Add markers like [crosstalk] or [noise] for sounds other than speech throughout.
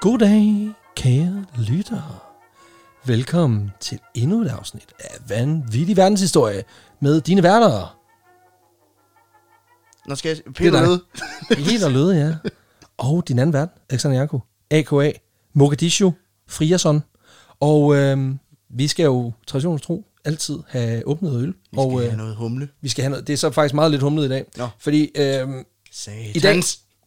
Goddag, kære lyttere. Velkommen til endnu et afsnit af Vanvittig Verdenshistorie med dine [laughs] værter. Nå skal jeg... Det er Peter dig. med. Helt og løde, ja. Og din anden vært, Alexander Janko, A.K.A. Mogadishu, Frierson. Og øhm, vi skal jo traditionstro altid have åbnet øl. Vi skal og og, øh, have noget humle. vi skal have noget. Det er så faktisk meget lidt humlet i dag. Nå. Fordi øhm, Satans. I dag,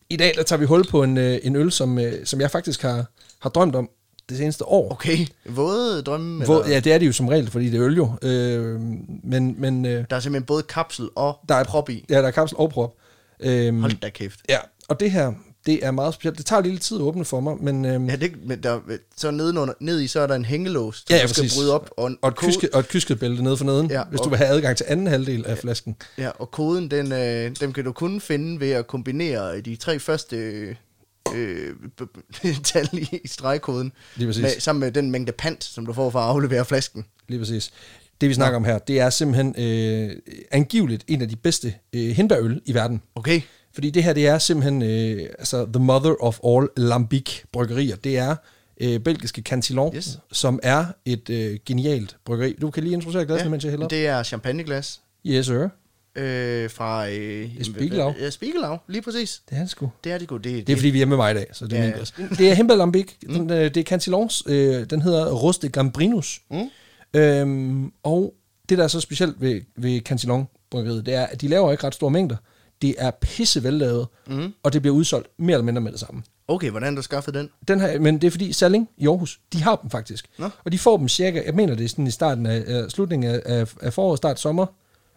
I dag der tager vi hul på en, øh, en øl, som, øh, som jeg faktisk har, har drømt om det seneste år. Okay. Våde drømme. Hvor, eller? ja, det er det jo som regel, fordi det er øl jo. Øh, men men øh, Der er simpelthen både kapsel og der er prop i. Ja, der er kapsel og prop. Øh, Hold da kæft. ja, og det her, det er meget specielt. Det tager lige lidt tid at åbne for mig, men... Øh, Ja, det, men der, så nedenunder, ned i, så er der en hængelås, som Ja, ja, du skal præcis. bryde op. Og, en- og, et kode- kyske, og et kyskebælte nede for neden, ja, Ja, hvis du og- vil have adgang til anden halvdel af flasken. Ja, og koden, den, øh, dem kan du kun finde ved at kombinere de tre første øh, øh, [laughs] b- b- tal i, i stregkoden. Lige præcis. Med, sammen med den mængde pant, som du får for at aflevere flasken. Lige præcis. Det vi snakker om her, det er simpelthen øh, angiveligt en af de bedste øh, hindbærøl i verden. Okay. Fordi det her, det er simpelthen øh, altså the mother of all lambic bryggerier. Det er øh, belgiske Cantillon, yes. Yes. som er et øh, genialt bryggeri. Du kan lige introducere glasset, ja, mens jeg hælder. Det... det er champagneglas Yes, sir. øh, fra... Øh, Spiegelau. Ja, Spiegelau, lige præcis. Det er han sgu. Det er det gode. Det, Det er fordi, vi er med mig i dag, så det er Ja, ja, ja. glas. Det er Himba Lambic. Den, øh, det er Cantillons. Øh, den hedder Ruste Gambrinus. Mm. Øhm, og det, der er så specielt ved, ved Cantillon bryggeriet, det er, at de laver ikke ret store mængder. Det er pisse vellavet, mm. og det bliver udsolgt mere eller mindre med det samme. Okay, hvordan har du skaffet den? Den her, men det er fordi Salling i Aarhus, de har dem faktisk. Nå. Og de får dem cirka, jeg mener det er sådan i starten af, af slutningen af, af, af foråret, start sommer.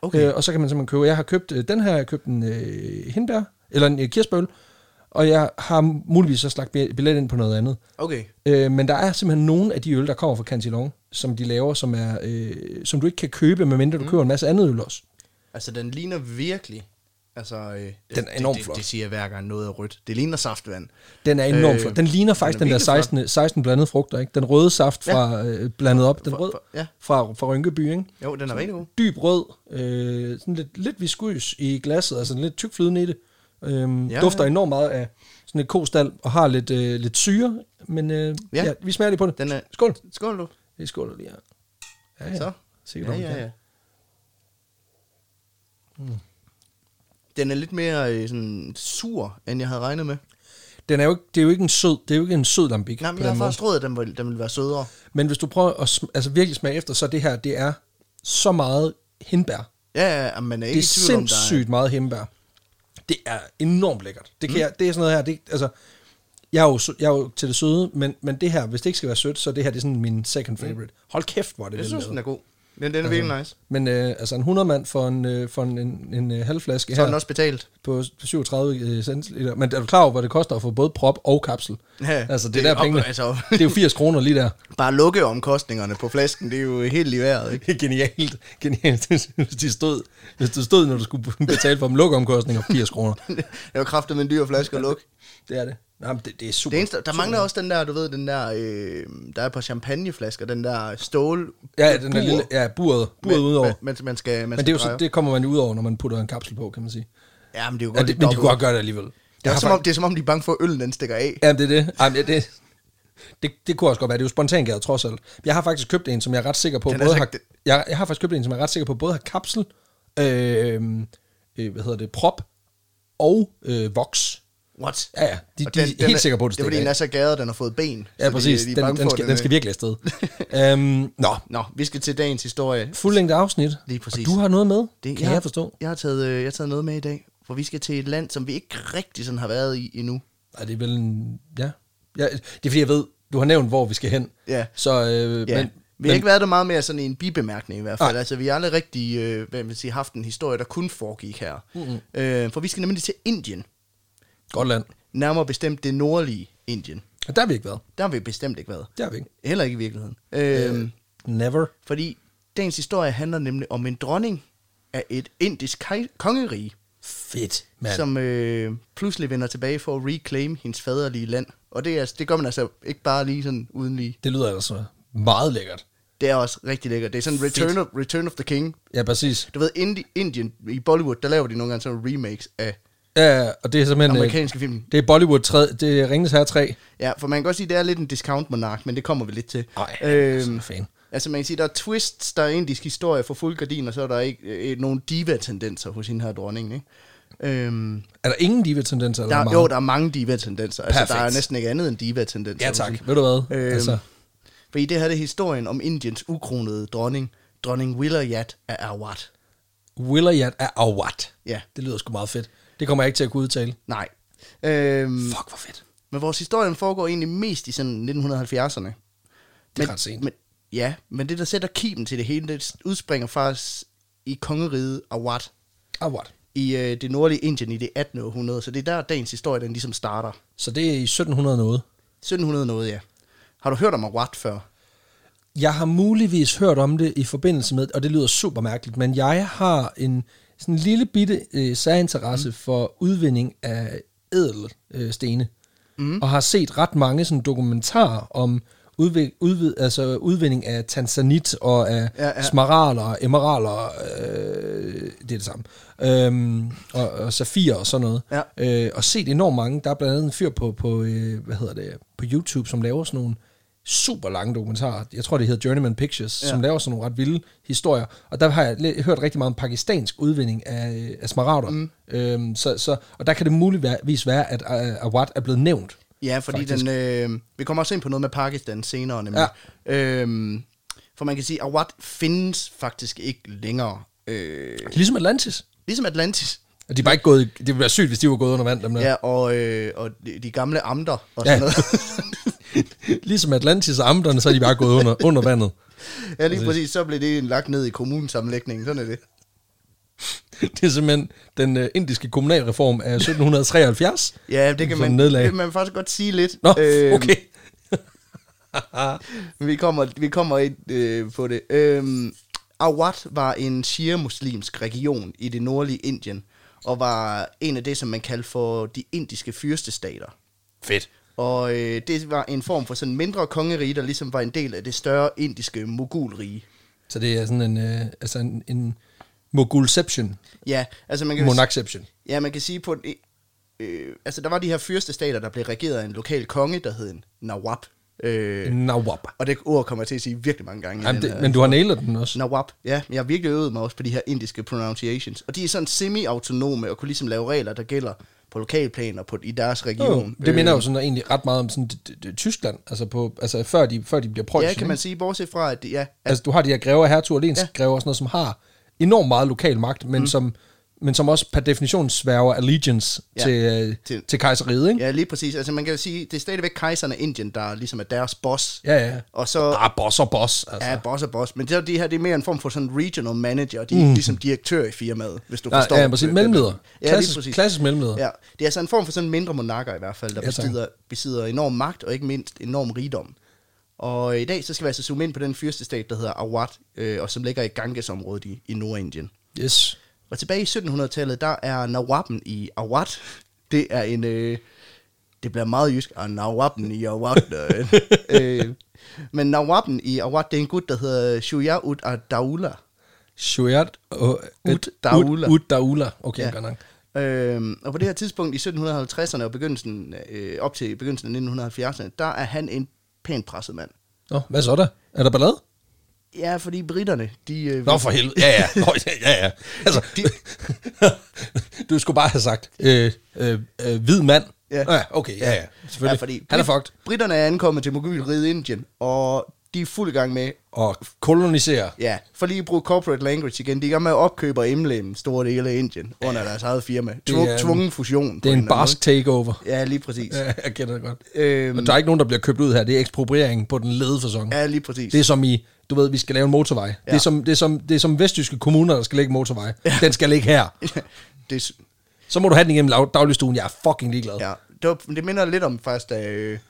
Okay. Øh, og så kan man simpelthen købe, jeg har købt øh, den her, jeg har købt en øh, hindbær, eller en øh, kirsebøl, og jeg har muligvis så slagt bi- billet ind på noget andet. Okay. Øh, men der er simpelthen nogle af de øl, der kommer fra Cantillon, som de laver, som, er, øh, som du ikke kan købe, medmindre du mm. køber en masse andet øl også. Altså, den ligner virkelig... Altså, øh, den er enormt det, flot. Det, det siger jeg hver gang noget er rødt. Det ligner saftvand. Den er enormt øh, Øh, flot. Den ligner faktisk den er den, den der virkelig flot. 16, 16 blandede frugter, ikke? Den røde saft Ja. fra, øh, blandet op, den Fra- rød, fra- ja. fra, fra Rynkeby, ikke? Jo, den er rigtig god. dyb rød, øh, sådan lidt, lidt viskus i glasset, altså lidt tyk flydende i det. Øhm, ja, Ja, dufter ja. enormt meget af sådan et kostal og har lidt, øh, lidt syre, men øh, ja. Ja. ja, vi smager lige på det. Den er- Skål. Skål, du. Vi skåler lige her. Ja, ja. Hmm. Så. Sikkert ja, ja, ja. Den er lidt mere øh, sådan sur, end jeg havde regnet med. Den er jo ikke, det er jo ikke en sød, det er jo ikke en sød lambik Nej, på men den jeg har måde. faktisk troet, at den, ville, den ville være sødere. Men hvis du prøver at sm- altså virkelig smage efter, så det her, det er så meget hindbær. Ja, ja, ja, men jeg er Det ikke er i tvivl om, der er... sindssygt meget hindbær. Det er enormt lækkert. Det, kan mm. jeg, det er sådan noget her, det, altså, jeg er, jo, sø- jeg er jo til det søde, men, men det her, hvis det ikke skal være sødt, så er det her det er sådan min second favorite. Hold kæft, hvor er det Mm. Jeg synes, vellavt. den er god. Den, den er virkelig nice. Men øh, altså en 100 mand for en, øh, for en, en, en øh, halvflaske Så er den her også betalt. på 37 centiliter. Men er du klar over, hvad det koster at få både prop og kapsel? Ja, altså det, det det der er op- penge, altså- det er jo 80 kroner lige der. Bare lukke omkostningerne på flasken, det er jo helt i vejret, ikke? [laughs] Det er genialt. genialt. [laughs] hvis, de stod, hvis du stod, når du skulle betale for dem, lukkeomkostninger 80 kroner. Det var kraftet med en dyr flaske at lukke. Det er det. Nej, men det, det er super. Det eneste, der mangler også den der, du ved, den der, øh, der er på champagneflasker, den der stål. Ja, den der bur, lille, ja, buret, buret udover. Men, Man, man, man skal, man men skal det, er jo dreje så, op. det kommer man jo ud over, når man putter en kapsel på, kan man sige. Ja, men det er jo Ja, godt. det, men de kunne godt dobbelt. gøre det alligevel. det er, også, som om, det er som om, de er bange for, at øllen den stikker af. Jamen, det er det. Jamen, det, det, det, det kunne også godt være. Det er jo spontangade, trods alt. Jeg har faktisk købt en, som jeg er ret sikker på. Den er Både altså har, ikke jeg, jeg har faktisk købt en, som jeg er ret sikker på, både har kapsel, øh, øh, hvad hedder det, prop og øh, voks. What? Ja, ja. De, Og de er helt sikre på, at det Det stikker er fordi, den af. er så gadet, den har fået ben. Ja, præcis. De, De, de er den, bange den, for, skal, at den skal virkelig [laughs] afsted. øhm, nå, Nå, vi skal til dagens historie. fuldlængde afsnit. Lige præcis. Og du har noget med, det, Det- kan jeg, jeg forstå. Jeg har, taget, øh, jeg har taget noget med i dag, for vi skal til et land, som vi ikke rigtig sådan har været i endnu. Ej, det er vel en... Ja. ja. Det er fordi, jeg ved, du har nævnt, hvor vi skal hen. Ja. Så, øh, Ja, men, men, vi har ikke været der meget mere sådan i en bibemærkning i hvert fald. Nej. Altså, vi har aldrig rigtig øh, hvad man siger, haft en historie, der kun foregik her. Mm-hmm. Øh, for vi skal nemlig til Indien. godt land. Nærmere bestemt det nordlige Indien. Og der har vi ikke været. Der har vi bestemt ikke været. Der har vi ikke. Heller ikke i virkeligheden. Øh, øh. Never. Fordi dagens historie handler nemlig om en dronning af et indisk kaj- kongerige, Fedt, ja. mand. Som... som øh, pludselig vender tilbage for at reclaim hendes faderlige land. Og det, er, altså- det gør man altså ikke bare lige sådan uden lige. Det lyder altså meget lækkert. Det er også rigtig lækkert. Det er sådan Return of, Return of the King Ja, præcis. Du ved, Indi- Indien i Bollywood, der laver de nogle gange sådan remakes af Ja, og det er simpelthen... øh, Amerikanske film. Det er Bollywood 3, det er Ringens Herre 3. Ja, for man kan godt sige, at det er lidt en discount-monark, men det kommer vi lidt til. Øhm, Ej, altså, fan. altså man kan sige, der er twists, der er indisk historie for fuld gardin, og så er der ikke øh, nogen diva-tendenser hos hende her dronning, ikke? Øhm, Er der ingen diva-tendenser? eller der, meget? jo, der er mange diva-tendenser. Altså, der er Perfekt. næsten ikke andet end diva-tendenser. Ja vil jeg tak, sige. ved du hvad? Øhm, Øhm. Altså, Fordi det her det er historien om Indiens ukronede dronning, dronning Wilayat af Awad. Willayat er Awad. Ja. Det lyder sgu meget fedt. Det kommer jeg ikke til at kunne udtale. Nej. Øhm, Fuck, hvor fedt. men vores historie foregår egentlig mest i sådan 1970'erne. Det er ret sent. Men, ja, men det, der sætter kimen til det hele, det udspringer faktisk i kongeriget Awad Awad. i øh, det nordlige Indien i det 18. århundrede. Så det er der, dagens historie den ligesom starter. Så det er i 1700 noget. 1700 noget, ja. Har du hørt om Awad før? Jeg har muligvis hørt om det i forbindelse med, og det lyder super mærkeligt, men jeg har en sådan en lille bitte øh, særinteresse mm. for udvinding af ædelstene. Øh, stene. mm. Og har set ret mange sådan, dokumentarer om udvik, udvid, altså udvinding af tanzanit og af Ja, ja, ja. ja. smaragder, emeraler, øh, det er det samme, øhm, og, og safir og sådan noget. Ja. Øh, og set enormt mange. Der er blandt andet en fyr på, på, øh, hvad hedder det, på YouTube, som laver sådan nogle super lange dokumentarer. Jeg tror, det hedder Journeyman Pictures, Ja. ja. som laver sådan nogle ret vilde historier. Og der har jeg læ- hørt rigtig meget om pakistansk udvinding af, øh, af smaragder. Mm. Øhm, så, så, og der kan det muligvis være, at øh, Awad er blevet nævnt. Ja, fordi Faktisk. den, øh, vi kommer også ind på noget med Pakistan senere, nemlig. Ja. Øhm, for man kan sige, Awad findes faktisk ikke længere. Øh, Ligesom Atlantis. ligesom Atlantis. Og de er bare ikke gået, det ville være sygt, hvis de var gået under vand, dem der. Ja, og, øh, og de, de gamle amter og Ja. sådan [laughs] noget. Ligesom Atlantis og amterne, så er de bare gået under, under vandet. ja, lige præcis. Så blev det lagt ned i kommunesammenlægningen. Sådan er det. Det er simpelthen den øh, indiske kommunalreform af 1773. Ja, det kan Som man, nedlag. det kan man faktisk godt sige lidt. Øhm, Nå, okay. Vi kommer, vi kommer ind øh, på det. Øhm, Awad var en shia-muslimsk region i det nordlige Indien, og var en af det, som man kaldte for de indiske fyrstestater. Fedt. Og øh, det var en form for sådan mindre kongerige, der ligesom var en del af det større indiske mogulrige. Så det er sådan en, øh, altså en, en mogulception, Ja, altså man kan monarchception. Ja, man kan sige på... en- Øh, altså, der var de her fyrstestater, der blev regeret af en lokal konge, der hed en Nawab. Øh, Nawab. og det ord kommer jeg til at sige virkelig mange gange. i Jamen, den her- det, men du har nailet den også. Nawab, ja. Jeg har virkelig øvet mig også på de her indiske pronunciations. Og de er sådan semi-autonome og kunne ligesom lave regler, der gælder på lokalplaner på, i deres region. Øh, Jo, det minder jo sådan egentlig ret meget om sådan, d- d- d- Tyskland, altså, på, altså før, de, før de bliver preussen. Ja, kan man sige, bortset fra, at det, ja, at, Altså, du har de her grever, hertug og Ja. lensgrever ja. og sådan noget, som har enormt meget lokal magt, men, mm. som, men som også per definition sværger allegiance Ja. ja. til, Til- til, til kejseriet, ikke? ja, lige præcis. Altså man kan jo sige, det er stadigvæk kejserne af Indien, der ligesom er deres boss. Ja, ja. Og så, Ah, boss og boss, altså. ja, boss og boss. Men det, er jo de her, det er mere en form for sådan regional manager. De er mm. ligesom direktør i firmaet, hvis du Ja, forstår. ja, præcis. øh, den- Mellemleder. Ja, Klassisk- lige præcis. klassisk mellemleder. Ja, det er altså en form for sådan mindre monarker i hvert fald, der ja, Ja, tak. besidder, besidder enorm magt og ikke mindst enorm rigdom. Og i dag, så skal vi altså zoome ind på den fyrstestat, der hedder Awad, øh, og som ligger i Gangesområdet i, i Nordindien. Yes. Og tilbage i 1700-tallet, der er Nawabben i Awad. Det er en... Øh, det bliver meget jysk. Og Nawabben i Awad. [laughs] øh, øh, men Nawabben i Awad, det er en gut, der hedder Shuya ud Adaula. Shoyat og... Ud Daula. øh, Ud, ud Daula. Okay, Ja. ja. godt nok. Øhm, og på det her tidspunkt i 1750'erne og begyndelsen, øh, op til begyndelsen af 1970'erne, der er han en pænt presset mand. Nå, hvad så der? Er der ballade? Ja, fordi britterne, de... Øh, Nå, for helvede. Ja, ja. Nå, ja, ja, ja. Altså, De- [laughs] du skulle bare have sagt, øh, øh, øh, hvid mand. Ja. Nå, ja. Okay, ja, ja. Selvfølgelig. Ja, fordi Han er fucked. Britterne er ankommet til Mogulriget Indien, og de er fuld i gang med, Og koloniserer. ja, for lige at bruge corporate language igen, de er i gang med at opkøbe og indlemme store dele af Indien under deres eget firma. Tvung, er en- tvungen fusion. på Det er en eller anden barsk takeover. måde. Ja, lige præcis. Ja, jeg kender det godt. Øhm, Og der er ikke nogen, der bliver købt ud her. Det er ekspropriering på den lede fasong. Ja, lige præcis. Det er som i, du ved, vi skal lave en motorvej. Ja. Det, Ja. er som, det, er som, det er som vestjyske kommuner, der skal lægge en motorvej. Ja. Den skal ligge her. [laughs] det er s- Så må du have den igennem lav- dagligstuen. Jeg er fucking ligeglad. ja, det, var, det minder lidt om faktisk, da... Øh, [laughs]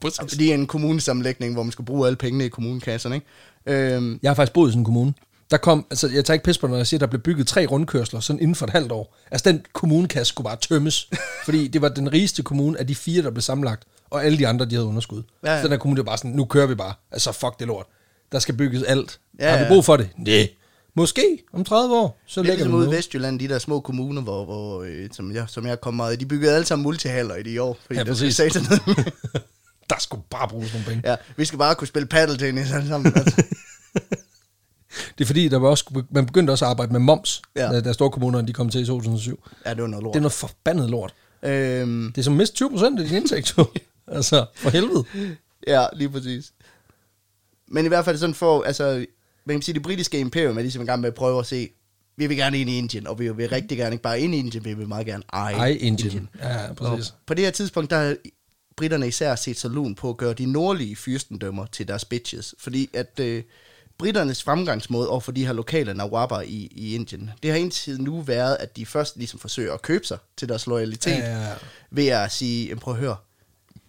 Præcis. Fordi en kommunesammenlægning, hvor man skulle bruge alle pengene i kommunekasserne, ikke? Øhm, Jeg har faktisk boet i sådan en kommune. Der kom, altså jeg tager ikke pis på det, når jeg siger, at der blev bygget tre rundkørsler sådan inden for et halvt år. Altså den kommunekasse skulle bare tømmes, [laughs] fordi det var den rigeste kommune af de fire, der blev sammenlagt, og alle de andre, de havde underskud. Ja, Ja, ja. ja. Så den her kommune, det var bare sådan, nu kører vi bare. Altså fuck det lort. Der skal bygges alt. Ja, Ja, har ja. vi brug for det? Nej. Måske om 30 år, så Det er lægger ligesom vi ude i noget. Vestjylland, de der små kommuner, hvor, hvor, øh, som, jeg, som jeg kom meget i. De byggede alle sammen multihaller i de år. Fordi Ja, der skulle præcis. satan ned. [laughs] Der skulle bare bruges nogle penge. Ja. [laughs] ja, vi skal bare kunne spille paddeltennis [laughs] alle sammen. Altså. Det er fordi, der var også, man begyndte også at arbejde med moms, Ja. ja. da, da storkommunerne de kom til i 2007. ja, det var noget lort. Det er noget forbandet lort. Øhm, Det er som mist 20 procent af din indtægt, [laughs] jo. altså, for helvede. ja, lige præcis. Men i hvert fald sådan for, altså, man kan sige, det britiske imperium er ligesom i gang med at prøve at se, vi vil gerne ind i Indien, og vi vil rigtig gerne ikke bare ind i Indien, vi vil meget gerne eje, Ej, Indien. Ja, præcis. På det her tidspunkt, der har britterne især set sig lun på at gøre de nordlige fyrstendømmer til deres bitches, fordi at øh, britternes fremgangsmåde over for de her lokale nawaber i, i Indien, det har indtil nu været, at de først ligesom forsøger at købe sig til deres loyalitet, Ja, ja. ved at sige, "Jamen, prøv at høre,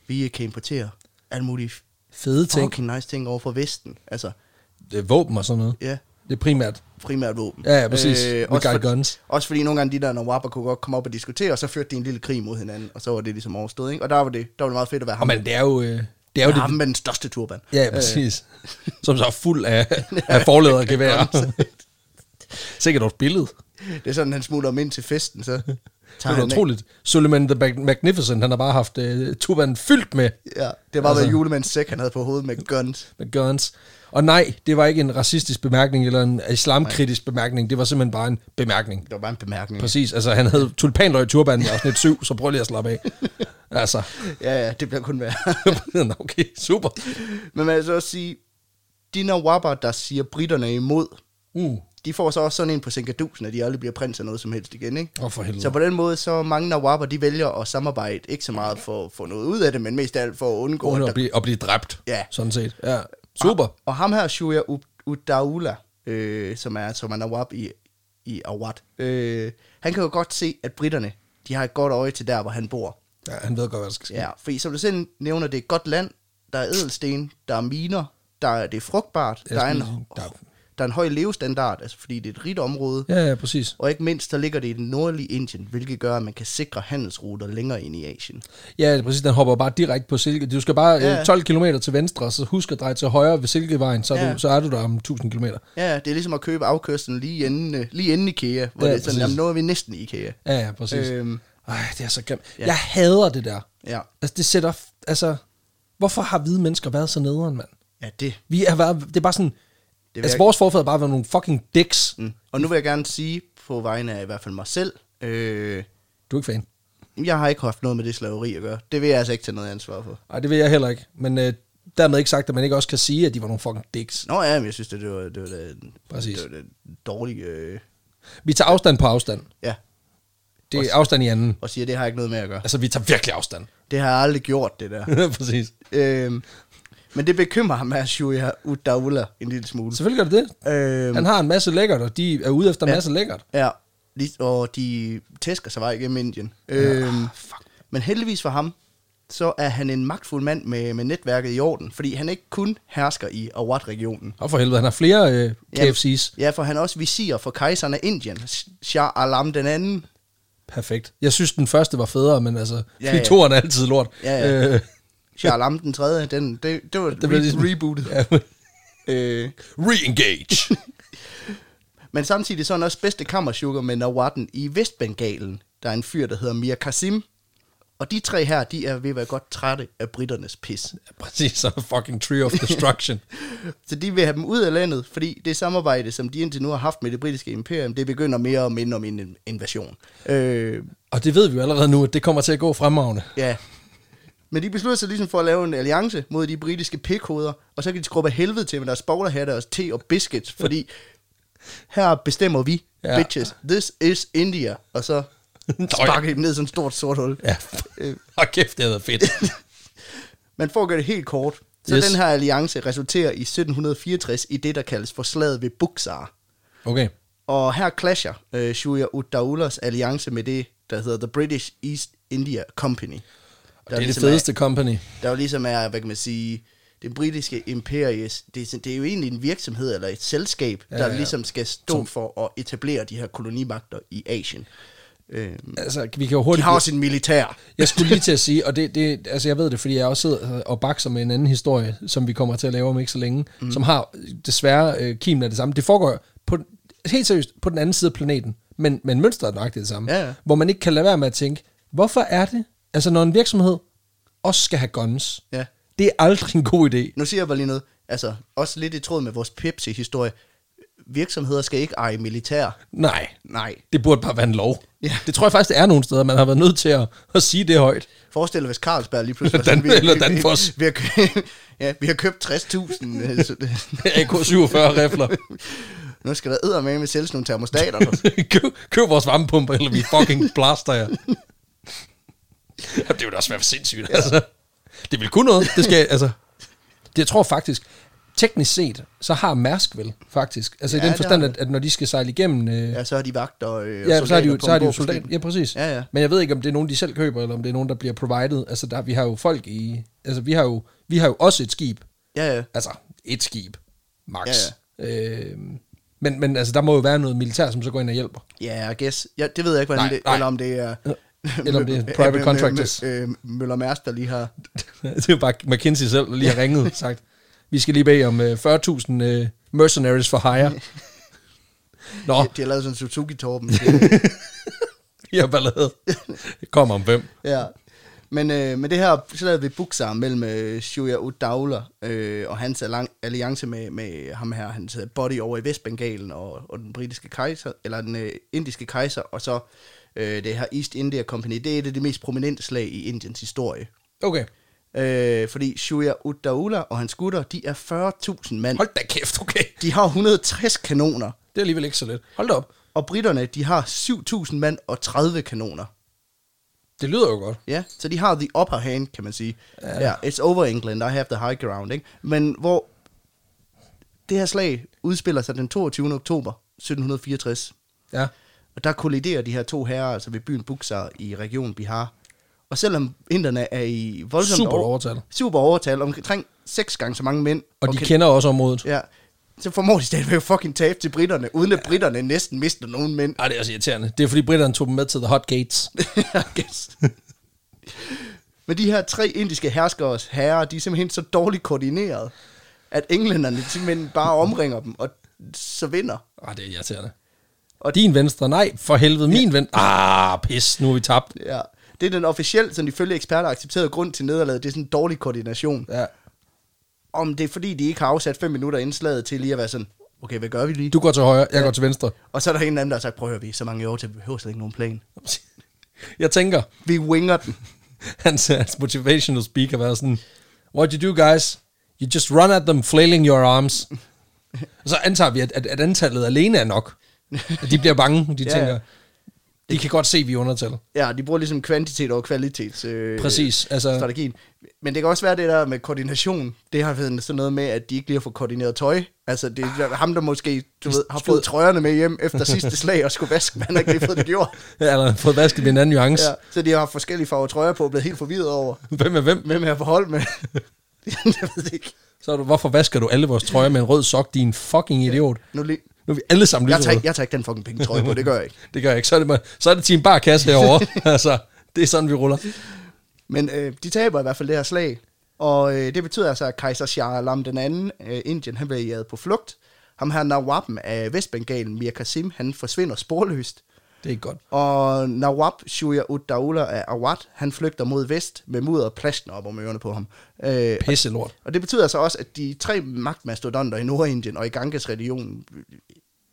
vi kan importere alle mulige Fede ting. fucking nice ting over fra Vesten, altså, Det er våben og sådan noget. ja, Det er primært. primært våben. Øh, Ja, ja, præcis. We også, got for, guns. også fordi nogle gange de der nawaber kunne godt komme op og diskutere, og så førte de en lille krig mod hinanden, og så var det ligesom overstået, ikke? Og der var det, der var det meget fedt at være Og ham, man, det er jo... øh, Det er jo det, det, ham med den største turban. Ja, præcis. Som så er fuld [laughs] af, af forledergeværen. Sikkert også billede. Det er sådan, han smutter om ind til festen, så Det tager er han af. utroligt. Suleiman the Mag- Magnificent, han har bare haft uh, tubaen fyldt med, Ja, det var altså. Altså. hvad julemandens sæk, han havde på hovedet med guns. med guns. Og nej, det var ikke en racistisk bemærkning eller en islamkritisk bemærkning. Det var simpelthen bare en bemærkning. Det var bare en bemærkning. Præcis, altså han havde tulipanløg i turbanen i afsnit 7, så prøv lige at slappe [laughs] af. Altså, Ja, ja, det bliver kun værre. [laughs] Nå, okay, super. Men man kan så også sige, de nawabber, der siger britterne imod, Uh, de får så også sådan en på sinkadusen, at de aldrig bliver prins af noget som helst igen, ikke? Åh, for helvede. Så på den måde, så mange nawabber, de vælger at samarbejde, ikke så meget for at få noget ud af det, men mest af alt for at undgå, under der at blive, at blive dræbt, Ja. sådan set. Ja, super. Og ham her, Shuya Ud- Udaula, øh, som er, som er Nawab i, i Awad, øh, han kan jo godt se, at britterne, de har et godt øje til der, hvor han bor. Ah, Ja, han ved godt, hvad der skal ske. Ja, fordi som du selv nævner, det er et godt land, der er edelsten, der er miner, der er, det er frugtbart, Ja, der er, en, sådan, der, der- der er en høj levestandard, altså fordi det er et rigt område, Ja, ja, præcis. og ikke mindst, der ligger det i den nordlige Indien, hvilket gør, at man kan sikre handelsruter længere ind i Asien. Ja, det er præcis. Den hopper bare direkte på Silke. Du skal bare Ja. ja. 12 km til venstre, og så husk at dreje til højre ved Silkevejen, så er, Ja. du, så er du der om 1000 km. Ja, det er ligesom at købe afkørslen lige inden, øh, lige inden IKEA, hvor Ja, det er sådan, præcis. jamen, nu er vi næsten i IKEA. Ja, ja, præcis. Øhm. Øhm. Ej, det er så grimt. Ja. Ja. Jeg hader det der. Ja, Altså, det sætter... f- Altså, hvorfor har hvide mennesker været så nederen, mand? ja det Vi er været... Det er bare sådan... Det vil altså, jeg- vores forfædre har bare været nogle fucking dicks. Mm. Mm. Og nu vil jeg gerne sige, på vegne af i hvert fald mig selv, øh, Du er ikke fan. jeg har ikke haft noget med det slaveri at gøre. Det vil jeg altså ikke tage noget ansvar for. Nej, det vil jeg heller ikke. Men øh, dermed ikke sagt, at man ikke også kan sige, at de var nogle fucking dicks. Nå ja, men jeg synes, det, det var det, var, det, Præcis. det, var det dårlige... Øh, Vi tager afstand på afstand. ja, Det er afstand i anden. og siger, det har ikke noget med at gøre. Altså, vi tager virkelig [laughs] afstand. Det har jeg aldrig gjort, det der. [laughs] præcis. øhm, men det bekymrer ham, at Shuya Udaula en lille smule. Selvfølgelig gør det det. Øhm, Han har en masse lækkert, og de er ude efter en Ja. ja. masse lækkert. Ja, lige- og de tæsker sig vej igennem Indien. Ja, øhm, fuck. Men heldigvis for ham, så er han en magtfuld mand med, med netværket i orden, fordi han ikke kun hersker i Awad-regionen. Og for helvede, han har flere øh, KFC's. Ja, for han er også visir for kejseren af Indien, Shah Alam den anden. Perfekt. Jeg synes, den første var federe, men altså, Ja, ja, ja. ja. toeren er altid lort. Ja, ja. Øh, Shah Alam den tredje, den, det, det var det blev re- ligesom- rebootet. ja. Øh, [laughs] Re-engage. men samtidig så er han også bedste kammersugar med Nawaden i Vestbengalen. Der er en fyr, der hedder Mir Kasim. Og de tre her, de er ved at være godt trætte af britternes pis. Ja, Præcis, så er fucking Tree of Destruction. Så de vil have dem ud af landet, fordi det samarbejde, som de indtil nu har haft med det britiske imperium, det begynder mere og mindre om en invasion. Øh, og det ved vi jo allerede nu, at det kommer til at gå fremragende. ja. Men de beslutter sig ligesom for at lave en alliance mod de britiske pikhoveder, og så kan de skrubbe af helvede til med deres bowlerhatte og te og biscuits, fordi her bestemmer vi, ja. Ja. bitches, this is India, og [laughs] så sparker de dem ned i sådan et stort sort hul. Ja, Øh, og kæft, det havde været [laughs] fedt. Men for at gøre det helt kort, så yes. Yes. den her alliance resulterer i 1764 i det, der kaldes for slaget ved Buxar. Okay. Og her clasher øh, Shuya Uddaulas alliance med det, der hedder The British East India Company. Og det er det ligesom fedeste company. Er, der jo ligesom er, hvad kan man sige, det britiske imperiet, det, er sådan- det er jo egentlig en virksomhed eller et selskab, ja, Ja, der ja. ja. ligesom skal stå Som... for at etablere de her kolonimagter i Asien. Øh, Altså, vi kan jo de hurtigt... har også en militær. Jeg skulle lige til at sige, og det, det, altså jeg ved det, fordi jeg også sidder og bakser med en anden øh, historie, som vi kommer til at lave om ikke så længe, mm. som har desværre øh, kimen af det samme. Det foregår på helt seriøst, på den anden side af planeten, men, men mønstret er nøjagtigt det samme. Ja, ja. Hvor man ikke kan lade være med at tænke, hvorfor er det, altså når en virksomhed også skal have guns, Ja. det er aldrig en god idé. Nu siger jeg bare lige noget. Altså, også lidt i tråd med vores Pepsi-historie. Virksomheder skal ikke eje militær. Nej, Nej. det burde bare være en lov. Ja. Det tror jeg faktisk, det er nogle steder, man har været nødt til at, at sige det [laughs] højt. Forestil dig, hvis Carlsberg lige pludselig... var Dan- "Vi har- eller Danfoss." Vi, vi, har, kø- ja, vi har købt 60.000. øh, så det- AK-47-rifler. nu skal der eddermame med sælges nogle termostater. du. [laughs] køb, køb vores varmepumper, eller vi fucking blaster jer. Jamen, det ville da også være for sindssygt, ja. altså. Det vil kunne noget. Det skal, altså. Det, jeg tror faktisk, teknisk set, så har Mærsk vel, faktisk. Altså ja, i Ja, den det forstand, har at, at når de skal sejle igennem... Øh, ja, Ja, så har de vagt og øh, ja så er de jo, soldater på så er de jo ombord på soldater. skibet. Ja, præcis. Ja, ja. Men jeg ved ikke, om det er nogen, de selv køber, eller om det er nogen, der bliver provided. Altså, der, vi har jo folk i... Altså, vi har jo, vi har jo også et skib. Ja, ja. Altså, et skib. Max. Ja, ja. Øh, men, men altså, der må jo være noget militær, som så går ind og hjælper. Ja, yeah, I guess. Ja, det ved jeg ikke, hvordan Nej, det, nej. eller om det er... Eller om det er private contractors. Øh, Møller Mærsk, der lige har... [laughs] det er jo bare McKinsey selv, der lige har ringet og sagt, vi skal lige bede om øh, 40.000 øh, mercenaries for hire. Nå, De, de har lavet sådan en Suzuki-torben. vi har bare lavet. Det kommer om hvem. ja. Men, øh, men det her, så lavede vi bukser mellem øh, Shuya Udawla øh, og hans allang- alliance med, med ham her, hans øh, body over i Vestbengalen og, og den britiske kejser, eller den øh, indiske kejser, og så øh, det her East India Company. Det er et af de mest prominente slag i Indiens historie. Okay, Øh, fordi Shuya Udawla og hans gutter, de er 40.000 mand. hold da kæft, okay. De har 160 kanoner, Det er alligevel ikke så let. Hold da op. og britterne, de har 7.000 mand og 30 kanoner. Det lyder jo godt. Ja, så de har the upper hand, kan man sige. Ja, yeah, it's over England, I have the high ground, ikke? Men hvor det her slag udspiller sig den 22. oktober 1764, Ja. og der kolliderer de her to herrer, altså ved byen Buxar i regionen Bihar. Og selvom inderne er i voldsomt Super over- overtal. super overtal, omkring seks gange så mange mænd, Og de kan- kender også området. Ja, så formår de stadigvæk at fucking tabe til britterne, uden at ja. britterne næsten mister nogen mænd. Ej, det er også irriterende. Det er fordi britterne tog dem med til The Hot Gates. [laughs] I guess. Men de her tre indiske herskeres herrer, de er simpelthen så dårligt koordineret, at englænderne simpelthen bare omringer dem, og så vinder. Ej, det er irriterende. Og Og- din venstre, nej, for helvede, min ven. Ah, pis, nu er vi tabt. Ja. Det er den officielt, sådan ifølge eksperter, accepterede grund til nederlaget, det er sådan en dårlig koordination. Ja. Om det er fordi, de ikke har afsat fem minutter inden slaget til lige at være sådan, okay, hvad gør vi lige? Du går til højre, jeg går til venstre. Og så er der en eller anden, der har sagt, prøv at høre, vi er så mange år til, vi behøver slet ikke nogen plan. Jeg tænker, Vi winger den. [laughs] hans, hans motivational speaker var sådan, what you do guys, you just run at them flailing your arms. Og så antager vi, at, at, at antallet alene er nok. At de bliver bange, de Ja, ja, tænker, ja. de kan godt se, at vi undertæller. Ja, de bruger ligesom kvantitet over kvalitets øh, Præcis, altså- strategien. Men det kan også være det der med koordination. Det har været sådan noget med, at de ikke lige har fået koordineret tøj. Altså, det er Ah. ham, der måske du ved, har fået trøjerne med hjem efter sidste slag og skulle vaske, men han har ikke lige fået det [laughs] gjort. Ja, Eller fået vasket med en anden nuance. Ja, så de har haft forskellige farver trøjer på og blevet helt forvirret over, Ja. Hvem er hvem? hvem er på hold med. [laughs] jeg ved det ikke. Så er du, hvorfor vasker du alle vores trøjer med en rød sok, din fucking idiot? Nu lige, Nu er vi alle sammen jeg, tager, lyserøde. ikke- jeg tager ikke den fucking pink trøje på, det gør jeg ikke. Det gør jeg ikke. Så er det, bare- så er det team bare kasse herovre. [laughs] altså, det er sådan, vi ruller. Men øh, de taber i hvert fald det her slag. Og øh, det betyder altså, at kejser Shah Alam den anden, øh, Indien, han bliver jaget på flugt. Ham her Nawab'en af Vestbengalen, Mir Qasim, han forsvinder sporløst. Det er ikke godt. Og Nawab Shuya ud Daula af Awad, han flygter mod vest med mudder og plasten op om ørerne på ham. Øh, Pisse lort. og det betyder altså også, at de tre magtmastodonter i Nordindien og i Ganges-regionen,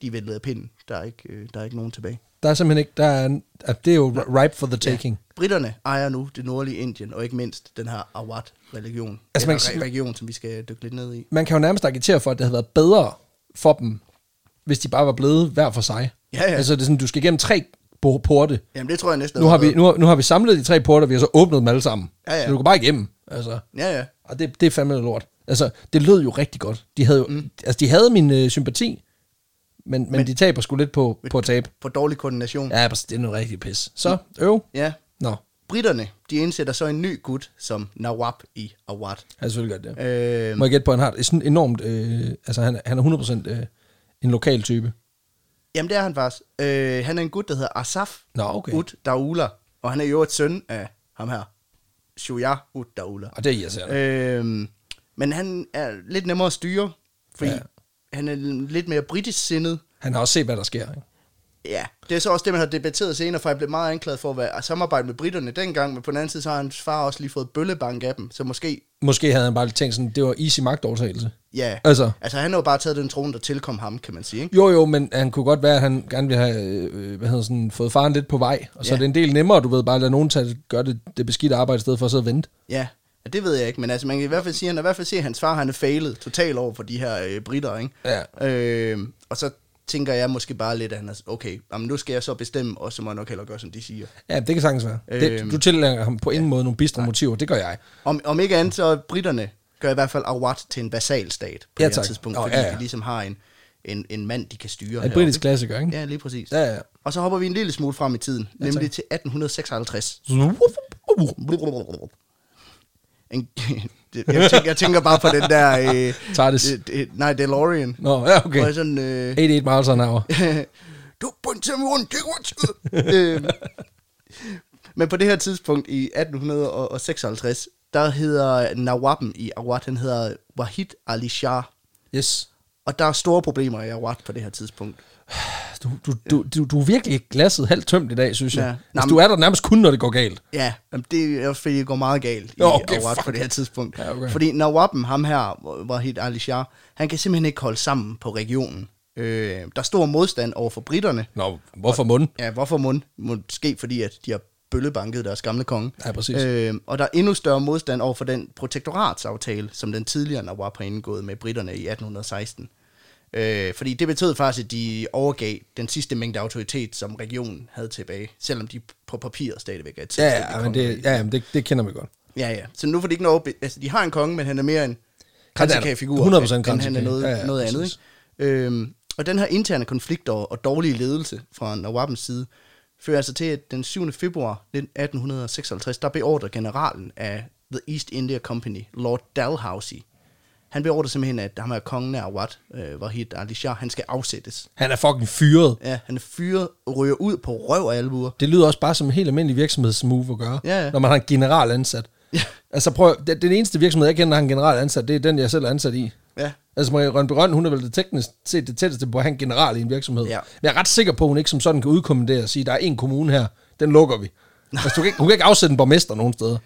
de er vendt af pinden. Der er, ikke, øh, der er ikke nogen tilbage. Der er simpelthen ikke, der er, en- at det er jo ripe for the taking. Ja. Britterne ejer nu det nordlige Indien, og ikke mindst den her Awad-religion. Altså, Altså, man man kan sige- region, som vi skal dykke lidt ned i. man kan jo nærmest agitere for, at det havde været bedre for dem, hvis de bare var blevet hver for sig. Ja, ja. Altså, det er sådan, du skal igennem tre bo- porte. Jamen, det tror jeg næsten... Nu har, havde vi, været- nu, har, nu har vi samlet de tre porte, og vi har så åbnet dem alle sammen. Ja, ja. Så du går bare igennem. Altså, Ja, ja. og det, det er fandme noget lort. Altså, det lød jo rigtig godt. De havde, jo, mm. altså, de havde min øh, sympati, men, men, men, de taber sgu lidt på, på at tabe. På dårlig koordination. Ja. Ja, det er noget rigtig pis. Så, Mm. øv. ja. Nå, Britterne, de indsætter så en ny gut som Nawab i Awad. jeg selvfølgelig godt det. Øh, Må jeg gætte på, at han har et sådan enormt... Øh, altså, han, er- han er 100% øh, en lokal type. jamen, det er han faktisk. Øh, han er en gut, der hedder Asaf Nå, okay. Ud Daula, og han er jo et søn af ham her, Shuya Ud Daula. Og det er irriterende. Øhm, men han er lidt nemmere at styre, fordi Ja. ja. han er lidt mere britisk sindet, Han har også set, hvad der sker. Ikke? Ja, det er så også det, man har debatteret senere, for han blev meget anklaget for at være at samarbejde med britterne dengang, men på den anden side, så har hans far også lige fået bøllebank af dem, så måske, Måske havde han bare tænkt sådan, det var easy magtovertagelse. ja. Altså. altså han har jo bare taget den trone, der tilkom ham, kan man sige, ikke? Jo, jo, men han kunne godt være, at han gerne ville have øh, hvad hedder sådan, fået faren lidt på vej. Og så Ja. ja. er det en del nemmere, du ved, bare at lade nogen tage, gøre det, det beskidte arbejde i stedet for at sidde og vente. Ja, ja, det ved jeg ikke, men altså man kan i hvert fald sige, han har i hvert fald sige, at hans far han er failet totalt over for de her øh, britter, ikke? Ja. Øh, og så tænker jeg måske bare lidt, at han er, okay, jamen, nu skal jeg så bestemme, og så må jeg nok hellere gøre, som de siger. Ja, det kan sagtens være. Øh, Øhm. det, du tillægger ham på ingen måde nogle bistre motiver, det gør jeg. Om, om ikke andet, så britterne gør i hvert fald Awad til en basal stat på Ja, det her tak. tidspunkt, Nå, fordi ja, ja. de ligesom har en, en, en mand, de kan styre. Er en heroppe. britisk klassiker, ikke? Ja, lige præcis. Ja, ja. Og så hopper vi en lille smule frem i tiden, ja, nemlig til 1856. En, det- jeg, tænker, jeg tænker bare på den der... Øh, [laughs] TARDIS. øh, det- nej, DeLorean. Nå, ja, okay. Hvor jeg sådan... Øh, 88 miles an hour. [laughs] du bundt til muren, det [laughs] var Øhm, Men på det her tidspunkt i 1856, der hedder Nawaben i Awad, han hedder Wahid Ali Shah. Yes. Og der er store problemer i Awad på det her tidspunkt. Du, du, du, du, du er virkelig glasset halvt tømt i dag, synes jeg. Ja. Ja. Nå, Altså, du er der nærmest kun, når det går galt. Ja, jamen, det er også fordi, det går meget galt i Nå, okay, Awad fuck. på det her tidspunkt. Ja, okay. Fordi Nawaben, ham her, Wahid Ali Shah, han kan simpelthen ikke holde sammen på regionen. Øh, der er stor modstand over for britterne. Nå, hvorfor munden? Ja, hvorfor mon? Måske fordi, at de har bøllebanket deres gamle konge. Ja, præcis. Øh, og der er endnu større modstand over for den protektoratsaftale, som den tidligere Nawab har indgået med britterne i 1816. Øh, fordi det betød faktisk, at de overgav den sidste mængde autoritet, som regionen havde tilbage, selvom de på papir stadigvæk er et Ja, selvstændigt ja, men kongerige. det, ja, men det, det kender vi godt. Ja, ja. Så nu får de ikke noget... be- Altså, de har en konge, men han er mere en Han er der. kransekage-figur. 100% end Han er kransekage. noget, Ja, ja, noget andet, ikke? præcis. Øhm, og den her interne konflikt og, og dårlige ledelse fra Nawabens side, fører altså til, at den 7. februar 1856, der beordrer generalen af The East India Company, Lord Dalhousie, han beordrer simpelthen, at ham her kongen af Awad, øh, Wahid Ali Shah, han skal afsættes. Han er fucking fyret. Ja, han er fyret, ryger ud på røv og albuer. Det lyder også bare som en helt almindelig virksomhedsmove at gøre, Ja, ja. når man har en general ansat. Ja. Altså prøv, at- den, den eneste virksomhed, jeg kender, der har en general ansat, det er den, jeg selv er ansat i. Ja, Altså Marie Rønby Røn, hun er vel det teknisk set det tætteste på at have en general i en virksomhed. Ja. Men jeg er ret sikker på, at hun ikke som sådan kan udkommandere og sige, der er en kommune her, den lukker [laughs] vi. Altså, du kan ikke, hun kan ikke afsætte en borgmester nogen steder.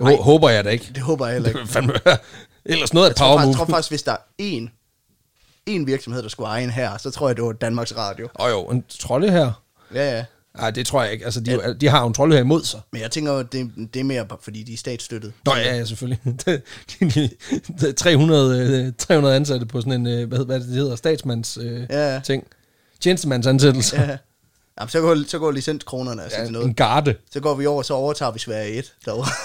Nej. H- håber jeg da ikke. det håber jeg heller Det ikke. vil fandme være. Ellers noget af et Jeg tror, power faktisk, move. tror faktisk, hvis der er én, én virksomhed, der skulle eje en her, så tror jeg, det var Danmarks Radio. Åh jo, en trolde her. Ja, ja. Nej, det tror jeg ikke. Altså, de, ja. de har jo en trolde her imod sig. Men jeg tænker, at det, det er mere, bare fordi de er statsstøttet. Nå ja, ja selvfølgelig. [laughs] Det- de- de- 300, øh, 300 ansatte på sådan en, øh, hvad, hed- hvad er det det hedder, statsmands øh, Ja, ja. ja. ting. Tjenestemandsansættelse. Ja. [laughs] Jamen, så går, så går licenskronerne altså ja, Ja, til en noget. garde. [laughs] Så går vi over, så overtager vi Sverige 1 derovre. [laughs]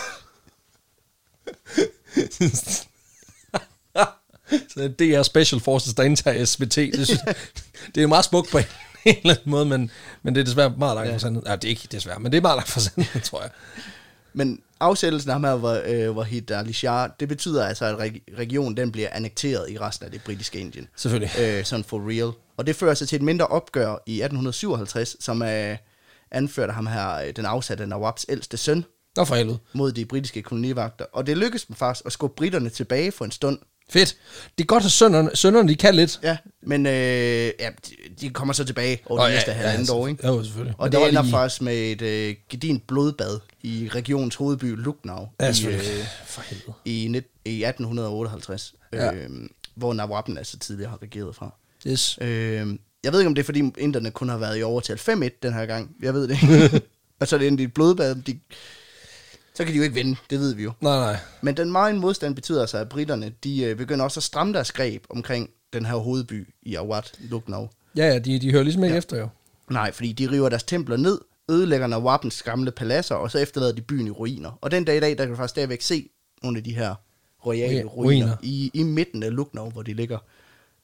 Så det er Special Forces, der indtager SVT. Det, synes, [laughs] det er meget smukt på en eller anden måde, men, men det er desværre meget langt ja. fra sandheden. Nej, det er ikke desværre, men det er meget langt fra sandheden, tror jeg. Men afsættelsen af ham her, hvor, øh, hvor Hid Ali Shah, det betyder altså, at reg- regionen den bliver annekteret i resten af det britiske Indien. Selvfølgelig. Øh, sådan for real. Og det fører sig til et mindre opgør i 1857, som er anført af ham her, øh, den afsatte Nawabs ældste søn, Nå for helvede. mod de britiske kolonivagter. Og det lykkedes dem faktisk at skubbe britterne tilbage for en stund. Fedt. Det er godt, at sønderne, sønderne de kan lidt. Ja, men øh, ja, de- de kommer så tilbage over Nå, de næste ja, halvandet år, ikke? Jo, selvfølgelig. Men Og der det var ender lige- faktisk med et øh, gedint blodbad i regionens hovedby Lucknow Ja, i, selvfølgelig. øh, For helvede. i, net, i 1858, Ja. øh, hvor Nawabden altså tidligere har regeret fra. Yes. Øh, jeg ved ikke, om det er, fordi inderne kun har været i overtal 5-1 den her gang. Jeg ved det [laughs] ikke. og så er det endelig et blodbad. De, så kan de jo ikke vinde, det ved vi jo. Nej, nej. Men den meget modstand betyder altså, at britterne de, øh, begynder også at stramme deres greb omkring den her hovedby i Awad, Lucknow. Ja, ja, de, de hører ligesom ikke ja. efter, jo. Nej, fordi de river deres templer ned, ødelægger Nawabens gamle paladser, og så efterlader de byen i ruiner. Og den dag i dag, der kan du faktisk stadigvæk se nogle af de her royale Ru- ruiner, ruiner. ruiner. I, i midten af Lucknow, hvor de ligger.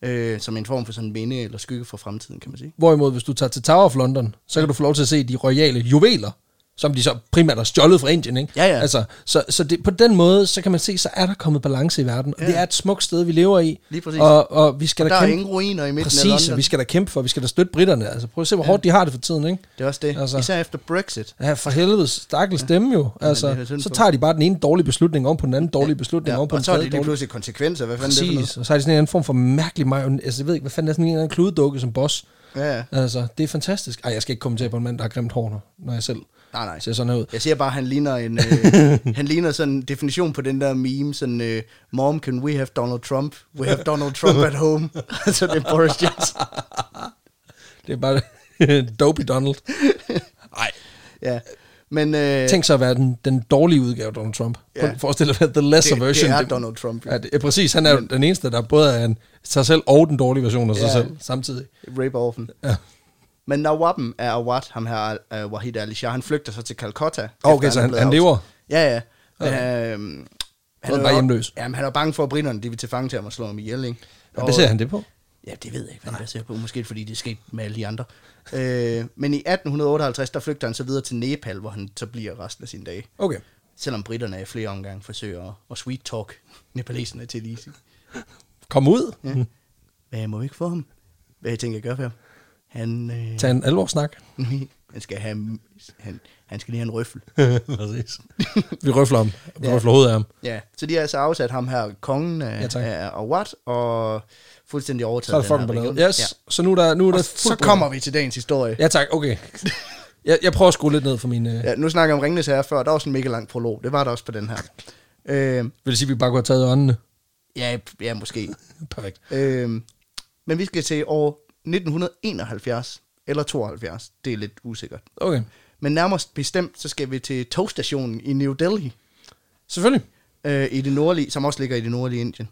Øh, som en form for sådan minde eller skygge for fremtiden, kan man sige. Hvorimod, hvis du tager til Tower of London, så kan du få lov til at se de royale juveler, som de så primært har stjålet fra Indien, ikke? Ja, ja. Altså, så så det, på den måde, så kan man se, så er der kommet balance i verden, og Ja. ja. det er et smukt sted, vi lever i. Lige præcis. Og, og vi skal Der da er kæmpe... ingen ruiner i midten af Præcis, London. og vi skal da kæmpe for, vi skal da støtte britterne. Altså, prøv at se, hvor hårdt de har det for tiden, ikke? Det er også det. Altså. Altså. Især efter Brexit. Ja, for helvede, stakkels ja. dem jo. Altså, det er synd så for. tager de bare den ene dårlige beslutning om på den anden dårlige beslutning Ja, om på og den så er tredje det lige dårlige. pludselig konsekvenser. Hvad fanden er det for noget? Præcis, og så er de sådan en eller anden form for mærkelig majon... Altså, jeg ved ikke, hvad fanden er sådan en eller anden kludedukke som boss, Ja, ja. Altså, det er fantastisk. Ej, jeg skal ikke kommentere på en mand, der har grimt hår, når- når jeg selv Nej, nej. ser sådan her ud. Jeg siger bare, at han ligner [laughs] en øh, han ligner sådan en definition på den der meme, sådan, øh, Mom, can we have Donald Trump? We have Donald Trump at home. [laughs] altså, det er Boris Johnson. Det er bare [laughs] Dopey [laughs] Donald. Nej. Ja. Men, øh, Tænk så at være den, den dårlige udgave af Donald Trump. Ja. Ja. Forestil dig at være the lesser Det- det version. er Donald Trump, jo. Ja, det, ja, præcis. Han er jo den eneste, der både er en, sig selv og den dårlige version af sig Ja. selv samtidig. Rape Orphan. Ja. Men Nawabem er Awad, ham her, uh, Wahid Ali Shah, han flygter så til Calcutta. Okay, efter så er han- blevet han afs- lever? Ja, ja. Men, øhm, er jo bare op- hjemløs. Jamen, han er bange for, at britterne de vil til fange til ham og slå ham ihjel, ikke? Og baserer han det på? Ja, det ved jeg ikke, hvad han baserer på. Måske fordi det skete med alle de andre. Øh, men i 1858, der flygter han så videre til Nepal, hvor han så bliver resten af sine dage. Okay. Selvom britterne i flere omgange forsøger at, at sweet talk nepaleserne til det. ikke? Kom ud. Ja. Hvad må vi ikke få ham? Hvad jeg tænker jeg gøre for ham? Han, øh, Tag en alvorsnak. [laughs] han skal have, han, han skal lige have en røffel. præcis. Vi røfler ham. Vi ja. røfler hovedet af ham. Ja, så de har altså afsat ham her, kongen af, Ja, tak. af Awad, og fuldstændig Så er overtaget der fucking den her ballade. region. Yes, ja. så nu er der, nu er der Og fuld så kommer vi til dagens historie. Ja tak, [laughs] okay. Jeg, jeg prøver at skrue lidt ned for øh, mine... Ja. Ja, nu snakker jeg om Ringnes Herre før, der var sådan en mega lang prolog, det var der også på den her. Øh, Vil det sige, at vi bare kunne have taget øjnene? ja, ja, måske. Perfekt. Øh, men vi skal til år 1971 eller 72, det er lidt usikkert. Okay. Men nærmest bestemt, så skal vi til togstationen i New Delhi, Selvfølgelig. øh, i det nordlige, som også ligger i det nordlige Indien.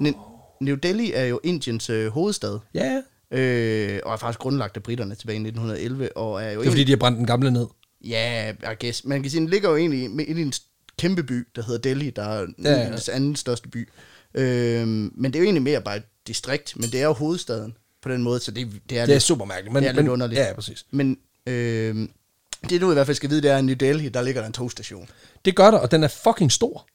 Ne- New Delhi er jo Indiens øh, hovedstad, Ja, ja. øh, og er faktisk grundlagt af britterne tilbage i 1911, og er jo Det er fordi, de har brændt den gamle ned. Ja, yeah, I guess. Man kan sige, den ligger jo egentlig inde i en kæmpe by, der hedder Delhi, der er Ja, ja. ja, ja. anden største by. Øhm, men det er jo egentlig mere bare et distrikt, men det er jo hovedstaden på den måde, så det, det er, Det er lidt, super mærkeligt. Men, det er lidt men, underligt. Ja, præcis. Men øhm, det du i hvert fald skal vide, det er, at i New Delhi, der ligger der en togstation. Det gør der, og den er fucking stor.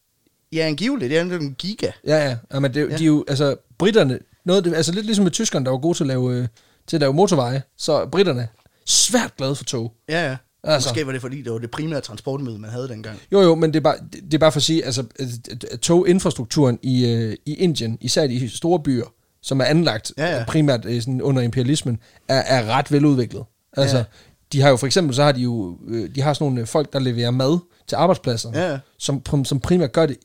Ja, angiveligt, det er en giga. Ja, ja. ja men det, ja. de er jo, altså, britterne, noget, af det, altså lidt ligesom med tyskerne, der var gode til at lave, øh, til at lave motorveje, så britterne, svært glade for tog. Ja, ja. Altså. Altså. Måske var det fordi, det var det primære transportmiddel, man havde dengang. Jo, jo, men det er bare, det, det er bare for at sige, altså, at- at toginfrastrukturen i, øh, i Indien, især i de store byer, som er anlagt Ja, ja, ja. ja. primært øh, sådan under imperialismen, er, er ret veludviklet. Altså, Ja. ja. de har jo for eksempel, så har de jo, øh, de har sådan nogle øh, folk, der leverer mad til arbejdspladserne, Ja, ja. som, prim- som primært gør det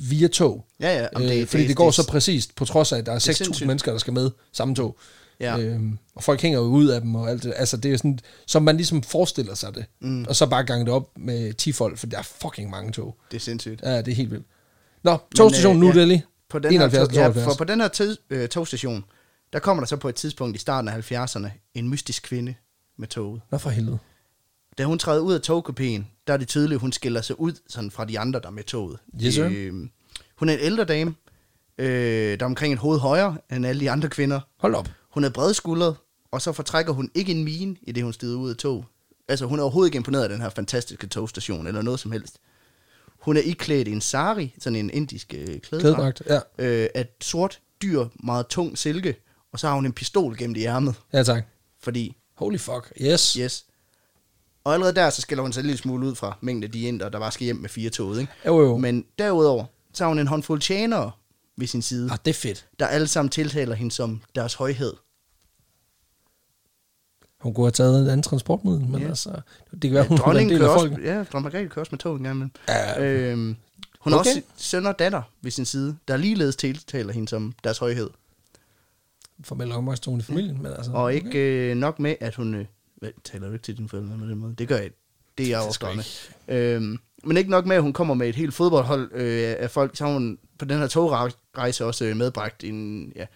via tog. Ja, ja. Jamen, øh, det- fordi det- det, går det- så præcist, på trods af, at der er 6.000 sindssygt. mennesker, der skal med samme tog. Ja. Øhm, og folk hænger jo ud af dem og alt det. Altså, det er sådan, som man ligesom forestiller sig det. Mm. Og så bare gange det op med 10 folk, for der er fucking mange tog. Det er sindssygt. Ja, det er helt vildt. Nå, togstation øh, New ja, Delhi. På den 71 her, ja, for 72. på den her tids, øh, togstation, der kommer der så på et tidspunkt i starten af 70'erne en mystisk kvinde med toget. Nå for helvede. Da hun træder ud af togkopien, der er det tydeligt, at hun skiller sig ud sådan fra de andre, der er med toget. Yes, sir. øh, hun er en ældre dame, øh, der er omkring et hoved højere end alle de andre kvinder. Hold op. Hun er bredskuldret, og så fortrækker hun ikke en mine, i det hun stiger ud af tog. Altså, hun er overhovedet ikke imponeret af den her fantastiske togstation, eller noget som helst. Hun er iklædt i en sari, sådan en indisk øh, klædedragt, Klædedragt, ja. øh, af sort, dyr, meget tung silke, og så har hun en pistol gennem i ærmet, Ja, tak. fordi Holy fuck. Yes. Yeah. Yes. Og allerede der, så skiller hun sig en lille smule ud fra mængden af de indere, der bare skal hjem med fire toget, ikke? Jo, jo. Men derudover, så har hun en håndfuld tjenere ved sin side, Ah, det er fedt. der alle sammen tiltaler hende som deres højhed. Hun kunne have taget et andet transportmiddel, men Ja. yeah. altså, det kan være, hun var en Dronningen del kører af også, folk. ja, dronning Margrethe kører også med tog en gang imellem. Ja. Øhm, hun har Okay. også søn og datter ved sin side, der ligeledes tiltaler hende som deres højhed. Formelt omgangstone i familien, men altså... Og ikke øh, nok med, at hun... Øh, hvad, taler du ikke til dine forældre på den måde? Det gør jeg. Det er jeg skal overstående. Øhm, men ikke nok med, at hun kommer med et helt fodboldhold øh, af folk. Så har hun på den her togrejse også øh, medbragt en, ja,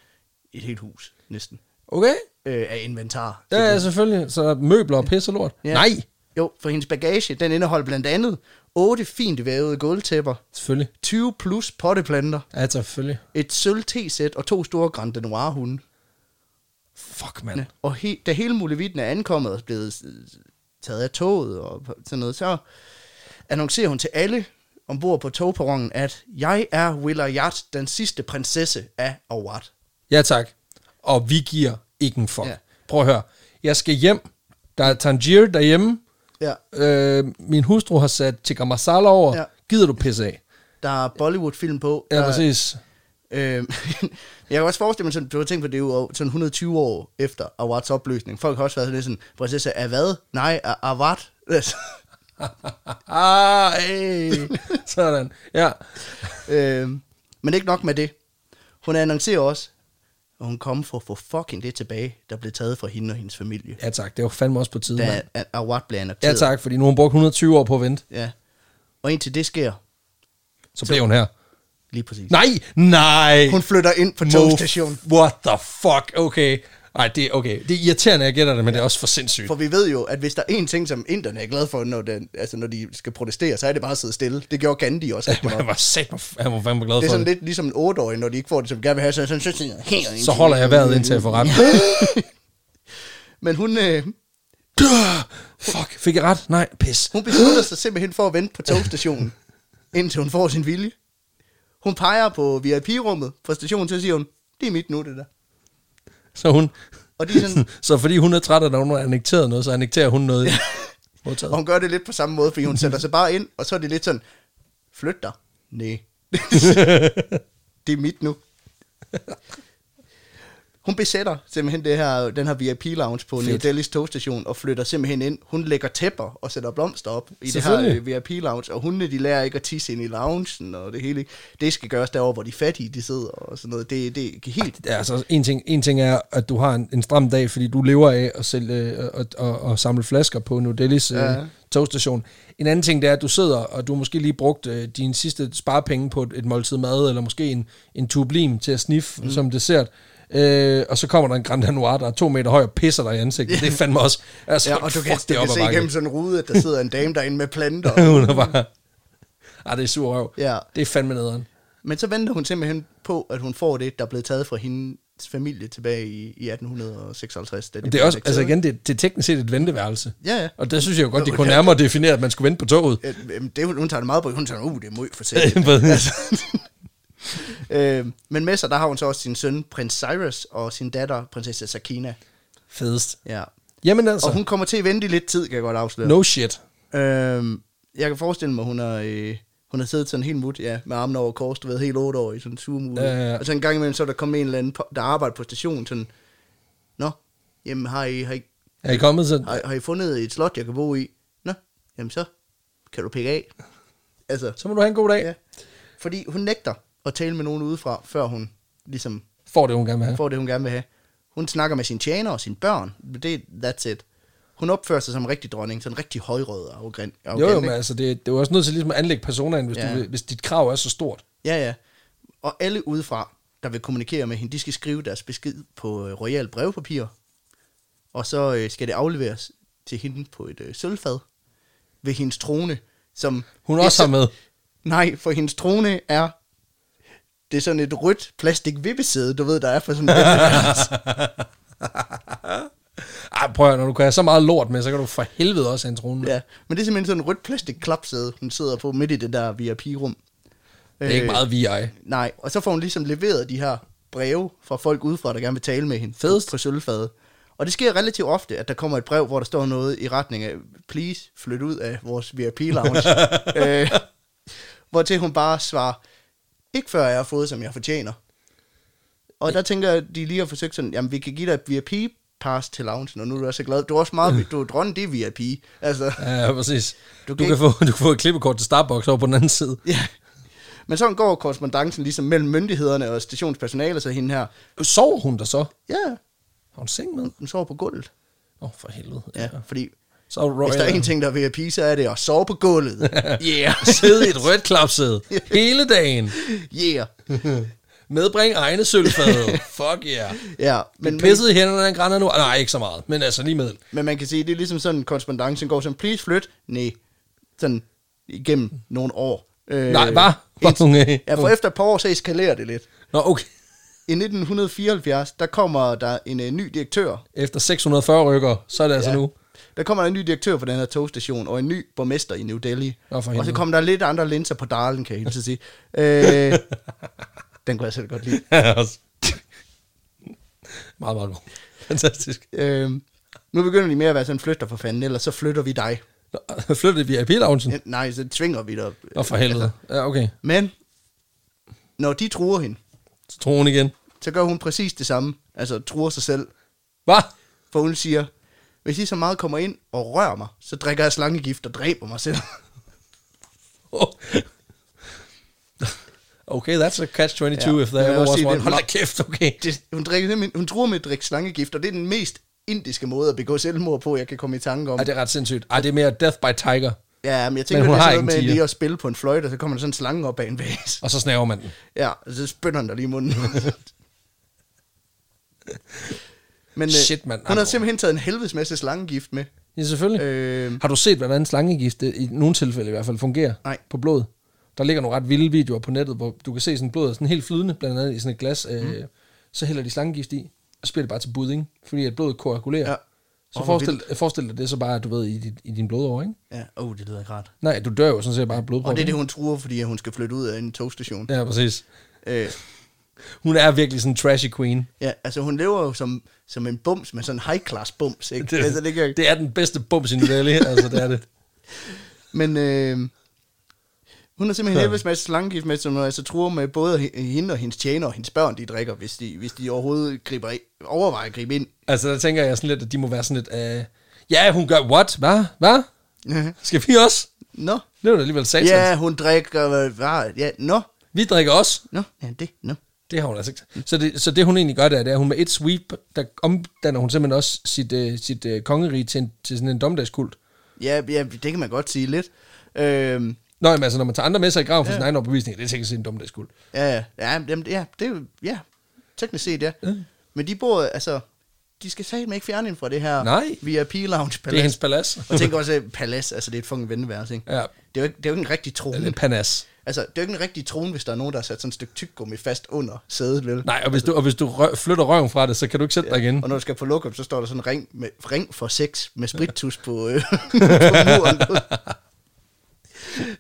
et helt hus, næsten, Okay. øh, af inventar. Ja, ja, selvfølgelig. Så møbler og pisse og lort. Ja. Yeah. Nej. Jo, for hendes bagage, den indeholder blandt andet otte fint vævede gulvtæpper, Selvfølgelig. 20 plus potteplanter, Ja, selvfølgelig. et sølv sæt og to store Grand Noir hunde. Fuck, mand. Og he, da hele muligheden er ankommet og blevet øh, taget af toget og p- sådan noget, så annoncerer hun til alle ombord på togperronen, at jeg er Willayat, den sidste prinsesse af Awad. Ja, tak. Og vi giver ikke en fuck. Ja. Yeah. Prøv at høre. Jeg skal hjem. Der er Tangier derhjemme. Ja. Øh, min hustru har sat tikka masala over. Ja. Ja. Gider du pisse af? Der er Bollywood-film på. Ja, der, præcis. [laughs] Øhm, [laughs] jeg kan også forestille mig, sådan, du har tænkt på det er jo sådan 120 år efter Awats opløsning. Folk har også været sådan lidt sådan, prinsesse af hvad? Nej, af Awad. [laughs] Altså, ah, [laughs] hey. Sådan. Ja. øhm, men ikke nok med det. Hun annoncerer også, at hun kommer for at få fucking det tilbage, der blev taget fra hende og hendes familie. ja tak, det var fandme også på tide, Da mand. A- Awad bliver annonceret. Ja tak, fordi nu har hun brugt 120 år på at vente, Ja. Og indtil det sker, så blev hun her. lige præcis. Nej, nej! Hun flytter ind på Mo- togstationen. What the fuck, okay. Nej, det er okay. Det er irriterende, jeg gætter det, men det er også for sindssygt. For vi ved jo, at hvis der er én ting, som inderne er glad for, når, den, altså når de skal protestere, så er det bare at sidde stille. Det gjorde Gandhi også. rigtig meget. [laughs] Han var satme, han var fandme glad Det er for sådan det. lidt ligesom en otteårig, når de ikke får det, som de gerne vil have, så er sådan, så sidder jeg helt Så holder jeg vejret indtil jeg får ret. [laughs] Men hun, øh, Fuck, fik jeg ret? Nej, pis. hun beslutter sig simpelthen for at vente på togstationen, indtil hun får sin vilje. Hun peger på VIP-rummet fra stationen, så siger hun, det er mit nu, det der. Så hun... Og de er sådan, [laughs] Så fordi hun er træt af, at hun har annekteret noget, så annekterer hun noget. og Modtaget. hun gør det lidt på samme måde, fordi hun sætter sig bare ind, og så er det lidt sådan, flyt dig. Nej. [laughs] det er mit nu. Hun besætter simpelthen det her, den her VIP-lounge på New Fedt. Delhi's togstation og flytter simpelthen ind. Hun lægger tæpper og sætter blomster op i det her øh, Selvfølgelig. VIP-lounge, og hundene de lærer ikke at tisse ind i loungen og det hele. Det skal gøres derovre, hvor de fattige de sidder og sådan noget. Det, det er helt... Ja, altså en ting, en ting er, at du har en, en stram dag, fordi du lever af at sælge, øh, og, og, og samle flasker på New Delhi's ja. Ja. øh, togstation. En anden ting, det er, at du sidder, og du har måske lige brugt øh, dine sidste sparepenge på et, et måltid mad, eller måske en, en tube lim til at sniffe mm. som dessert. Øh, og så kommer der en Grand Noir, der er to meter høj og pisser dig i ansigtet. Det er fandme også... Altså, Ja, og du kan, fuck, det du er kan op se ad bakke. [laughs] igennem sådan en rude, at der sidder en dame derinde med planter. Hun er bare... Ej, det er sur røv. Ja. Det er fandme nederen. Men så venter hun simpelthen på, at hun får det, der blev taget fra hendes familie tilbage i, i 1856. Da Det blev er også, altså annekteret. igen, det, det er teknisk set et venteværelse. Ja, ja. Og der synes jeg jo godt, de Jo, kunne ja. nærmere definere, at man skulle vente på toget. Øh, jamen, det, hun tager det meget på. Hun tager, uh, det er møg [laughs] for sent. øh, men med sig, der har hun så også sin søn, prins Cyrus, og sin datter, prinsesse Sakina. Fedest. Ja. Jamen altså, Og hun kommer til at vente i lidt tid, kan jeg godt afsløre. no shit. Øhm, jeg kan forestille mig, hun har, øh, hun har siddet sådan helt mut, ja, med armene over kors, du ved, helt otte år i sådan en sugemule. Ja, ja, ja. Og så en gang imellem, så er der kommet en eller anden, på, der arbejder på stationen, sådan, Nå, jamen har I, har, I, Er I kommet så? har, har I fundet et slot, jeg kan bo i? Nå, jamen så kan du pikke af. Altså, Så må du have en god dag. ja. Fordi hun nægter at tale med nogen udefra, før hun ligesom Får det, hun gerne vil have. får det, hun gerne vil have. Hun snakker med sine tjener og sine børn. men Det, that's it. Hun opfører sig som en rigtig dronning, sådan en rigtig højrød og arrogant. Jo, jo, arrogant, men ikke? altså, det, det er jo også nødt til ligesom at anlægge personaen, hvis, Ja. du, vil- hvis dit krav er så stort. Ja, ja. Og alle udefra, der vil kommunikere med hende, de skal skrive deres besked på øh, royal brevpapir. Og så øh, skal det afleveres til hende på et øh, sølvfad ved hendes trone, som... Hun det er også har så- med. Nej, for hendes trone er... Det er sådan et rødt plastik vippesæde, du ved, der er for [laughs] sådan en Ej, prøv at, høre, når du kan have så meget lort med, så kan du for helvede også have en trone. Ja. Ja, men det er simpelthen sådan et rødt plastik klapsæde, hun sidder på midt i Øh, det der VIP-rum. Det er ikke meget VI. Nej, og så får hun ligesom leveret de her breve fra folk udefra, der gerne vil tale med hende Fedest. på sølvfadet. Og det sker relativt ofte, at der kommer et brev, hvor der står noget i retning af, please flyt ud af vores VIP-lounge. øh, hvortil hun bare svarer, ikke før jeg har fået, som jeg fortjener. Og der tænker jeg, at de lige har forsøgt sådan, jamen vi kan give dig et VIP-pass til loungen, og nu er du også så glad. Du er også meget, du er dronning, det er VIP. Altså. Ja, præcis. Du Du, kan kan, du, kan få, du kan få et klippekort til Starbucks over på den anden side. Ja. Men sådan går korrespondancen ligesom mellem myndighederne og stationspersonale, så hende her, Sover hun der så? ja, Har hun seng med? hun sover på gulvet. Åh, oh, for helvede. Ja, fordi Så er Royal. hvis der er [laughs] en ting, der er ved at pige, så er det at sove på gulvet. Yeah. Sidde i et rødt klapsæde hele dagen. [laughs] yeah. Medbring egne [laughs] sølvfade. Fuck yeah. Ja, Men men, men, pisset i hænderne den grænder nu. Ah, Nej, ikke så meget. Men altså lige middel. men man kan sige, det er ligesom sådan, korrespondancen går som, please flyt. Nej, sådan igennem nogle år. Øh, Nej, bare- bare [laughs] indtil- nogle- Ja, for efter et par år, så eskalerer det lidt. Nå, okay. I 1974, der kommer der en øh, ny direktør Efter 640 rykker, så er det altså Ja. [laughs] nu. Der kommer der en ny direktør for den her togstation, og en ny borgmester i New Delhi. Nå, for og så helvede. kommer der lidt andre linser på Darlen, kan jeg helt sige. [laughs] Øh, den kunne jeg selv godt lide. Ja, også. meget, meget god. Fantastisk. Øh, nu begynder de mere at være sådan, flytter for fanden, ellers så flytter vi dig. Nå, flyttede vi i loungen Ja, Nej, så tvinger vi dig. [laughs] Nå, for helvede. Ja, okay. Men, når de truer hende, Så tror hun igen. så gør hun præcis det samme. Altså truer sig selv. Hvad? For hun siger, hvis I så meget kommer ind og rører mig, så drikker jeg slangegift og dræber mig selv. [laughs] Oh. [laughs] Okay, that's a catch-22, Ja, ja, if there men jeg vil ever også was sige, one. det- Hold da kæft, okay. det, hun, drikker simpelthen, hun truer med at drikke slangegift, og det er den mest indiske måde at begå selvmord på, jeg kan komme i tanke om. Ej, det er ret sindssygt. Ej, det er mere Death by Tiger. Ja, men jeg tænker, Men hun det er har sådan noget med ingen tiger. lige at spille på en fløjte, og så kommer der sådan en slange op af en vase. Og så snaver man den. Ja, og så spytter han dig lige i [laughs] munden. men øh, Shit, mand. hun har simpelthen taget en helvedes masse slangegift med. Ja, selvfølgelig. Øh, Har du set, hvordan slangegift øh, i nogle tilfælde i hvert fald fungerer Nej. på blod? Der ligger nogle ret vilde videoer på nettet, hvor du kan se sådan blod er sådan helt flydende, blandt andet i sådan et glas. Øh, Mm. Så hælder de slangegift i, og så bliver det bare til budding, fordi at blodet koagulerer. Ja. Ja. Åh, Så hvor forestil, forestil dig det så bare, du ved, i, dit, i din blodår, ikke? ja, oh, det lyder ikke rart. Nej, du dør jo sådan set bare af blodprop. Og det er det, hun truer, fordi at hun skal flytte ud af en togstation. Ja, præcis. Øh, Hun er virkelig sådan en trashy [laughs] queen. ja, altså hun lever jo som, som en bums, men sådan en high-class bums, ikke? Det, altså, det kan, [laughs] det er den bedste bums i New [laughs] Delhi, altså det er det. Men øh, hun har simpelthen Ja. helvedes masse slangegift med, som altså truer med både h- hende og hendes tjener og hendes børn, de drikker, hvis de, hvis de overhovedet griber i, overvejer at gribe ind. [laughs] Altså der tænker jeg sådan lidt, at de må være sådan lidt, øh, ja, hun gør what? Hvad? Hvad? Skal vi også? Nå. Det er jo alligevel satans. Ja, hun drikker, hvad, hvad ja, nå, Vi drikker også. nå, ja, det, nå. Det har hun altså ikke. Så det, så det hun egentlig gør, det er, det er, at hun med et sweep, der omdanner hun simpelthen også sit, øh, sit øh, kongerige til, en, til sådan en domdagskult. Ja, ja, det kan man godt sige lidt. Øhm, Nå, jamen, altså, når man tager andre med sig i graven for ja. sin egen overbevisning, det er sikkert sådan en domdagskult. ja, ja, ja, jamen, ja, det, er jo- ja, teknisk set, ja. Men de bor, altså, de skal satme ikke fjerne hende fra det her Nej. VIP Lounge Det er Palace. hendes [laughs] palads. Og tænk også, at palads, altså det er et fucking vendeværelse, ikke? Ja. Det er jo ikke, det er jo ikke en rigtig trone. Eller panas. Altså, det er jo ikke en rigtig trone, hvis der er nogen, der har sat sådan et stykke tyggegummi fast under sædet, vel? Nej, og hvis du, og hvis du rø- flytter røven fra det, så kan du ikke sætte ja. dig igen. Og når du skal på lukkup, så står der sådan en ring, med, ring for sex med sprittus på, øh, [laughs] på muren.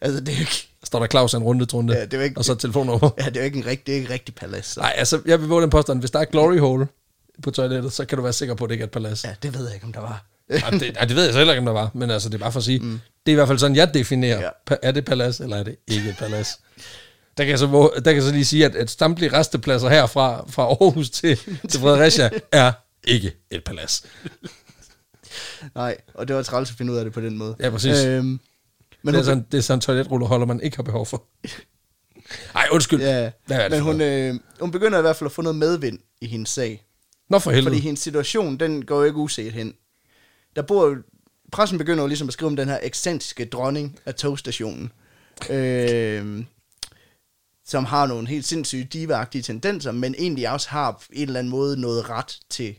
altså, det er jo ikke... Så står der Claus af en runde trunde, Ja, det er jo ikke- og så et telefonnummer. Ja, det er jo ikke en rigtig, det er ikke en rigtig palads. Så. Nej, altså, jeg vil våge den påstand, hvis der er glory hole på toilettet, så kan du være sikker på, at det ikke er et palads. Ja. Ja, det ved jeg ikke, om der var. [laughs] Jamen, det, [laughs] ej, det ved jeg så heller ikke, om der var, men altså, det er bare for at sige, mm. det er i hvert fald sådan, jeg definerer, Ja. ja. er det palads, eller er det ikke et palads? Der kan, jeg så, våge- der kan jeg så lige sige, at, at samtlige restepladser her fra, fra Aarhus til, til [laughs] Fredericia er ikke et palads. Nej, og det var træls at finde ud af det på den måde. Ja, præcis. Øhm, Men men det, er hun, sådan, det er sådan en toiletrulleholder, man ikke har behov [laughs] for. Ej, undskyld. ja, Hvad er det men for hun, noget? øh, hun begynder i hvert fald at få noget medvind i hendes sag. Nå for helvede. Fordi hendes situation, den går jo ikke uset hen. Der bor jo, pressen begynder jo ligesom at skrive om den her ekscentriske dronning af togstationen. Øh, som har nogle helt sindssyge divagtige tendenser, men egentlig også har på en eller anden måde noget ret til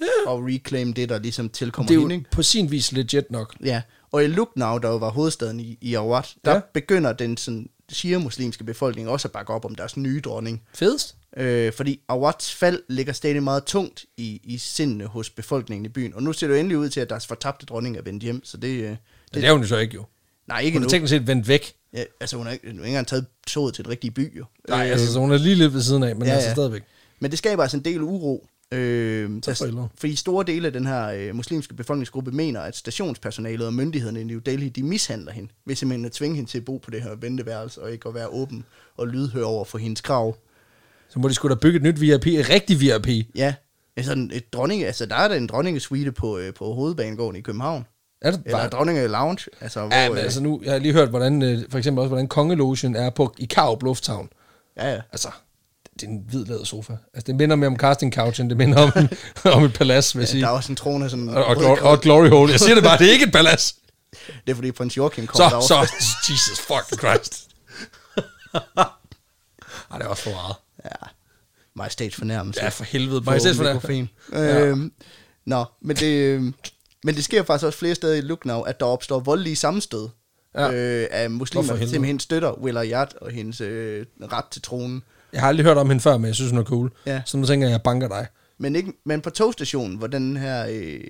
Ja. at reclaim det, der ligesom tilkommer det er jo hende. ikke? på sin vis legit nok. Ja, og i Lucknow, der jo var hovedstaden i, i Awad, der ja. Ja. begynder den sådan, shia-muslimske befolkning også at bakke op om deres nye dronning. Fedest. Øh, fordi Awads fald ligger stadig meget tungt i, i sindene hos befolkningen i byen. Og nu ser det jo endelig ud til, at deres fortabte dronning er vendt hjem. Så det, øh, det Det, det er hun jo så ikke, jo. nej, ikke Hun nu. er teknisk set vendt væk. Ja, altså, hun har ikke, hun har ikke engang taget toget til den rigtige by, jo. Nej, altså, så hun er lige lidt ved siden af, men ja, ja, altså ja. stadigvæk. Men det skaber altså en del uro. Øh, Så for helvede. fordi store dele af den her øh, muslimske befolkningsgruppe mener, at stationspersonalet og myndighederne i New Delhi, de mishandler hende, ved simpelthen at tvinge hende til at bo på det her venteværelse, og ikke at være åben og lydhør over for hendes krav. Så må de skulle da bygge et nyt VIP, et rigtigt VIP. Ja, sådan et dronning, altså der er der en dronningesuite på, øh, på hovedbanegården i København. Er det Eller bare... dronninge lounge, altså hvor... Ja, men øh, altså nu, jeg har lige hørt, hvordan, øh, for eksempel også, hvordan kongelogen er på, i Karup Lufthavn. ja, ja. Altså, det er en hvid lavet sofa. Altså, det minder mere om casting couchen, det minder om, [laughs] om et palads, vil jeg sige. Der er også en trone sådan... Og, og, glo- og et glory hole. Jeg siger det bare, det er ikke et palads. Det er fordi prins Joachim kom Så, derover. så, Jesus fucking [laughs] Christ. Ej, det er også for meget. Ja, majestæts fornærmelse. Ja, for helvede. På mikrofon. Øhm, Nå, men det, øhm, men det sker faktisk også flere steder i Lucknow, at der opstår voldelige sammenstød ja. Ja. øh, af muslimer, Hvorfor der helvede? simpelthen støtter Wilayat og hendes øh, ret til tronen. Jeg har aldrig hørt om hende før, men jeg synes, hun er cool. Ja. Så nu tænker jeg, jeg banker dig. Men, ikke, men på togstationen, hvor den her... Øh,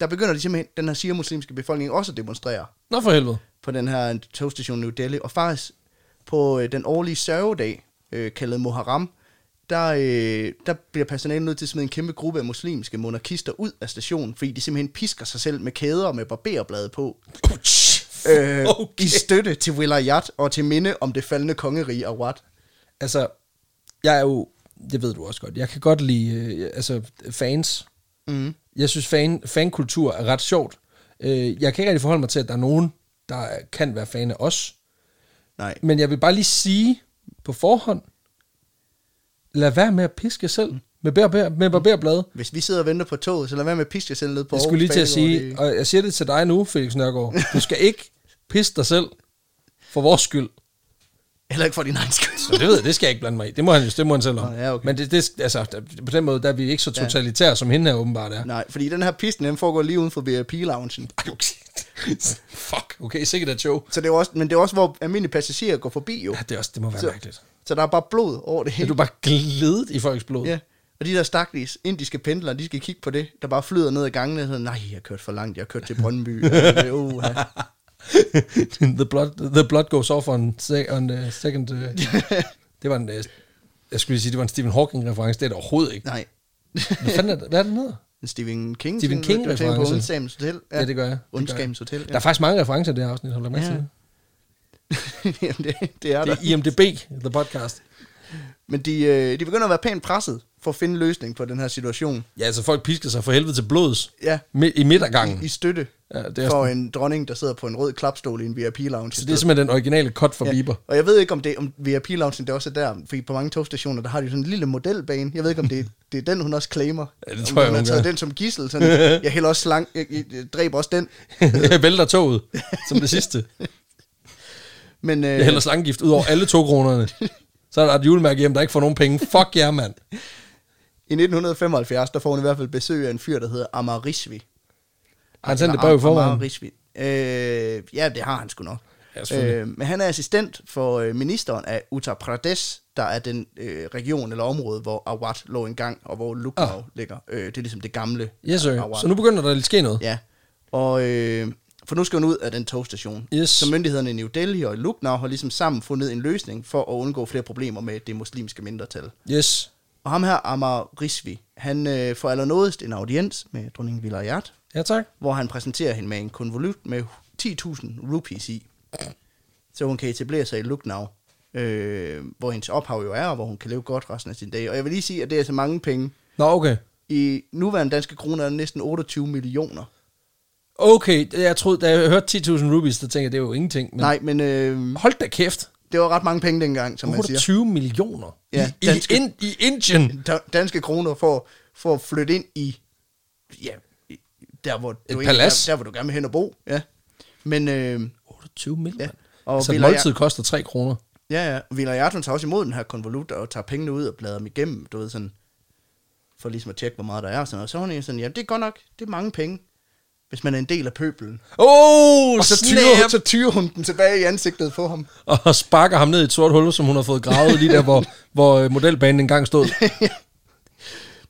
der begynder de simpelthen, den her shia-muslimske befolkning også at demonstrere. Nå for helvede. på den her togstation New Delhi. Og faktisk på øh, den årlige sørgedag, øh, kaldet Muharram, der, øh, der bliver personalet nødt til at smide en kæmpe gruppe af muslimske monarkister ud af stationen, fordi de simpelthen pisker sig selv med kæder og med barberblade på. [laughs] Øh, okay. I støtte til Wilayat og til minde om det faldende kongerige Awad. Altså, jeg er jo det ved du også godt. Jeg kan godt lide øh, altså, fans. Mm. Jeg synes, fan, fankultur er ret sjovt. Øh, jeg kan ikke rigtig forholde mig til, at der er nogen, der kan være fan af os. Nej. Men jeg vil bare lige sige på forhånd, lad være med at piske jer selv med, bær, med barberblade. Hvis vi sidder og venter på toget, så lad være med at piske jer selv ned på Jeg skulle lige til at Aarhus Banegård. sige, og jeg siger det til dig nu, Felix Nørgaard. Du skal ikke pisse dig selv for vores skyld. Det... Heller ikke for din egen skyld. [laughs] Så det ved jeg, det skal jeg ikke blande mig i. Det må han, det må han selv om. Nå, ja, okay. Men det, det, altså, der- på den måde, der er vi ikke så totalitære, ja. som hende her åbenbart er. Nej, fordi den her pisten, den foregår lige uden for VIP-loungen. Ej, okay. [laughs] Fuck, okay, sikkert at show. Så det er jo også, men det er også, hvor almindelige passagerer går forbi jo. Ja, det, er også, det må være Så- mærkeligt. Så der er bare blod over det Er hele. du bare glædet i folks blod? Ja. Og de der stakkels indiske pendlere, de skal kigge på det, der bare flyder ned ad gangene. og Sådan, Nej, jeg har kørt for langt, jeg har kørt til [laughs] Brøndby. uh, the, blood, the blood goes off on, se- on the second... [laughs] Uh, det var en... Uh, jeg skulle lige sige, det var en Stephen Hawking-reference. Det er det overhovedet ikke. [laughs] nej. Hvad fanden er det? Hvad er det hedder? En Stephen King. Stephen sådan, King du tænker på reference. Undskagens Hotel. Ja, det gør jeg. Det gør jeg. Undskagens Hotel. Ja. Der er faktisk mange referencer i det her afsnit, har du lagt mærke Ja. til det? [laughs] Jamen, det, det er der. Det er IMDB, the podcast. Men de, øh, de begynder at være pænt presset for at finde en løsning på den her situation. Ja, altså folk pisker sig for helvede til blods Ja, mi- i midtergangen. i støtte Ja, det er ja, for en dronning, der sidder på en rød klapstol i en VIP-lounge. Så det er simpelthen den originale cut for ja. Bieber. [laughs] Og jeg ved ikke, om det om VIP-loungen, det også er der, fordi på mange togstationer, der har de sådan en lille modelbane. Jeg ved ikke, om det, det er den, hun også claimer. Ja, det Om tror jeg, hun har hun taget gør. den som [laughs] gissel. Sådan, jeg hælder også slang, jeg, jeg, jeg dræber også den. Jeg vælter toget som det sidste. Men, øh, Jeg hælder slangegift ud over alle togkronerne. Så er der et julemærke hjem, der ikke får nogen penge. Fuck jer, mand. I 1975, der får hun i hvert fald besøg af en fyr, der hedder Amarishvi. Har han sendt et Eller brev i Am- forvejen? Amarishvi. Øh, ja, det har han sgu nok. Ja, selvfølgelig. Øh, men han er assistent for øh, ministeren af Uttar Pradesh, der er den øh, region eller område, hvor Awad lå engang, og hvor Lucknow ah. ligger. Øh, det er ligesom det gamle Yes, sir. Awad. Så nu begynder der at ske noget. Ja, og øh, for nu skal hun ud af den togstation. Yes. Så myndighederne i New Delhi og i Lucknow har ligesom sammen fundet en løsning for at undgå flere problemer med det muslimske mindretal. Yes. Og ham her, Amar Rizvi, han øh, får allernådest en audiens med dronning Vilayat, Ja, tak. hvor han præsenterer hende med en konvolut med 10.000 rupees i, så hun kan etablere sig i Lucknow, øh, hvor hendes ophav jo er, og hvor hun kan leve godt resten af sin dag. Og jeg vil lige sige, at det er så mange penge. Nå, okay. I nuværende danske kroner er det næsten 28 millioner. Okay, jeg troede, da jeg hørte 10.000 rubies, der tænkte jeg, det er jo ingenting. Men Nej, men... Øh, Hold da kæft. Det var ret mange penge dengang, som man siger. 28 millioner. Ja, I, i, danske- in, I Indien. Da- Danske kroner for, for at flytte ind i, ja, i- der hvor, du egentlig- palads. Der, der, hvor du gerne vil hen og bo. Ja. Men øh, 28 millioner. Ja. Ja. Og Så et Villager- måltid koster 3 kroner. ja, ja, Villajarton tager også imod den her konvolut og tager pengene ud og bladrer dem igennem, du ved sådan, for ligesom at tjekke, hvor meget der er og sådan noget. Så er hun egentlig sådan, ja, det er godt nok, det er mange penge, hvis man er en del af pøbelen. Oh, Og så tyrer, så tyrer hun den tilbage i ansigtet på ham. og sparker ham ned i et sort hul, som hun har fået gravet lige der, [laughs] hvor, hvor øh, modelbanen engang stod.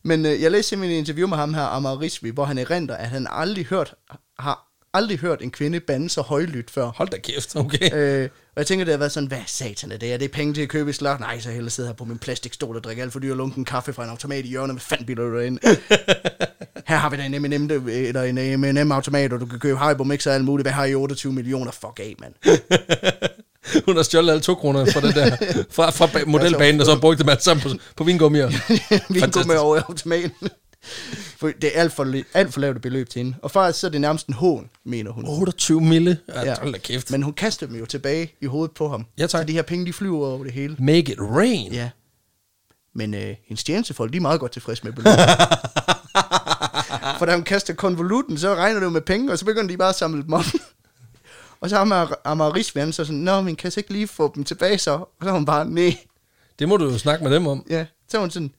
Men øh, jeg læste simpelthen et interview med ham her, Amar Rizvi, hvor han erindrer, at han aldrig hørt, har aldrig hørt en kvinde bande så højlydt før. Hold da kæft, okay. Øh, og jeg tænker, det har været sådan, hvad satan er det? Er det penge til at købe i slag? Nej, så hellere sidde her på min plastikstol og drikke alt for dyr lunken kaffe fra en automat i hjørnet. Hvad fanden bilder du dig ind? her har vi da en M&M, der- eller en M&M-automat, og du kan købe Haribo Mix og alt muligt. Hvad har I 28 millioner? Fuck af, mand. [laughs] Hun har stjålet alle to kroner fra den der, fra, fra ba- modelbanen, og så brugt dem alle sammen på, på vingummier. [laughs] vi kan gå med Fantastisk. over i automaten. for det er alt for, li- alt for lavt et beløb til hende. Og faktisk så er det nærmest en hån, mener hun. 28 mille. Ja, Ja. Hold da kæft. Men hun kaster dem jo tilbage i hovedet på ham. Ja, tak. Så de her penge, de flyver over det hele. Make it rain. Ja. Men øh, hendes tjenestefolk, de er meget godt tilfredse med beløbet. For da hun kaster konvolutten, så regner det jo med penge, og så begynder de bare at samle dem op. [laughs] og så har Amar, Amar Risvan så sådan, Nå, men kan jeg så ikke lige få dem tilbage så? Og så har hun bare, nej. Det må du jo snakke med dem om. Ja, så er hun sådan,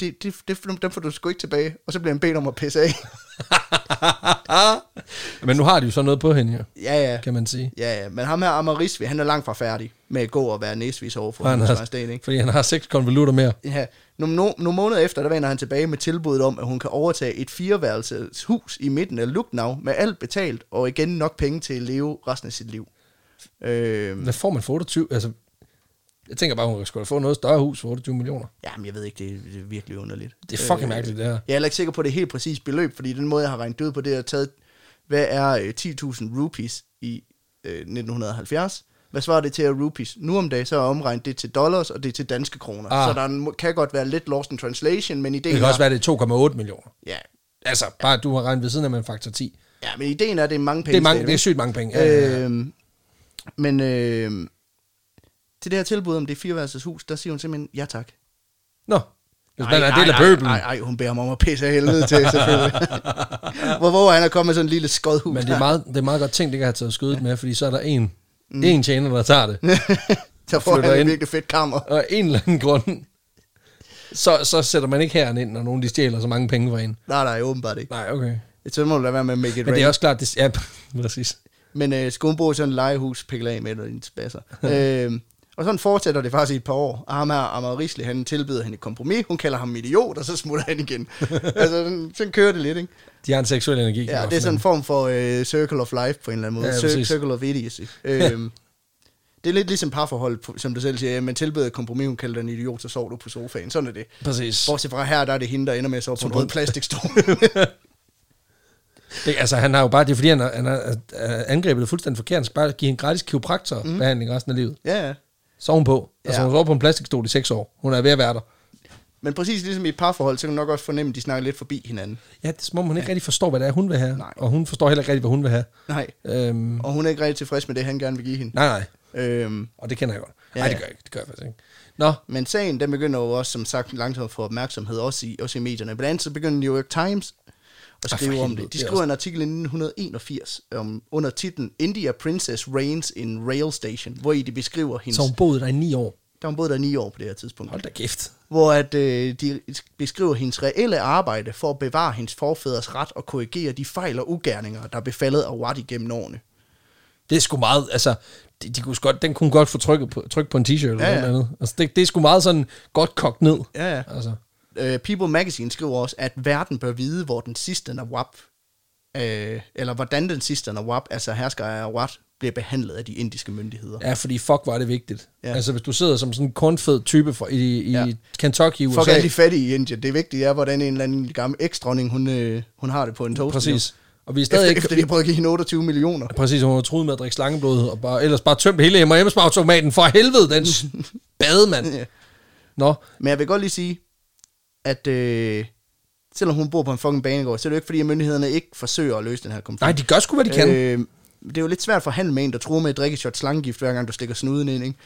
det, det, det, dem får du sgu ikke tilbage. Og så bliver han bedt om at pisse af. Men nu har de jo så noget på hende, ja, ja, ja. kan man sige. Ja, ja, men ham her, Amar Risvi, han er langt fra færdig med at gå og være næsvis overfor For han Hans har, Christian Sten, ikke? fordi han har seks konvolutter mere. Ja, nogle, nogle, nogle måneder efter, der vender han tilbage med tilbuddet om, at hun kan overtage et fireværelses hus i midten af Lucknow med alt betalt, og igen nok penge til at leve resten af sit liv. Øh, Hvad får man for 28? Altså, jeg tænker bare, hun skulle få noget større hus for 28 millioner. jamen, jeg ved ikke, det er, det er virkelig underligt. Øh, Det er fucking mærkeligt, det her. Jeg er heller ikke sikker på det helt præcise beløb, fordi den måde, jeg har regnet det ud på, det er taget, hvad er øh, 10.000 rupees i øh, 1970, Hvad svarer det til af rupees? Nu om dagen så er omregnet det til dollars, og det er til danske kroner. Ah. Ah. Så der er en- kan godt være lidt lost in translation, men Det ideen kan er... også være, det er 2,8 millioner. Ja, Altså, bare du har regnet ved siden af med en faktor 10. ja, men ideen er, at det er mange penge. Det er, mange, stadigvæk. det er sygt mange penge. Ja, ja, ja. Øhm, men øh, til det her tilbud om det fireværelses hus, der siger hun simpelthen, ja tak. Nå, hvis man er en del af pøbelen. Nej, nej, hun beder mig om at pisse af helvede til, [laughs] selvfølgelig. hvor, hvor han er kommet med sådan en lille skodhus. Men det er meget, det er meget godt tænkt, ikke at have taget skødet med, fordi så er der en, mm. en tjener, der tager det. [laughs] der får flytter han ind. et virkelig fedt kammer. Og af en eller anden grund, så, så sætter man ikke herren ind, når nogen de stjæler så mange penge fra en. Nej, nej, åbenbart ikke. Nej, okay. Så må du lade være med at make Men it rain. det er også klart, det, ja, [laughs] præcis. Men øh, Skumbo er sådan et legehus, pikler af med, når [laughs] den spasser. øh, og sådan fortsætter det faktisk i et par år. Og ham her, Amager Risle, han tilbyder hende et kompromis. Hun kalder ham idiot, og så smutter han [laughs] igen. altså, sådan, sådan kører det lidt, ikke? De har en seksuel energi. kan Ja, jeg det er sådan en fornemme. form for øh, circle of life på en eller anden måde. Ja, Ja, præcis. circle of idiocy. [laughs] Øhm, det er lidt ligesom parforhold, som du selv siger. Man tilbyder et kompromis, hun kalder dig en idiot, så sover du på sofaen. Sådan er det. Præcis. Bortset fra her, der er det hende, der ender med at sove på en rød [laughs] plastikstol. Det, altså, han har jo bare, det er fordi, han har, han har øh, angrebet det fuldstændig forkert. Han skal bare give en gratis kiropraktorbehandling Mm. resten af livet. ja, ja. Så er hun på. Altså, Ja. hun sover på en plastikstol i seks år. Hun er ved at være der. Men præcis ligesom i et parforhold, så kan du nok også fornemme, at de snakker lidt forbi hinanden. Ja, det er som om, hun ikke rigtig forstår, hvad det er, hun vil have. Nej. Og hun forstår heller ikke rigtig, hvad hun vil have. Nej. Øhm, Og hun er ikke rigtig tilfreds med det, han gerne vil give hende. nej, nej. Øhm, Og det kender jeg godt. Ja, Nej, det ja. gør jeg ikke. Det gør jeg faktisk ikke. Nå, men sagen, den begynder jo også, som sagt, langsomt at få opmærksomhed, også i, også i medierne. Blandt andet så begynder New York Times at for skrive om helvede, det. De det er skriver en artikel i 1981 um, under titlen India Princess Reigns in Rail Station, hvor i de beskriver hendes... så hun boede der i ni år. Der hun boede der ni år på det her tidspunkt. Hold da kæft. Hvor at, øh, de beskriver hendes reelle arbejde for at bevare hendes forfædres ret og korrigere de fejl og ugerninger, der er befaldet af Wadi gennem årene. Det er sgu meget, altså, de, de kunne sgu godt, den kunne hun godt få trykket på, tryk på en t-shirt eller Ja, ja, ja. noget andet. Altså, det, det er sgu meget sådan godt kogt ned. Ja, ja. Altså, Øh, People Magazine skriver også, at verden bør vide, hvor den sidste Nawab, øh, eller hvordan den sidste Nawab, altså hersker af Awad, bliver behandlet af de indiske myndigheder. Ja. ja, fordi fuck var det vigtigt. Ja. Ja. Altså, hvis du sidder som sådan en kornfed type fra, i, i Ja. ja. Kentucky i USA. Fuck alle de fattige i Indien. Det vigtige er, hvordan en eller anden gammel eksdronning, hun, øh, hun har det på en toast. Præcis. Og vi er Stadig stadig efter, efter de ikke... har prøvet at give hende 28 millioner. Præcis, hun har troet med at drikke slangeblod, og bare, ellers bare tømt hele M&M's automaten for helvede, [laughs] den bademand. Ja. Nå, Men jeg vil godt lige sige, at øh, selvom hun bor på en fucking banegård, så er det jo ikke fordi, at myndighederne ikke forsøger at løse den her konflikt. nej, de gør sgu, hvad de kan. Øh, Øh, det er jo lidt svært for handel med en, der tror med at drikke et shot slangegift, hver gang du stikker snuden ind, ikke?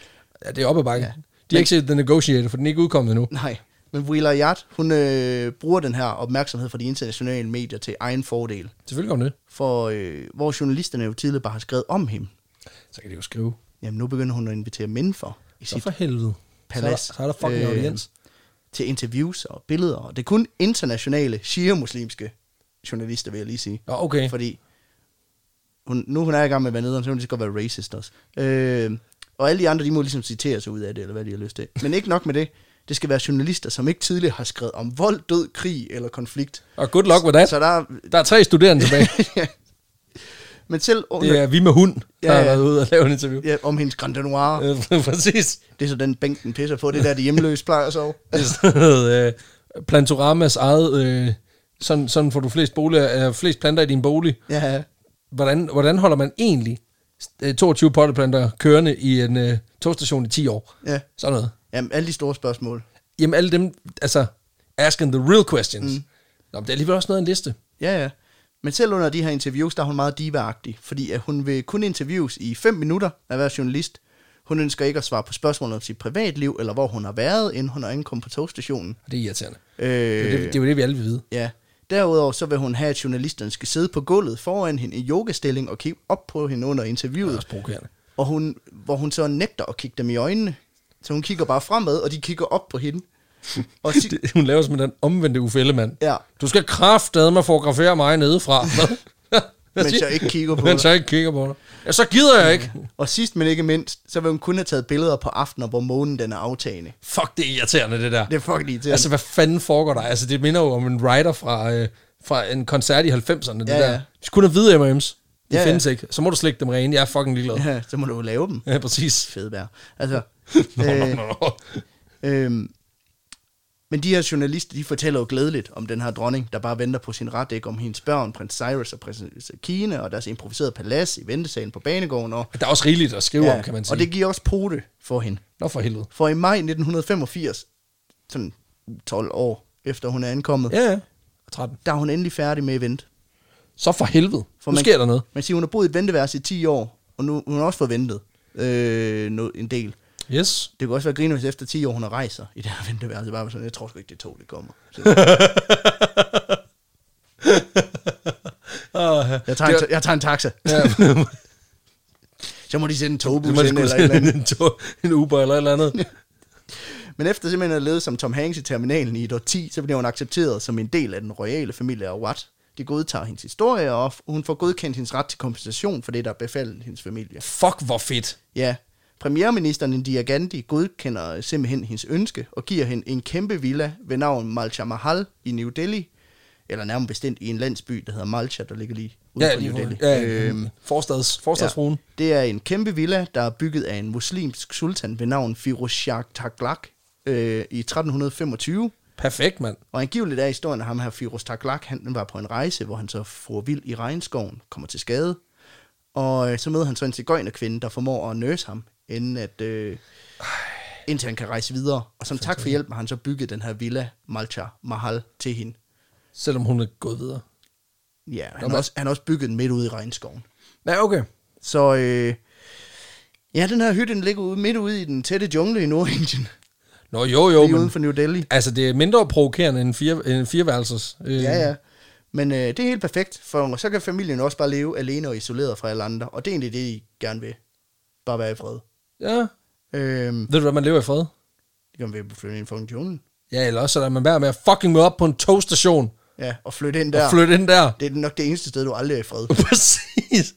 ja, det er op ad bakken. ja. Ja. De har ikke set The Negotiator, for den er ikke udkommet endnu. Nej, men Wheeler Yard, hun øh, bruger den her opmærksomhed fra de internationale medier til egen fordel. Selvfølgelig om det. For øh, hvor journalisterne jo tidligere bare har skrevet om ham. Så kan de jo skrive. Jamen nu begynder hun at invitere mænd for i Så sit, for helvede. palads. Så er der, så er der fucking Øh, øh, audiens. til interviews og billeder. Og det er kun internationale shia-muslimske journalister, vil jeg lige sige. Nå, okay. Fordi hun, nu hun er i gang med at være nederen, så hun lige så godt være racist også. Øh, og alle de andre, de må ligesom citere sig ud af det, eller hvad de har lyst til. Men ikke nok med det. Det skal være journalister, som ikke tidligere har skrevet om vold, død, krig eller konflikt. Og good luck med that. Så der [laughs] er... Der er tre studerende [laughs] tilbage. Men selv under, Det er vi med hund, der Ja, har ja. været ude og lave en interview. ja, om hendes Grand Noir, Øh, [laughs] Præcis. det er så den bænk, den pisser på, det er der, de hjemløse plejer at sove. Det er sådan noget, øh, Plantoramas eget... Øh, sådan, sådan får du flest, boliger, øh, flest planter i din bolig. Ja, Hvordan, hvordan holder man egentlig øh, 22 potteplanter kørende i en øh, togstation i 10 år? ja. Sådan noget. Jamen, alle de store spørgsmål. Jamen alle dem, altså, asking the real questions. Mm. Nå, men det er alligevel også noget af en liste. Ja, ja. Men selv under de her interviews, der er hun meget diva fordi at hun vil kun interviews i 5 minutter af hver journalist. Hun ønsker ikke at svare på spørgsmål om sit privatliv, eller hvor hun har været, inden hun er ankommet på togstationen. Og det er irriterende. Øh, Det, er jo det, det er jo det, vi alle vil vide. Ja. Derudover så vil hun have, at journalisterne skal sidde på gulvet foran hende i yogastilling og kigge op på hende under Det er interviewet, også provokerende. og hun, hvor hun så nægter at kigge dem i øjnene. Så hun kigger bare fremad, og de kigger op på [laughs] hende. Og si- Det, [laughs] hun laver som den omvendte Uffe Ellemann. Ja. Du skal kraftedeme fotografere mig [laughs] nedefra. Hvad Mens siger- jeg ikke kigger på Mens dig. jeg ikke kigger på dig. Ja, så gider jeg ikke. og sidst men ikke mindst, så vil hun kun have taget billeder på aftener, hvor månen den er aftagende. Fuck, det er irriterende, det der. Det er fucking irriterende. Altså, hvad fanden foregår der? Altså, det minder jo om en writer fra, øh, fra en koncert i 90'erne, det Ja, der. ja. Du skulle have hvide M&M's. Det Ja, ja. findes ikke. Så må du slægge dem rene. Jeg er fucking ligeglad. Ja, [laughs] Ja, så må du jo lave dem. [laughs] ja [laughs] præcis. [laughs] Fedbær. Altså, Nå, øh, nå, nå. øh, Men de her journalister, de fortæller jo glædeligt om den her dronning, der bare venter på sin ret, ikke om hendes børn, prins Cyrus og prins øh, Kine, og deres improviserede palads i ventesalen på banegården. Og, Der er også rigeligt at skrive ja, om, kan man sige. og det giver også pote for hende. Nå for helvede. For i maj 1985, sådan 12 år efter hun er ankommet, ja. Ja, ja. Og 13. der er hun endelig færdig med at vente. Så for helvede. For For nu man- sker der noget. Man siger, hun har boet i et venteværelse i 10 år, og nu hun har også fået ventet øh, noget, en del. [laughs] Yes. Det kunne også være griner, hvis efter 10 år, hun har rejser i det her venteværelse. Bare sådan, jeg tror sgu ikke, det tog, det kommer. Så, Uh, jeg jeg, tager en, ta- jeg tager en taxa. [laughs] Ja, Så må de sende en togbus det ind må eller sgu et eller sende andet. [laughs] en, tog, en Uber eller et eller andet. Men efter simpelthen at have levet som Tom Hanks i terminalen i et år 10, så bliver hun accepteret som en del af den royale familie af Watt. De godtager hendes historie, og hun får godkendt hendes ret til kompensation for det, der befaldt hendes familie. Fuck, hvor fedt. Ja, premierministeren Indira Gandhi godkender øh, simpelthen hendes ønske og giver hende en kæmpe villa ved navn Malcha Mahal i New Delhi, eller nærmere bestemt i en landsby, der hedder Malcha, der ligger lige ude Ja, for lige New Delhi. ja, øhm, forstads, forstadsruen. Ja. Det er en kæmpe villa, der er bygget af en muslimsk sultan ved navn Firoz Shah Taghlaq øh, i 1325. Perfekt, mand. Og angiveligt er historien, at ham her Firoz Taghlaq, han var på en rejse, hvor han så for vild i regnskoven, kommer til skade. Og øh, så møder han så en cigøjnerkvinde, der formår at nøse ham, inden at, øh, indtil han kan rejse videre. Og som tak for hjælpen har han så bygget den her villa, Malcha Mahal, til hende. Selvom hun er gået videre. Ja, han men- har også, han har også bygget den midt ude i regnskoven. Ja, okay. Så øh, ja, den her hytte den ligger ude, midt ude i den tætte jungle i Nordindien, Nå, jo, jo, lige uden men... for New Delhi. Altså, det er mindre provokerende end, fire, end fireværelses. Øh, Ja, ja. Men øh, det er helt perfekt, for så kan familien også bare leve alene og isoleret fra alle andre, og det er egentlig det, de gerne vil. Bare være i fred. Ja. Øhm, Ved du, hvad man lever i fred? de kan være flytte ind i fucking junglen. Ja, eller også, så lader man være med at fucking møde op på en togstation Ja, og flytte ind ja. der. og flytte ind der. [laughs] Det er nok det eneste sted, du aldrig er i fred. Præcis.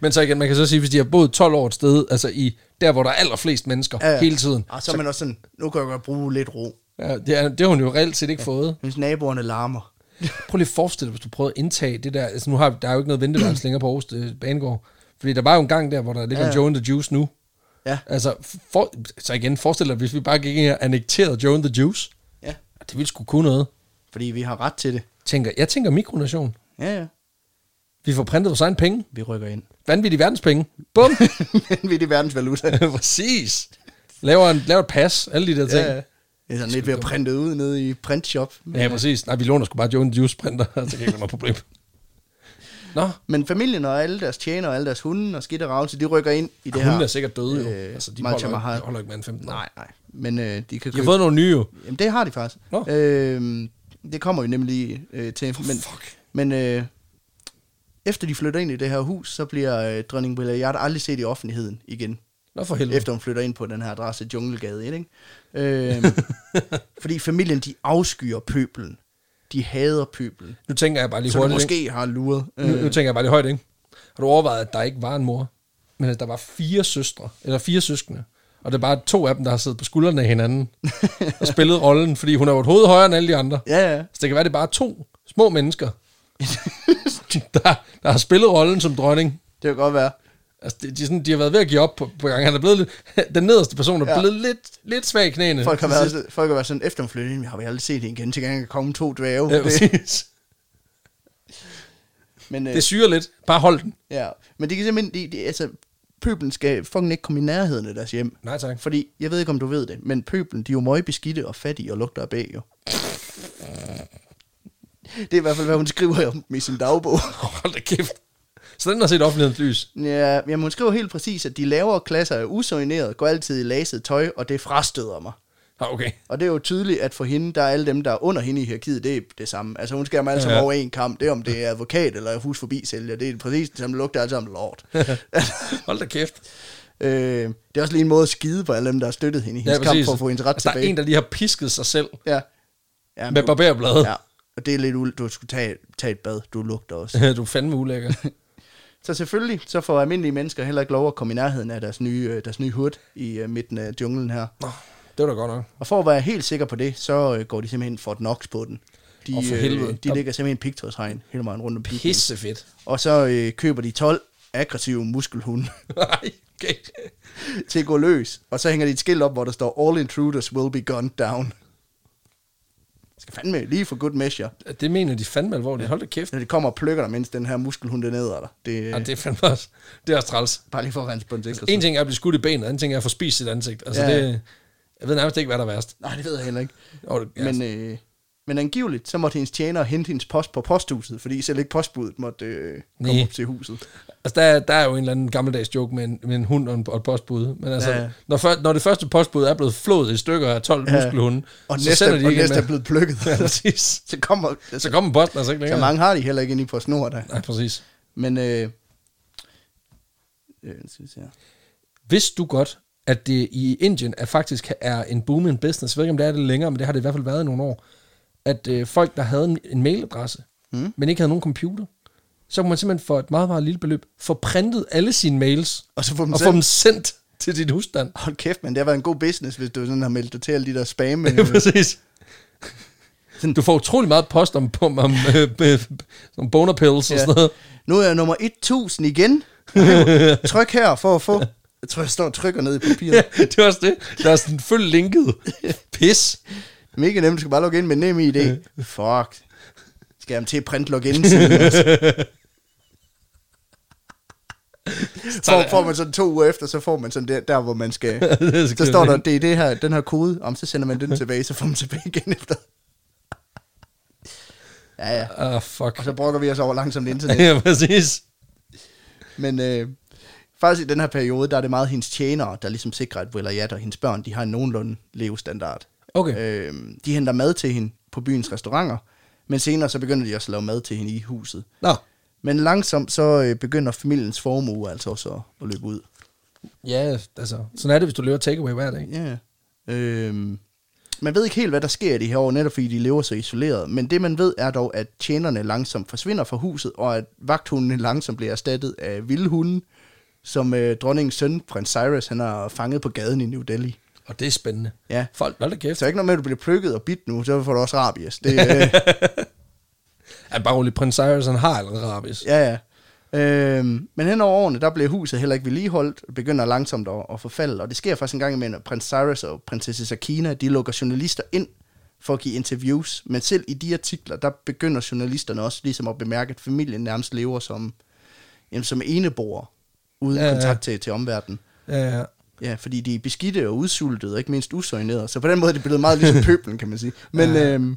Men så igen, man kan så sige, hvis de har boet 12 år et sted, altså i der, hvor der er allerflest mennesker ja, ja. [laughs] hele tiden. Og Ah, så er man også sådan, nu kan jeg godt bruge lidt ro. Ja, det, er, det har hun jo reelt set ikke ja. fået. Hvis naboerne larmer. Prøv lige at forestille dig, hvis du prøvede at indtage det der. Altså nu har der er jo ikke noget venteværelse længere på Aarhus øh, Banegård. Fordi der var jo en gang der, hvor der ligger ja. en Joe and the Juice nu. Ja. Altså, for, så igen, forestil dig, hvis vi bare gik ind og annekterede Joe and the Juice. Ja, Det ville sgu kunne noget. fordi vi har ret til det. Tænker, jeg tænker mikronation. Ja, ja. Vi får printet vores egen penge. Vi rykker ind. Vanvittige verdenspenge. Bum! [laughs] [laughs] Men vi er det verdens valuta. Præcis. Laver, en, laver et pas, alle de der ting. Ja, Ja. Det er sådan lidt ved at printe ud nede i printshop. ja. ja præcis. Nej, vi låner sgu bare Joe and the Juice printer, [laughs] så kan jeg ikke være noget problem. Nå, Men familien og alle deres tjenere og alle deres hunde og skidt og ravelse, de rykker ind i det her. hun er sikkert døde jo. Øh, altså, de Malcha holder, Mahal. de holder ikke mere end 15 år. Nej, nej. Men øh, de kan De har købe... fået nogle nye jo. Jamen, det har de faktisk. Nå. Øhm, det kommer jo nemlig øh, til... Men, fuck. men øh, efter de flytter ind i det her hus, så bliver øh, dronning Billiard aldrig set i offentligheden igen. Nå for helvede. Efter hun flytter ind på den her adresse, Junglegade 1, ikke? [laughs] Øhm, fordi familien, de afskyer pøbelen. De hader pøbelen. Nu tænker jeg bare lige Så du hurtigt. måske har luret. øh, ikke? Nu, nu tænker jeg bare lige højt, ikke? Har du overvejet, at der ikke var en mor, men at der var fire søstre, eller fire søskende, og det er bare to af dem, der har siddet på skuldrene af hinanden [laughs] og spillet rollen, fordi hun er jo et hoved højere end alle de andre. Ja, [laughs] ja. Så det kan være, det er bare to små mennesker, [laughs] der, der har spillet rollen som dronning. Det kan godt være. Altså, de, de, er sådan, de har været ved at give op på, på gang. Han er blevet lidt, [laughs] den nederste person er Ja. blevet lidt, lidt svag i knæene. Folk har, til sidst. været, folk har været sådan, efter hun flyttede ind, vi har vi aldrig set hende igen, til gengæld komme to dvæve. Ja, det, præcis. men, øh, Det syrer lidt. Bare hold den. ja. men det kan simpelthen, de, de, altså, pøblen skal fucking ikke komme i nærheden af deres hjem. Nej, tak. [laughs] Fordi, jeg ved ikke om du ved det, men pøblen, de er jo møgbeskidte og fattige og lugter af bag, jo. Det er i hvert fald, hvad hun skriver om dem i sin dagbog. [laughs] Hold da kæft. Så den har set offentlighedens lys. Ja, jamen, hun skriver helt præcis, at de lavere klasser er usorinerede, går altid i laset tøj, og det frastøder mig. Ah, okay. Og det er jo tydeligt, at for hende, der er alle dem, der er under hende i hierarkiet, det er det samme. Altså hun skal dem alle sammen Ja. ja. over en kamp. Det er om det er advokat eller hus forbi sælger. Det er præcis det samme. Det lugter alle [laughs] sammen lort. [laughs] Hold da kæft. øh, det er også lige en måde at skide på alle dem, der har støttet hende i hendes ja, kamp for at få hendes ret altså, der er tilbage. en, der lige har pisket sig selv Ja. ja med men du, barberbladet. [laughs] ja. Og det er lidt ul- Du skulle tage, tage et bad. Du [laughs] lugter også. Ja. du er fandme [laughs] ulækker. så selvfølgelig, så får almindelige mennesker heller ikke lov at komme i nærheden af deres nye, øh, deres nye hud i øh, midten af junglen her. Nå, det var da godt nok. Og for at være helt sikker på det, så øh, går de simpelthen for Knox på den. De, Åh, for helvede. Øh, de ligger simpelthen pigtrådshegn hele vejen rundt om bygningen. Pissefedt. Og så øh, køber de 12 aggressive muskelhunde [laughs] [laughs] Nej, okay. til at gå løs. Og så hænger de et skilt op, hvor der står, All intruders will be gunned down. skal fandme lige for good measure. Det mener de fandme alvorligt. Hold da kæft. Når de kommer og plukker dig, mens den her muskelhund den æder dig. Det, Ja, ja, det... det er fandme også, det er også træls. Bare lige for at rense på en sikkerhed. En ting er at blive skudt i benet, anden ting er at få spist sit ansigt. Altså Ja. ja. det, jeg ved nærmest ikke, hvad der er værst. Nej, det ved jeg heller ikke. Og, det- ja, altså, Men, øh, men angiveligt, så måtte hendes tjener hente hendes post på posthuset, fordi selv ikke postbuddet måtte øh, komme Næh. op til huset. altså, der, er- der er jo en eller anden gammeldags joke med en, med en hund og, en, og et postbud. Men altså, Ja. ja. når, før, når det første postbud er blevet flået i stykker af 12 ja. muskelhunde, Og så næste, sender de og ikke næste er med. blevet [laughs] plukket. [laughs] Ja, præcis. så kommer... Altså, Så kommer posten altså ikke så længere. mange har de heller ikke inde i PostNord da. Nej, præcis. Men øh, øh, synes jeg. Vidste du godt, at det i Indien er faktisk er en booming business? Jeg ved ikke, om det er det længere, men det har det i hvert fald været i nogle år. At øh, folk, der havde en, en mailadresse, Mm. mm. men ikke havde nogen computer, så kunne man simpelthen for et meget, meget lille beløb få printet alle sine mails Og så får man og selv... få dem sendt til dit husstand. Hold kæft, men det har været en god business, hvis du sådan har meldt dig til alle de der spam. øh, [laughs] Ja, præcis. Du får utrolig meget post om, om, om, øh, om boner pills og Ja. sådan noget. Nu er jeg nummer [laughs] 1000 igen. Ej, Tryk her for at få... Jeg tror, jeg står og trykker ned i papiret. [laughs] Ja, det er også det. Der er sådan følg [laughs] linket. Pis. Mega nemt, du skal bare logge ind med nem idé. Fuck. Skal jeg ham til at print [laughs] login så får man sådan to uger efter, så får man sådan der, der hvor man [laughs] skal. Så står der, det er det her, den her kode, om så sender man den tilbage, så får man tilbage igen efter. Ja, ja. Ah, fuck. Og så brokker vi os over langsomt internet. [laughs] [laughs] Ja, præcis. Men øh, faktisk i den her periode, der er det meget hendes tjenere, der ligesom sikrer, at Will og Jat og hendes børn, de har en nogenlunde levestandard. Okay. Øh, de henter mad til hende på byens restauranter, men senere så begynder de også at lave mad til hende i huset. Nå. Men langsomt så øh, begynder familiens formue altså også at løbe ud. Ja, altså. Sådan er det, hvis du lever takeaway hver dag. Ja. Øhm, man ved ikke helt, hvad der sker i de her år, netop fordi de lever så isoleret. Men det man ved er dog, at tjenerne langsomt forsvinder fra huset, og at vagthundene langsomt bliver erstattet af vilde hunde, som øh, dronningens søn, prins Cyrus, han har fanget på gaden i New Delhi. Og det er spændende. Ja. Folk, hold da kæft. Så ikke noget med, at du bliver plukket og bidt nu, så får du også rabies. Det, øh, Ja, bare rolig, prins Cyrus, han har allerede rabies. Ja. Ja, ja. Øhm, men hen over årene, der bliver huset heller ikke vedligeholdt, og begynder langsomt at, at forfalde, og det sker faktisk en gang imellem, at prins Cyrus og prinsesse Sakina, de lukker journalister ind for at give interviews, men selv i de artikler, der begynder journalisterne også ligesom at bemærke, at familien nærmest lever som, jamen, som eneboer, uden ja, Ja, ja. ja. kontakt til, til omverdenen. Ja, ja. Ja, fordi de er beskidte og udsultede, og ikke mindst usøgnerede. Så på den måde er det blevet [laughs] meget ligesom pøblen, kan man sige. Men, ja. øhm,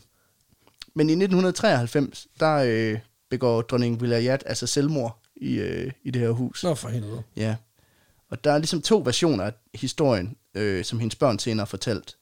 men i 1993, der øh, begår dronning Vilayat altså selvmord i, øh, i det her hus. Nå for helvede. Ja. Og der er ligesom to versioner af historien, øh, som hendes børn senere har fortalt.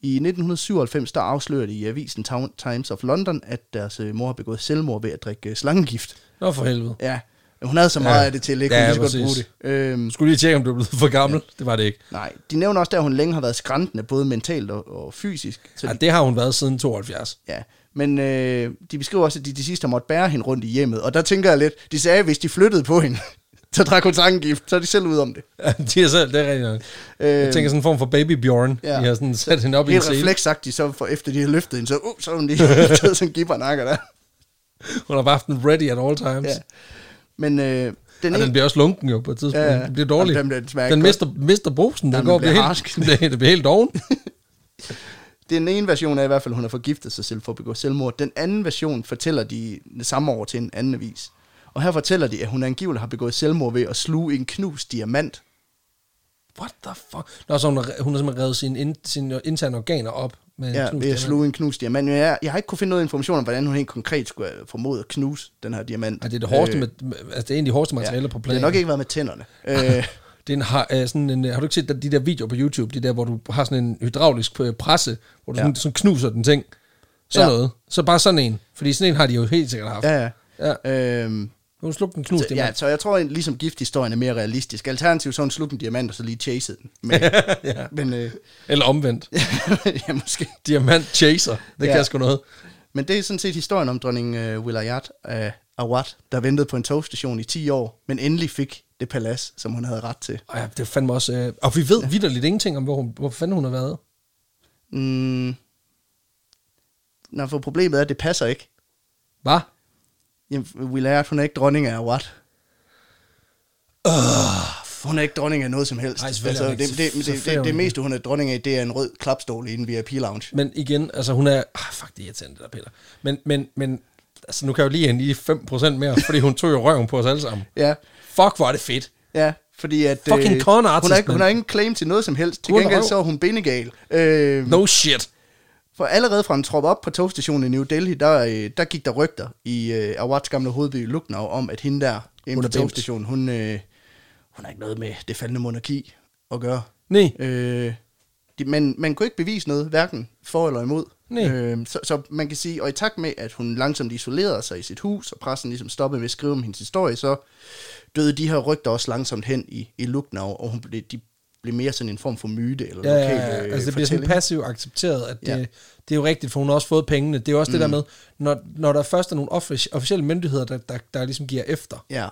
I 1997, der afslører de i avisen Town- Times of London, at deres øh, mor har begået selvmord ved at drikke øh, slangegift. Nå for helvede. Ja, hun havde så meget ja. Ja. af det til, ikke? Ja, Hun ja, lige så godt bruge præcis. det. Øhm, Du skulle lige tjekke, om du er blevet for gammel. Ja. Det var det ikke. Nej, de nævner også, at hun længe har været skræntende, både mentalt og, og fysisk. Så Ja, de, det har hun været siden 72. ja. Men øh, de beskriver også, at de til sidst har måttet bære hende rundt i hjemmet. Og der tænker jeg lidt, de sagde, at hvis de flyttede på hende, [laughs] så drak hun sangegift, så er de selv ud om det. Ja, de er selv, det er rigtigt. nok. Øh, Jeg tænker sådan en form for baby Bjorn. Ja. Ja. De har sådan sat hende op i en Helt sele. refleksagtigt, så for, efter de har løftet hende, så, uh, så har [laughs] hun lige [laughs] taget sådan en gibbernakker der. Hun har bare haft den ready at all times. Ja. Ja. Men øh, den Og den ene... bliver også lunken jo på et tidspunkt. Ja, ja. Ja. Den bliver dårlig. Jamen, den- den smager den ikke mister, mister brusen. Den, Jamen, går den og bliver bliver helt, [laughs] harsk. den bliver, den bliver helt oven. Den ene version er i hvert fald, at hun har forgiftet sig selv for at begå selvmord. Den anden version fortæller de det samme år til en anden avis. Og her fortæller de, at hun angiveligt har begået selvmord ved at sluge en knust diamant. What the fuck? Nå, så hun har, hun har simpelthen revet sine, ind, sine interne organer op. Med en Ja, knust ved at diamant. sluge en knust diamant. Men jeg, jeg har ikke kunne finde noget information om, hvordan hun helt konkret skulle have formået at knuse den her diamant. Øh, Ej, det er det hårdeste, med, med- altså det er en af de hårdeste materialer på Det planen. har nok ikke været med tænderne. [laughs] øh, Det er en, har, øh, sådan en, øh, har du ikke set de der videoer på YouTube, de der, hvor du har sådan en hydraulisk øh, presse, hvor du Ja. ja. sådan, sådan knuser den ting? Sådan Ja. ja. noget. Så bare sådan en. Fordi sådan en har de jo helt sikkert haft. Ja. ja, ja. ja. Øhm, Hun slugte den knus, så, det ja, ja. så jeg tror, at ligesom gifthistorien er mere realistisk. Alternativt så har hun slugt en diamant, og så lige chasede den. [laughs] Men, ja. men øh, [laughs] Eller omvendt. [laughs] ja, måske. Diamant chaser. Det Ja. ja. kan sgu noget. Men det er sådan set historien om dronning øh, Wilayat af Awad, der ventede på en togstation i 10 år, men endelig fik det palads, som hun havde ret til. Og ja, det fandme også... Øh, og vi ved vidderligt ingenting om, hvor, hun, hvor fanden hun har været. Mm. Nå, for problemet er, at det passer ikke. Hvad? Jamen, Wilayat, hun er ikke dronning af Awad. Åh, oh, Øh, Hun er ikke dronning af noget som helst. Altså, Nej, selvfølgelig er hun det, ikke. det, det, Selvfølgelig er det, hun det ikke. meste, hun er dronning af, det er en rød klapstol i en VIP-lounge. Men igen, altså hun er... Ah, fuck, det er irriterende, det der Peter. Men, men, men altså, nu kan jeg jo lige hende lige 5% mere, [laughs] fordi hun tog jo røven på os alle sammen. Ja, Fuck, hvor er det fedt. ja. Fordi at, Fucking øh, con hun, artist, har ikke, hun mand. har ingen claim til noget som helst. Til Hun er gengæld røv. så er hun bindegal. Øh, No shit. For allerede fra han troppede op på togstationen i New Delhi, der, øh, der gik der rygter i øh, Awad's gamle hovedby Lucknow om, at hende der inde Hun på er bims. togstationen, hun, øh, hun har ikke noget med det faldende monarki at gøre. Nej. Øh, de, men man kunne ikke bevise noget, hverken for eller imod. Nej. Øh, så, så man kan sige, og i takt med, at hun langsomt isolerede sig i sit hus, og pressen ligesom stoppede med at skrive om hendes historie, så døde de her rygter også langsomt hen i, i Lucknow, og hun blev, de blev mere sådan en form for myte eller Ja, lokal øh, ja, ja, altså det bliver fortælling. sådan passivt accepteret, at det, Ja. ja. det er jo rigtigt, for hun har også fået pengene. Det er jo også mm. det der med, når, når der først er nogle offic- officielle myndigheder, der, der, der ligesom giver efter, Ja,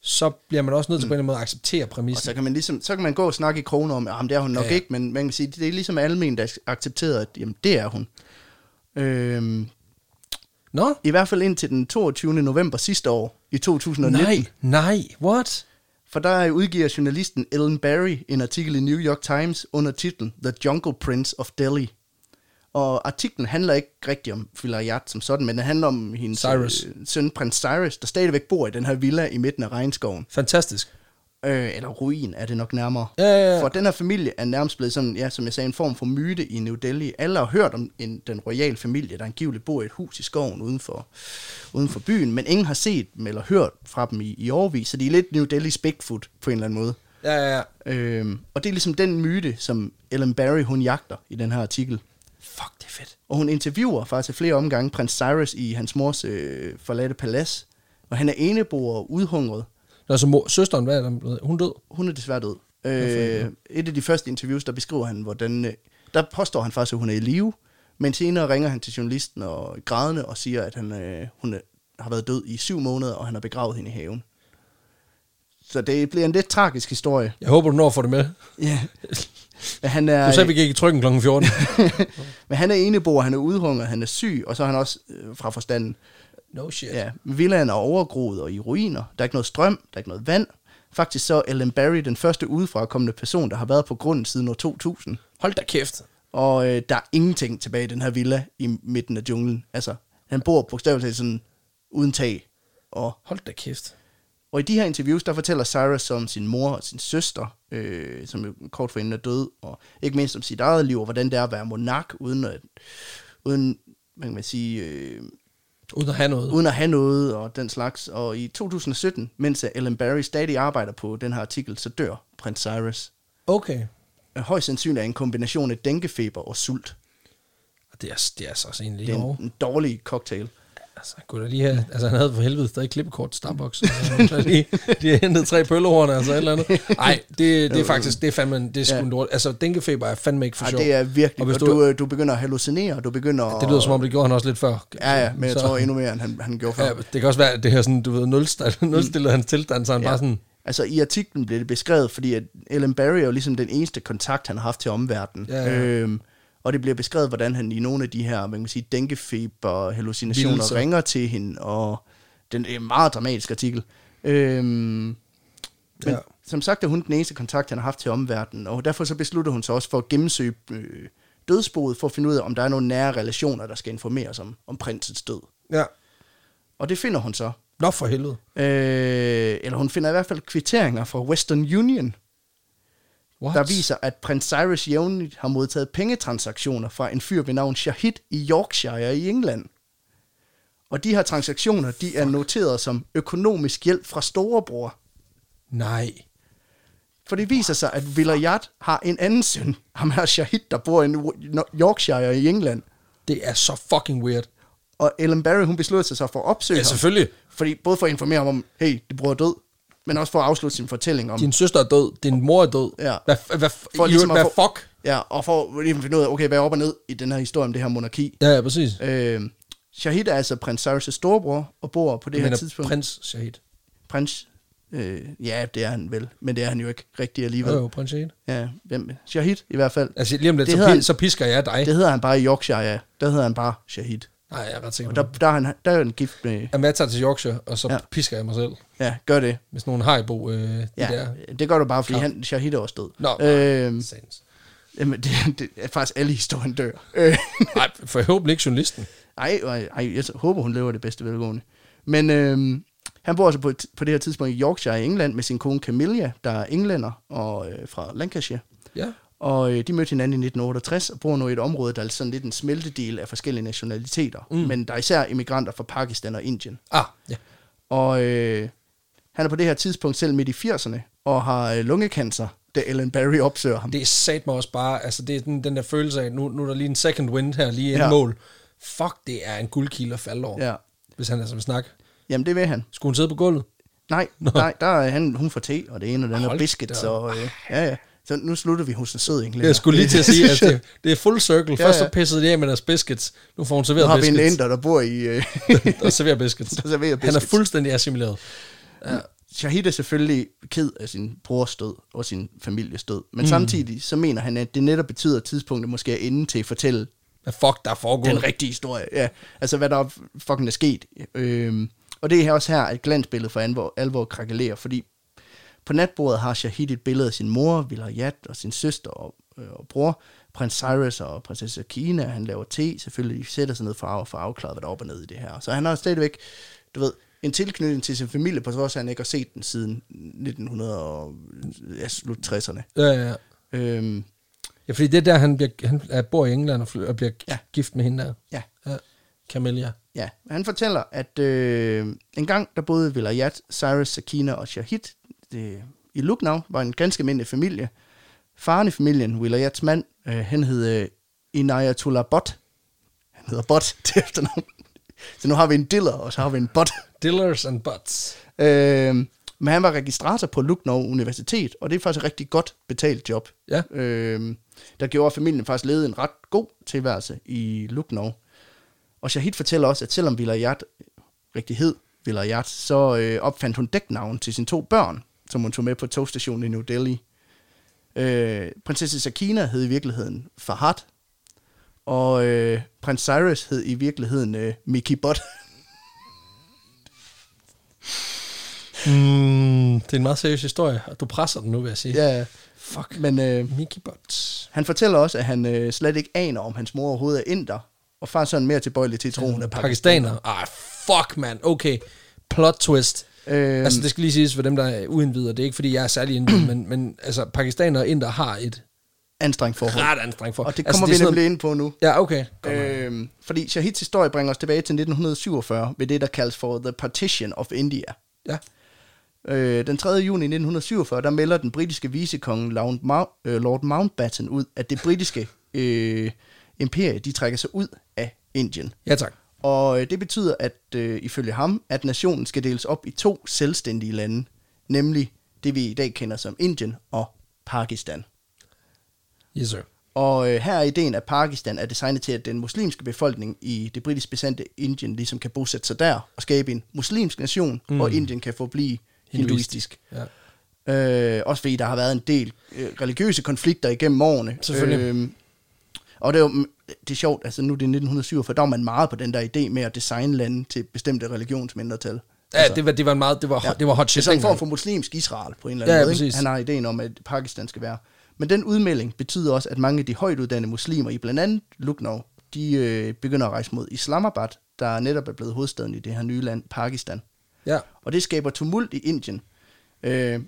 så bliver man også nødt til mm. på en eller anden måde at acceptere Og præmissen. så kan man ligesom, så kan man gå og snakke i kroner om, at det er hun nok ja. Ja. ikke, men man kan sige, det er ligesom almen, der accepterer, at jamen, det er hun. Øhm, Nå, I hvert fald indtil den 22. november sidste år, i 2019. nej, nej, what? For der udgiver journalisten Ellen Barry en artikel i New York Times under titlen The Jungle Prince of Delhi. Og artiklen handler ikke rigtig om Filayat som sådan, men den handler om hendes Cyrus. øh, søn, prins Cyrus, der stadigvæk bor i den her villa i midten af regnskoven. Fantastisk. Øh, eller ruin er det nok nærmere. Ja, ja, ja. For den her familie er nærmest blevet sådan, ja, som jeg sagde, en form for myte i New Delhi. Alle har hørt om en, den royale familie, der angiveligt bor i et hus i skoven uden for, uden for byen, men ingen har set dem eller hørt fra dem i, i årvis, så de er lidt New Delhi's Bigfoot på en eller anden måde. Ja, ja, ja. Øhm, og det er ligesom den myte, som Ellen Barry, hun jagter i den her artikel. Fuck, det er fedt. Og hun interviewer faktisk flere omgange prins Cyrus i hans mors øh, forladte palads, og han er eneboer og udhungret, Nå, så mor, søsteren, hvad er der blevet? Hun død. hun er desværre død. Øh, et af de første interviews, der beskriver han, hvordan... øh, Der påstår han faktisk, at hun er i live, men senere ringer han til journalisten og grædende og siger, at han, øh, hun er, har været død i syv måneder, og han har begravet hende i haven. Så det bliver en lidt tragisk historie. Jeg håber, du når at få det med. Ja. Men han er, Du sagde, vi gik i trykken kl. 14. [laughs] men han er eneboer, han er udhungret, han er syg, og så er han også øh, fra forstanden. [laughs] no shit. Ja, villaen er overgroet og i ruiner. Der er ikke noget strøm, der er ikke noget vand. Faktisk så er Ellen Barry den første udefrakommende person, der har været på grunden siden år 2000. Hold da kæft. Og øh, der er ingenting tilbage i den her villa i midten af junglen. Altså, han bor bogstaveligt talt sådan uden tag. Og, Hold da kæft. og i de her interviews, der fortæller Cyrus om sin mor og sin søster, øh, som jo kort forinden er død, og ikke mindst om sit eget liv, og hvordan det er at være monark, uden at, uden, hvad kan man sige, øh, Uden at have noget. uden at have noget og den slags. Og i 2017, mens Ellen Barry stadig arbejder på den her artikel, så dør prins Cyrus. Øh, Okay. Højst sandsynligt af en kombination af dænkefeber og sult. Det er, det er så også egentlig Det er herovre. en, en dårlig cocktail. Altså, kunne da lige have, altså han havde for helvede stadig klippekort til Starbucks. Altså, han havde lige, [laughs] de havde hentet tre pøllehorn, altså et eller andet. Nej, det, [laughs] det er faktisk, det er fandme, en- det er sgu Ja. en lort. Altså, dænkefeber er fandme ikke for Ej, sjov. det er virkelig, Og og, hvis og du, du, du, du begynder at hallucinere, og du begynder at... det lyder som om, det gjorde han også lidt før. Ja, ja, men jeg Så- tror endnu mere, end han, han gjorde før. Ja, Ja. det kan også være, at det her sådan, du ved, nulstil- nulstillede hans tilstand, så han Mm. Ja. bare sådan, Altså i artiklen bliver det beskrevet, fordi at Ellen Barry er jo ligesom den eneste kontakt, han har haft til omverdenen. Ja, ja. Øhm, og det bliver beskrevet, hvordan han i nogle af de her, man kan sige, dænkefeber, hallucinationer Vildelser. ringer til hende, og den er en meget dramatisk artikel. Øhm, Men ja. Ja. som sagt er hun den eneste kontakt, han har haft til omverdenen, og derfor så beslutter hun sig også for at gennemsøge øh, dødsboet, for at finde ud af, om der er nogle nære relationer, der skal informeres om, om prinsens død. ja, Og det finder hun så. nå for helvede. Øh, eller hun finder i hvert fald kvitteringer fra Western Union, What? der viser, at prins Cyrus jævnligt har modtaget pengetransaktioner fra en fyr ved navn Shahid i Yorkshire i England. Og de her transaktioner, de er noteret som økonomisk hjælp fra storebror. Nej. For det viser sig, at Vilayat har en anden søn, ham her Shahid, der bor i Nor- Yorkshire i England. Det er så fucking weird. Og Ellen Barry, hun besluttede sig så for at opsøge Ja, selvfølgelig. ham. Fordi både for at informere ham om, hey, det bror er død, men også for at afslutte sin fortælling om... Din søster er død, din mor er død. Ja. Hvad, f- hvad, for for ligesom hvad få- fuck? Ja, og for ligesom at finde ud af, okay, hvad er op og ned i den her historie om det her monarki. Ja, ja, præcis. Øh, Shahid er altså prins Cyrus' storebror og bor på det Jeg her mener, tidspunkt. Prins? prins Shahid. prins øh, ja, det er han vel, men det er han jo ikke rigtig Jo, alligevel. jo, prins Shahid. Ja, hvem? Shahid i hvert fald. Altså lige om lidt, Det så, hedder pi- han- så pisker jeg dig. Det hedder han bare i Yorkshire, ja. Der hedder han bare Shahid. Nej, jeg er ret sikker Og på der, det. der, er han, der er han gift med... Jamen, jeg tager til Yorkshire, og så Ja. ja. pisker jeg mig selv Ja, gør det. med sådan nogle haribo. Øh, de Ja, der. det gør du bare, fordi han, Shahid er også død. Nå, øhm, Sands. jamen, det, det, er faktisk alle i historien dør. Øh, Nej, forhåbentlig ikke journalisten. ej, ej, ej, jeg håber, hun lever det bedste velgående. Men øhm, han bor altså på, et- på det her tidspunkt i Yorkshire i England med sin kone Camilla, der er englænder og øh, fra Lancashire. Ja. Og øh, de mødte hinanden i 1968 og bor nu i et område, der er sådan lidt en smeltedel af forskellige nationaliteter. Mm. Men der er især immigranter fra Pakistan og Indien. Ah, ja. Og øh, han er på det her tidspunkt selv midt i 80'erne og har øh, lungekancer, da Ellen Barry opsøger ham. Det er sat mig også bare, altså det er den, den der følelse af, at nu, nu er der lige en second wind her, lige en Ja. ja. mål. Fuck, det er en guldkilde at falde over, Ja. hvis han altså vil snakke. Jamen, det vil han. Skulle hun sidde på gulvet? Nej, nej der er han, hun får te, og det ene og det andet, og Hold biscuits, da op. og øh, ja, ja. Så nu slutter vi hos en sød englænder. Jeg skulle [laughs] lige til at sige, at synes jeg. det, [laughs] det er full circle. Ja, Først så ja. pissede de af med deres biscuits, nu får hun Nu serveret har vi en biscuits. inder, der bor i... Øh, [laughs] [laughs] og serverer biscuits. Der serverer Han er biscuits. fuldstændig assimileret. Shahid er selvfølgelig ked af sin brors død og sin families død, men mm. samtidig så mener han, at det netop betyder, at tidspunktet måske er inde til at fortælle Hvad fuck, der er foregået? den rigtige historie. Ja, altså hvad der fucking er sket. Øhm, og det er her også her, at glansbilledet for alvor, alvor krakelerer, fordi på natbordet har Shahid et billede af sin mor, Vilayat, og sin søster og, øh, og bror, prins Cyrus og prinsesse Kina. Han laver te, selvfølgelig de sætter sig ned for at få afklaret, hvad der er op og ned i det her. Så han har stadigvæk, du ved, en tilknytning til sin familie, på trods af, at han ikke har set den siden 1900 og, ja, slut 60'erne. Ja, ja, ja. Øhm, ja, fordi det er der, han, bliver, han er- bor i England og, fly, og bliver Ja. ja. gift med hende der. ja, Ja. Camellia. Ja, han fortæller, at øh, en gang der boede Vilayat, Cyrus, Sakina og Shahid det, i Lucknow, var en ganske almindelig familie. Faren i familien, Vilayats mand, øh, han hed øh, Inayatullah Bot. Han hedder Bot [laughs] til efternavn. Så nu har vi en diller, og så har vi en bot. Dillers and butts. Øh, men han var registrator på Lucknow Universitet, og det er faktisk et rigtig godt betalt job. Ja. Øh, der gjorde, at familien faktisk levede en ret god tilværelse i Lucknow. Og Shahid fortæller også, at selvom Vilayat rigtig hed Vilayat, så øh, opfandt hun dæknavn til sine to børn, som hun tog med på togstationen i New Delhi. Øh, prinsesse Sakina hed i virkeligheden Fahad, og øh, prins Cyrus hed i virkeligheden øh, Mickey Bot. Mm, det er en meget seriøs historie, og du presser den nu, vil jeg sige. [laughs] ja, Fuck. men... Øh, Mickey Butts. Han fortæller også, at han øh, slet ikke aner, om hans mor overhovedet er inder, og far er sådan mere tilbøjelig til troen af Pakistan. Pakistaner. Ah, fuck, man. Okay. Plot twist. Øhm, Øhm. Altså, det skal lige siges for dem, der er uindvidere. Det [clears throat] er ikke, fordi jeg er særlig indvidet, men, men altså, pakistanere og inder har et anstrengt forhold. ret anstrengt for. Og det altså, kommer er altså, vi sådan nemlig ind på nu. noget- Ja, okay. Godt nok. Øhm, fordi Shahids historie bringer os tilbage til 1947 ved det, der kaldes for The Partition of India. Ja. Øh, den 3. juni 1947, der melder den britiske visekonge Lord, Mount, øh, Lord Mountbatten ud, at det britiske øh, imperie, de trækker sig ud af Indien. ja, tak. Og øh, det betyder, at øh, ifølge ham, at nationen skal deles op i to selvstændige lande, nemlig det vi i dag kender som Indien og Pakistan. Yes, sir. Og øh, her er ideen, at Pakistan er designet til, at den muslimske befolkning i det britisk besandte Indien ligesom kan bosætte sig der og skabe en muslimsk nation, mm. og Indien kan forblive hinduistisk. Ja. Øh, også fordi der har været en del øh, religiøse konflikter igennem årene. Selvfølgelig. Øh, og det er, jo, det er sjovt, altså nu er det 1907, for der var man meget på den der idé med at designe lande til bestemte religionsmindretal. Ja, altså, det, var, det var en meget, det var, ja. det var hot shit. Det er sådan en form dengang. for muslimsk Israel på en eller Ja, anden ja, ja, måde. Ikke? præcis. Han har ideen om, at Pakistan skal være. Men den udmelding betyder også, at mange af de højt uddannede muslimer i blandt andet Lucknow, de øh, begynder at rejse mod Islamabad, der netop er blevet hovedstaden i det her nye land, Pakistan. Ja. Og det skaber tumult i Indien, øh,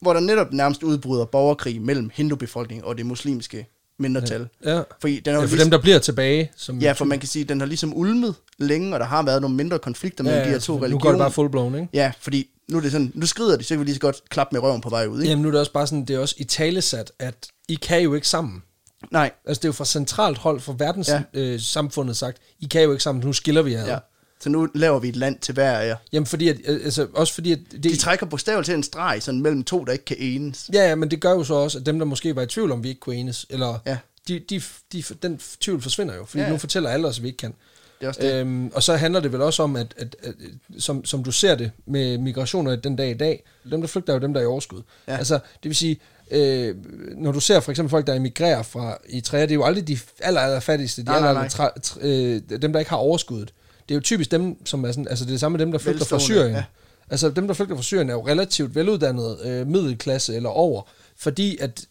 hvor der netop nærmest udbryder borgerkrig mellem hindubefolkningen og det muslimske mindretal. Ja. Fordi den er ja, jo for ligesom, dem, der bliver tilbage. Som ja, for man kan sige, at den har ligesom ulmet længe, og der har været nogle mindre konflikter mellem ja, de her to nu religioner. Nu går det bare full blown, ikke? Ja, fordi nu er det sådan, nu skrider de, så kan vi lige så godt klappe med røven på vej ud, ikke? Jamen, nu er det også bare sådan, det er også i talesat, at I kan jo ikke sammen. Nej, Altså, det er jo fra centralt hold, fra Ja. verdenssamfundet ja. øh, samfundet sagt, I kan jo ikke sammen, nu skiller vi jer. ja. Ja. Så nu laver vi et land til hver af jer. Jamen, fordi at, øh, altså, også fordi, at det, De trækker bogstaveligt til en streg, sådan mellem to, der ikke kan enes. Ja, ja, men det gør jo så også, at dem, der måske var i tvivl om, vi ikke kunne enes, eller Ja. ja. de, de, de, den tvivl forsvinder jo, fordi Ja, ja. ja. nu fortæller alle os, at vi ikke kan. Det er også det. Øhm, og så handler det vel også om, at, at, at som, som du ser det med migrationer den dag i dag, dem der flygter er jo dem, der er i overskud. Ja. Ja. Altså, det vil sige, øh, når du ser for eksempel folk, der emigrerer fra Eritrea, det er jo aldrig de aller, aller fattigste, de Nej, nej, aller, aller tra, tr, øh, dem, der ikke har overskuddet. Det er jo typisk dem, som er sådan, altså det er det samme med dem, der flygter fra Velstående, Syrien. ja. Ja. Altså dem, der flygter fra Syrien, er jo relativt veluddannede øh, middelklasse eller over, fordi at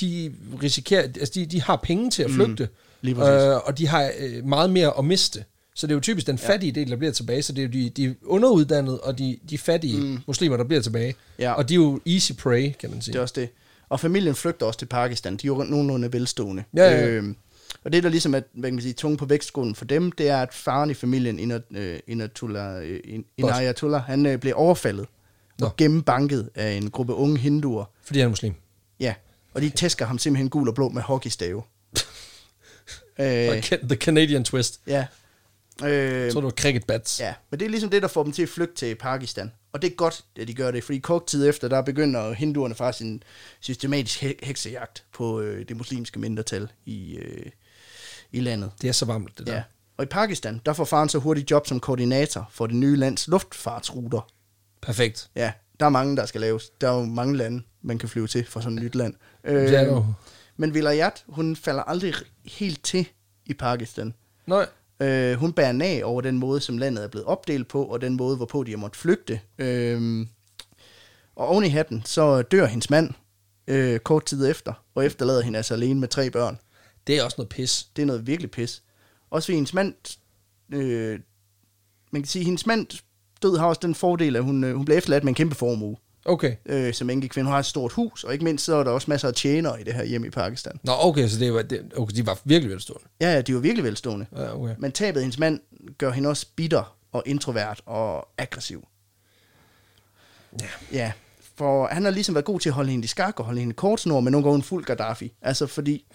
de risikerer, altså de, de har penge til at flygte, mm, lige præcis. Øh, og de har øh, meget mere at miste. Så det er jo typisk den fattige del, der bliver tilbage, så det er jo de, de underuddannede og de, de fattige mm. muslimer, der bliver tilbage. Ja. Og de er jo easy prey, kan man sige. Det er også det. Og familien flygter også til Pakistan. De er jo nogenlunde velstående. Ja, ja, ja. Øhm, og det, der ligesom er hvad kan man sige, tunge på vægtskolen for dem, det er, at faren i familien, Inat- øh, Inatullah, øh, In- Inayatullah, han øh, blev overfaldet Nå. Nå. og gennembanket af en gruppe unge hinduer. Fordi han er muslim. Ja, og de tæsker ham simpelthen gul og blå med [laughs] hockeystave. øh, Og Can- The Canadian twist. ja. Øh, Jeg tror, det var cricket bats. Ja, men det er ligesom det, der får dem til at flygte til Pakistan. Og det er godt, at de gør det, fordi kort tid efter, der begynder hinduerne faktisk en systematisk he- heksejagt på øh, det muslimske mindretal i, øh, i landet. Det er så varmt, det der. Ja. Og i Pakistan, der får faren så hurtigt job som koordinator for det nye lands luftfartsruter. Perfekt. Ja, der er mange, der skal laves. Der er jo mange lande, man kan flyve til for sådan et nyt land. Øh, Det er der jo. Men Vilayat, hun falder aldrig helt til i Pakistan. Nå, Øh, hun bærer nag over den måde, som landet er blevet opdelt på, og den måde, hvorpå de har måttet flygte. Øh, og oven i hatten, så dør hendes mand øh, kort tid efter, og efterlader hende altså alene med tre børn. det er også noget pis. Det er noget virkelig pis. Også fordi hendes mand, øh, man kan sige, hendes mand død har også den fordel, at hun, øh, hun blev efterladt med en kæmpe formue Okay. øh, som enke kvinde. Hun har et stort hus, og ikke mindst så er der også masser af tjenere i det her hjem i Pakistan. Nå, okay, så det var, det, okay, de var virkelig velstående. Ja, ja, de var virkelig velstående. Ja, okay. Men tabet af hendes mand gør hende også bitter og introvert og aggressiv. Ja. Ja, for han har ligesom været god til at holde hende i skak og holde hende i kortsnor, men nogle gange fuld Gaddafi. Altså fordi,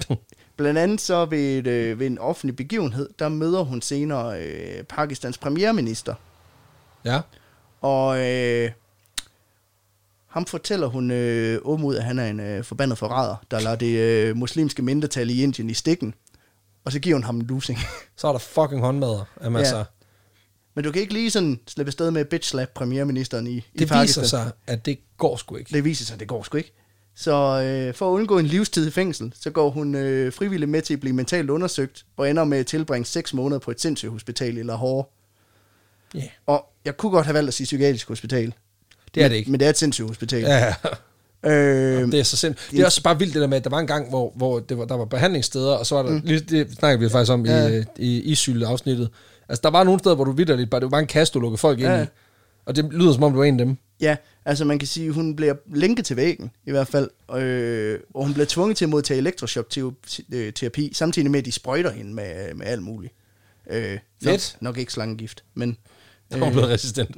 blandt andet så ved, et, øh, ved en offentlig begivenhed, der møder hun senere øh, Pakistans premierminister. Ja. Og øh, ham fortæller hun øh, åben ud, at han er en øh, forbandet forræder, der lader det øh, muslimske mindretal i Indien i stikken. Og så giver hun ham en losing. [laughs] Så er der fucking håndmadder. Jamen, Ja. ja. altså, Men du kan ikke lige sådan slippe afsted med bitch slap premierministeren i, i det Pakistan. viser sig, at det går sgu ikke. Det viser sig, det går sgu ikke. Så øh, for at undgå en livstid i fængsel, så går hun øh, frivilligt med til at blive mentalt undersøgt, og ender med at tilbringe 6 måneder på et sindssygehospital i Lahore. Ja. Og jeg kunne godt have valgt at sige psykiatrisk hospital. Det er men, det ikke. Men det er et sindssygehospital. Ja. Øh, Det er så sindssygt. Det er også bare vildt det der med, at der var en gang, hvor, hvor det var, der var behandlingssteder, og så var der, mm. det snakker vi faktisk om Ja. ja. i, øh, i isyl-afsnittet. Altså, der var nogle steder, hvor du vidderligt bare, det var bare en kasse, du lukkede folk Ja. ind i. Og det lyder som om, du er en af dem. Ja, altså man kan sige, hun bliver lænket til væggen i hvert fald, øh, og hun bliver tvunget til at modtage elektroshokterapi, samtidig med, at de sprøjter hende med, med alt muligt. Øh, nok, Fedt. nok ikke slangegift, men... øh, Der var blevet resistent.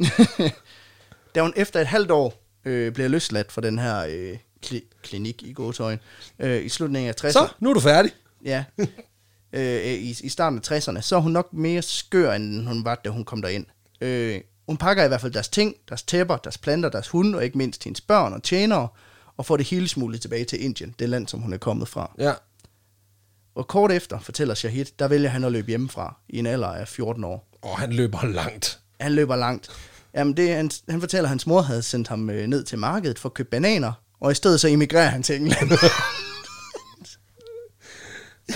[laughs] da hun efter et halvt år øh, bliver løsladt fra den her øh, kli- klinik i gåtøjen, øh, i slutningen af 60'erne... så, nu er du færdig. Ja. øh, i, I starten af 60'erne, så er hun nok mere skør, end hun var, da hun kom derind. Øh, hun pakker i hvert fald deres ting, deres tæpper, deres planter, deres hunde, og ikke mindst hendes børn og tjenere, og får det hele smuglet tilbage til Indien, det land, som hun er kommet fra. Ja. Og kort efter, fortæller Shahid, der vælger han at løbe hjemmefra i en alder af 14 år. Åh, han løber langt. Han løber langt. Jamen, det, han, han fortæller, at hans mor havde sendt ham øh, ned til markedet for at købe bananer, og i stedet så emigrerer han til England. [laughs]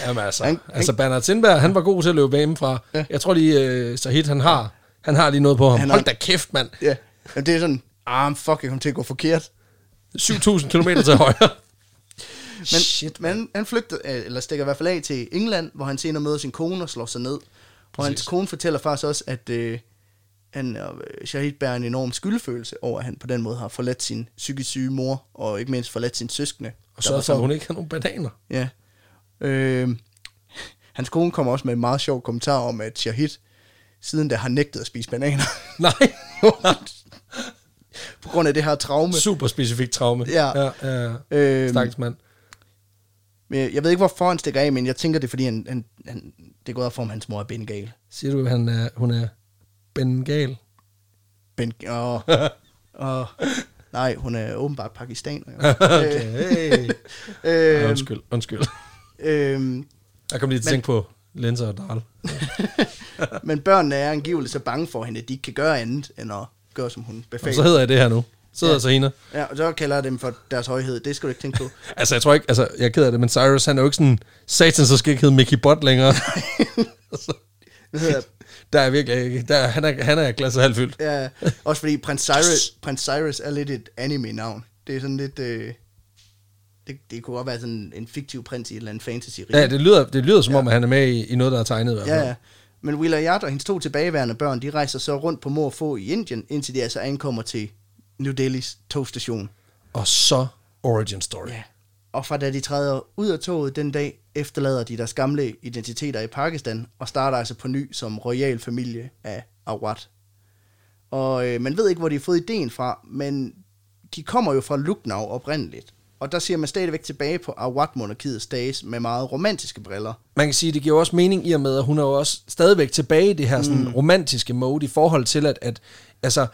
Jamen altså, Han- han, altså Bernhard Sindberg, han var god til at løbe hjemmefra. Ja. Ja. Jeg tror lige, øh, Sahid, han har, han har lige noget på ham. Han Han har- Hold da kæft, mand. ja. Jamen, det er sådan, ah, fuck, jeg kom til at gå forkert. 7.000 km til højre. Men, Shit, men han- han flygter, øh, eller stikker i hvert fald af til England, hvor han senere møder sin kone og slår sig ned. Og hans Præcis. kone fortæller faktisk også, at øh, han og øh, Shahid bærer en enorm skyldfølelse over, at han på den måde har forladt sin psykisk syge mor, og ikke mindst forladt sin søskende. Og Der var så for, at hun ikke har nogen bananer. Ja. Øh, hans kone kommer også med en meget sjov kommentar om, at Shahid siden da har nægtet at spise bananer. [laughs] [laughs] Nej. på grund af det her traume. Super specifikt traume. Ja. ja, ja. Øhm, Stakkels mand. Men Jeg ved ikke, hvorfor han stikker af, men jeg tænker, det er, fordi han, han, han, det går af for, om hans mor er bengal. Siger du, at han er, hun er bengal? Øhm. Ben... Åh. [laughs] Åh. Nej, hun er åbenbart pakistaner. [laughs] Jo. [laughs] Okay. Øh, Ej, undskyld, undskyld. øhm, [laughs] Jeg kom lige til at tænke på linser og dal. Men børnene er angiveligt så bange for hende, at de ikke kan gøre andet, end at gøre, som hun Og så befaler. hedder jeg det her nu. Så hedder Ja. ja. Sahina. Ja, og så kalder jeg dem for deres højhed. Det skal du ikke tænke på. Altså, jeg tror ikke, altså, jeg er ked af det, men Cyrus, han er jo ikke sådan, satan, så skal jeg ikke hedde Mickey Bot [laughs] længere. altså, Det hedder, der er virkelig ikke, der, er- han, er, han er klasse halvfyldt. ja, også fordi Prins [laughs] Cyrus, Prins Cyrus er lidt et anime-navn. Det er sådan lidt... Øh, det, det kunne godt være sådan en fiktiv prins i et eller andet fantasy Ja, det lyder, det lyder som om, at han er med i, i noget, der er tegnet i hvert fald. Øh. Ja, ja. Men Willa Yard og hendes to tilbageværende børn, de rejser så rundt på mor og få i Indien, indtil de altså ankommer til New Delhi's togstation. Og så origin story. Ja. Og fra da de træder ud af toget den dag, efterlader de deres gamle identiteter i Pakistan og starter altså på ny som royal familie af Awad. Og øh, man ved ikke, hvor de har fået ideen fra, men de kommer jo fra Lucknow oprindeligt. Og der ser man stadigvæk tilbage på Awad-monarkiets dages med meget romantiske briller. Man kan sige, det giver jo også mening i og med, at hun er jo også stadigvæk tilbage i det her sådan, Mm. romantiske mode i forhold til, at, at altså,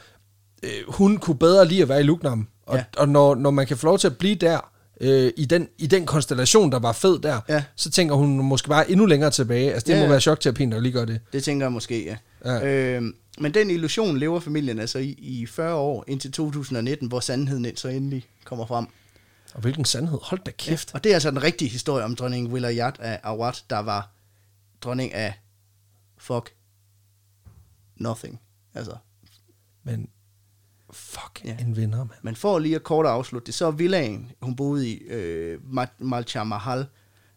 øh, hun kunne bedre lide at være i Lugnam. Og, Ja. ja. og når, når man kan få lov til at blive der, øh, i, den, i den konstellation, der var fed der, Ja. så tænker hun måske bare endnu længere tilbage. Altså, det Ja, ja, må ja. være chokterapien, der lige gør det. Det tænker jeg måske, ja. ja. Ja. Øhm, men den illusion lever familien altså i, i 40 år indtil 2019, hvor sandheden så endelig kommer frem. Og hvilken sandhed. Hold da kæft. Og det er altså den rigtige historie om dronning Wilayat af Awad, der var dronning af fuck nothing. Altså, Men fuck Ja. ja. en vinder, mand. man får lige at kort at afslutte det. Så er villaen, hun boede i, øh, Ma- Malcha Mahal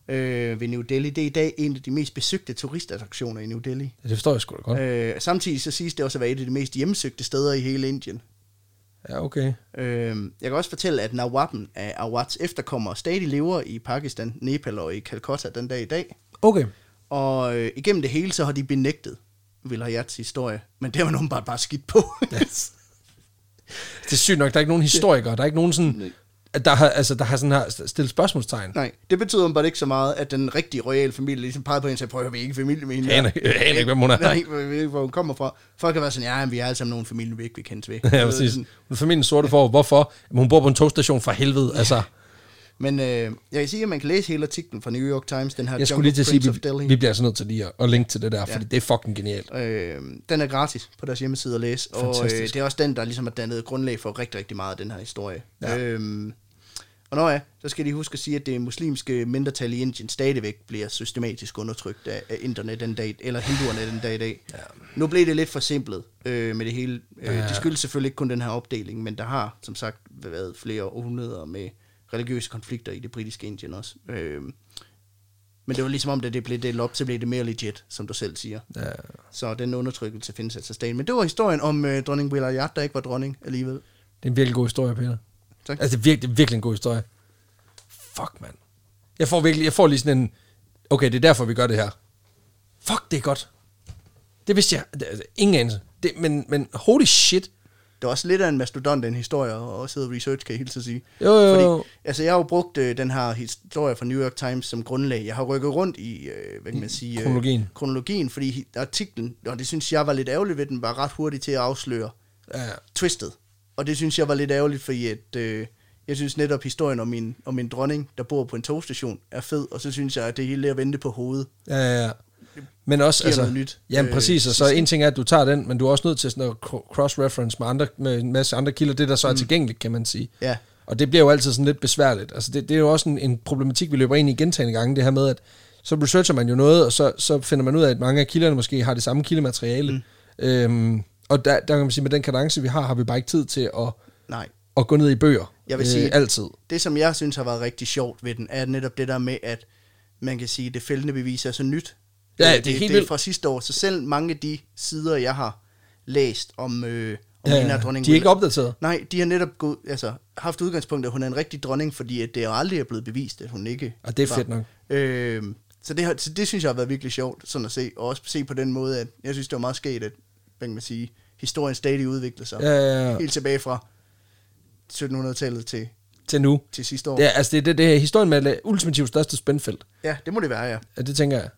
øh, ved New Delhi, det er i dag en af de mest besøgte turistattraktioner i New Delhi. Det forstår jeg sgu da godt. Øh, samtidig så siges det også at være et af de mest hjemsøgte steder i hele Indien. Ja, okay. Øhm, jeg kan også fortælle, at Nawaben af Awads efterkommere stadig lever i Pakistan, Nepal og i Calcutta den dag i dag. Okay. Og øh, igennem det hele, så har de benægtet Vilayats historie. Men det har man åbenbart bare skidt på. Det er sygt nok, der er ikke nogen historikere, der er ikke nogen sådan, at der har, altså, der har sådan her stillet spørgsmålstegn. [laughs] Nej, det betyder åbenbart ikke så meget, at den rigtige royale familie ligesom pegede på hende og sagde, prøv at høre, vi er ikke familie med hende. Jeg aner- jeg aner ikke, hvem hun er. Nej, vi ved ikke, hvor hun kommer fra. Folk har været sådan, ja, men vi er alle sammen nogle familie, vi ikke vil kendes ved. [laughs] Ja, præcis. Hun er familien sorte for, hvorfor? Jamen, hun bor på en togstation for helvede, altså. Men øh, jeg kan sige, at man kan læse hele artiklen fra New York Times, den her Jeg skulle lige til at Jungle sige, Prince of vi, Delhi. vi bliver altså nødt til lige at, at linke til det der, Ja. fordi det er fucking genialt. Øh, den er gratis på deres hjemmeside at læse, og øh, Fantastisk. det er også den, der ligesom har dannet grundlag for rigtig, rigtig meget af den her historie. Ja. Ja. Øhm, og når ja, så skal de huske at sige, at det muslimske mindretal i Indien stadigvæk bliver systematisk undertrykt af, af internet den dag, eller hinduerne den dag i dag. Ja. Nu blev det lidt forsimplet øh, med det hele. Øh, Ja. Det skyldes selvfølgelig ikke kun den her opdeling, men der har som sagt været flere århundreder med religiøse konflikter i det britiske Indien også. Øh, men det var ligesom om, da det blev delt op, så blev det mere legit, som du selv siger. Ja. Så den undertrykkelse findes altså stadig. Men det var historien om øh, dronning Wilayat, der ikke var dronning alligevel. Det er en virkelig god historie, Peter. Tak. Altså, det er virkelig, virkelig en god historie. Fuck, mand. Jeg får virkelig, jeg får lige sådan en, okay, det er derfor, vi gør det her. Fuck, det er godt. Det vidste jeg. Det, altså, ingen anelse. Det, men, men holy shit. Det var også lidt af en mastodont, den historie, og også hedder research, kan jeg hilse at sige. Jo, jo, jo. altså, jeg har jo brugt øh, den her historie fra New York Times som grundlag. Jeg har rykket rundt i, øh, hvad kan man sige... øh, kronologien. Kronologien, fordi hi- artiklen, og det synes jeg var lidt ærgerligt ved den, var ret hurtigt til at afsløre øh, Ja. twistet. Og det synes jeg var lidt ærgerligt, fordi at, øh, jeg synes netop historien om min, om min dronning, der bor på en togstation, er fed, og så synes jeg, at det hele er at vente på hovedet. Ja, ja, ja. Men også, giver altså, noget nyt, jamen øh, præcis, og så sidst. en ting er, at du tager den, men du er også nødt til sådan at cro- cross-reference med, andre, med en masse andre kilder, det der så er tilgængeligt, kan man sige. Mm. Ja. Og det bliver jo altid sådan lidt besværligt. Altså, det, det er jo også en, en problematik, vi løber ind i gentagende gange, det her med, at så researcher man jo noget, og så, så finder man ud af, at mange af kilderne måske har det samme kildemateriale. Mm. Øhm, og der, der kan man sige, med den kadence, vi har, har vi bare ikke tid til at, Nej. at gå ned i bøger. øh, Jeg vil sige- altid. det, som jeg synes har været rigtig sjovt ved den, er netop det der med, at man kan sige, at det fældende bevis er så nyt. Ja, det er Øh, helt det er vildt. fra sidste år, så selv mange af de sider, jeg har læst om, øh, om Ja, hende og dronning de er ikke Wilhelm- opdateret. Nej, de har netop gået, altså, haft udgangspunkt, at hun er en rigtig dronning, fordi at det jo aldrig er blevet bevist, at hun ikke Og det er var. fedt nok. Øh, så, det har, så det synes jeg har været virkelig sjovt sådan at se, og også se på den måde, at jeg synes, det var meget sket, at hvad kan man sige, historien stadig udvikler sig. Ja, ja, ja. Helt tilbage fra 1700-tallet til, Til nu. til sidste år. Det er, altså, det er det, det er historien med det ultimativt største spændfelt. Ja, det må det være, ja. Ja, det tænker jeg.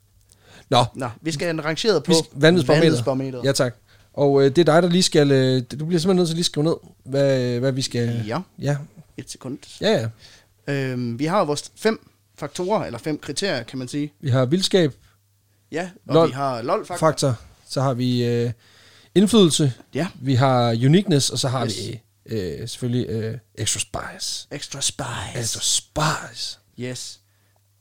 Nå, Nå, vi skal have den rangeret på vi skal- vanvidsbarometer. vanvidsbarometeret. Ja, tak. Og øh, det er dig, der lige skal... Øh, du bliver simpelthen nødt til at lige skrive ned, hvad, øh, hvad vi skal... Ja. Ja, Et sekund. ja, ja. Øhm, vi har vores fem faktorer, eller fem kriterier, kan man sige. Vi har vildskab, Ja, og Lol. vi har lol faktisk. Faktor. Så har vi øh, indflydelse. Ja. Vi har uniqueness, og så har Yes. yes. vi øh, selvfølgelig øh, extra spice. Extra spice. Extra spice. Yes.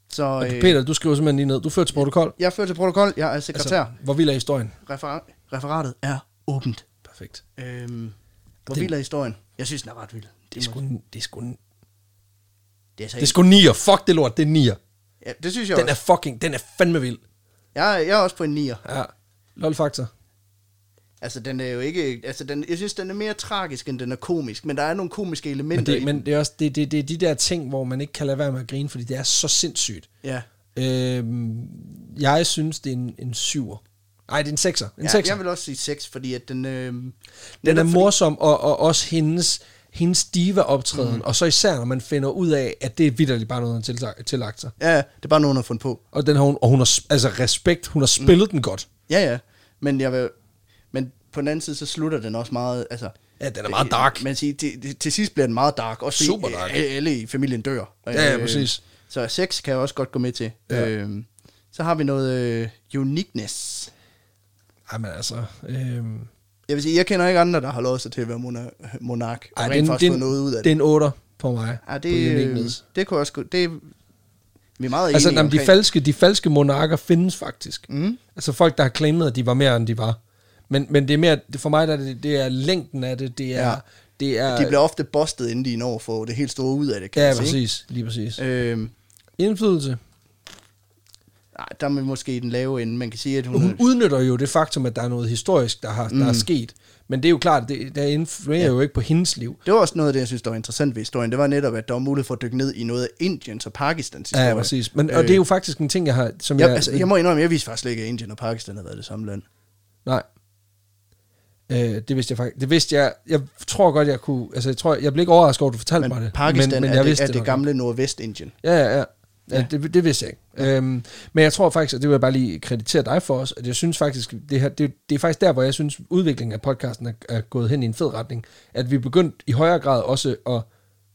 Så øh, Peter, du skriver simpelthen lige ned. Du fører til protokol. jeg fører til protokol. Jeg er sekretær. Altså, hvor vild er historien? Refer- referatet er åbent. Perfekt. Øhm, hvor Det- vild er historien? Jeg synes, den er ret vild. Det er sgu... en- Det er sgu... en- det, er så Det er sgu nier. Fuck det lort, det er nier. ja, det synes jeg Den også. er fucking... Den er fandme vild. Jeg, er- jeg er også på en nier. Ja. Lol faktor. Altså, den er jo ikke... Altså, den, jeg synes, den er mere tragisk, end den er komisk. Men der er nogle komiske elementer Men det, i den. men det er også det, det, det er de der ting, hvor man ikke kan lade være med at grine, fordi det er så sindssygt. Ja. Øhm, jeg synes, det er en, en syver. Nej, det er en sekser. En ja, ja sekser. jeg vil også sige 6, fordi at den... Øh, Den er fordi- morsom, og, og også hendes, hendes diva-optræden, mm. og så især, når man finder ud af, at det er vidderligt bare noget, hun har tilsag- tillagt sig. Ja, det er bare nogen, der har fundet på. Og, den har hun, og hun har, s- altså respekt, hun har spillet mm. den godt. Ja, ja. Men jeg vil... Men på den anden side, så slutter den også meget... Altså, Ja, den er meget dark. Man siger, til, til- til sidst bliver den meget dark. Også Super fordi, dark. øh, alle i familien dør. Øh, Ja, ja, præcis. Så sex kan jeg også godt gå med til. Ja. Ja. Øh, så har vi noget øh, uniqueness. Jamen altså, øhm, Jeg vil sige, jeg kender ikke andre, der har lovet sig til at være monar- monark. Og ej, Ej, det, rent er en- faktisk det, er fået en- noget ud af det det. er en otter på mig. Ja, på det, øh, uniqueness. det kunne jeg også... Det, vi er meget Altså, enige jamen, de, omkring- falske, de falske monarker findes faktisk. Mm. Altså folk, der har claimet, at de var mere, end de var. Men, men det er mere, for mig der er det, det er længden af det, det er... Ja. Ja. Det er De bliver ofte bustet, inden de når at få det helt store ud af det, kan Øh. ja, man sige, ikke? præcis. Lige præcis. Øh. Øhm, Indflydelse. nej, der er man måske i den lave ende. Man kan sige, at hun... Hun udnytter jo det faktum, at der er noget historisk, der, har, mm. der er sket. Men det er jo klart, det, der influerer ja. jo ikke på hendes liv. øh, Det var også noget af det, jeg synes, der var interessant ved historien. Det var netop, at der var mulighed for at dykke ned i noget af Indiens og Pakistans historie. Ja, præcis. Men, og det er jo faktisk en ting, jeg har... Som Jeg, jeg, Øh. altså, jeg må indrømme, jeg vidste faktisk slet ikke, at Indien og Pakistan havde været det samme land. Nej. Øh, det vidste jeg faktisk. Det vidste jeg... Jeg tror godt, jeg kunne... Altså, jeg, tror, jeg blev ikke overrasket over, at du fortalte mig Men det. Pakistan er, jeg det, vidste er det nok. gamle Nordvestindien. Ja, ja, ja. ja det, det vidste jeg ikke. Ja. Øhm, men jeg tror faktisk, og det vil jeg bare lige kreditere dig for os, at jeg synes faktisk, det, her, det, det er faktisk der, hvor jeg synes, udviklingen af podcasten er, er gået hen i en fed retning. At vi er begyndt i højere grad også at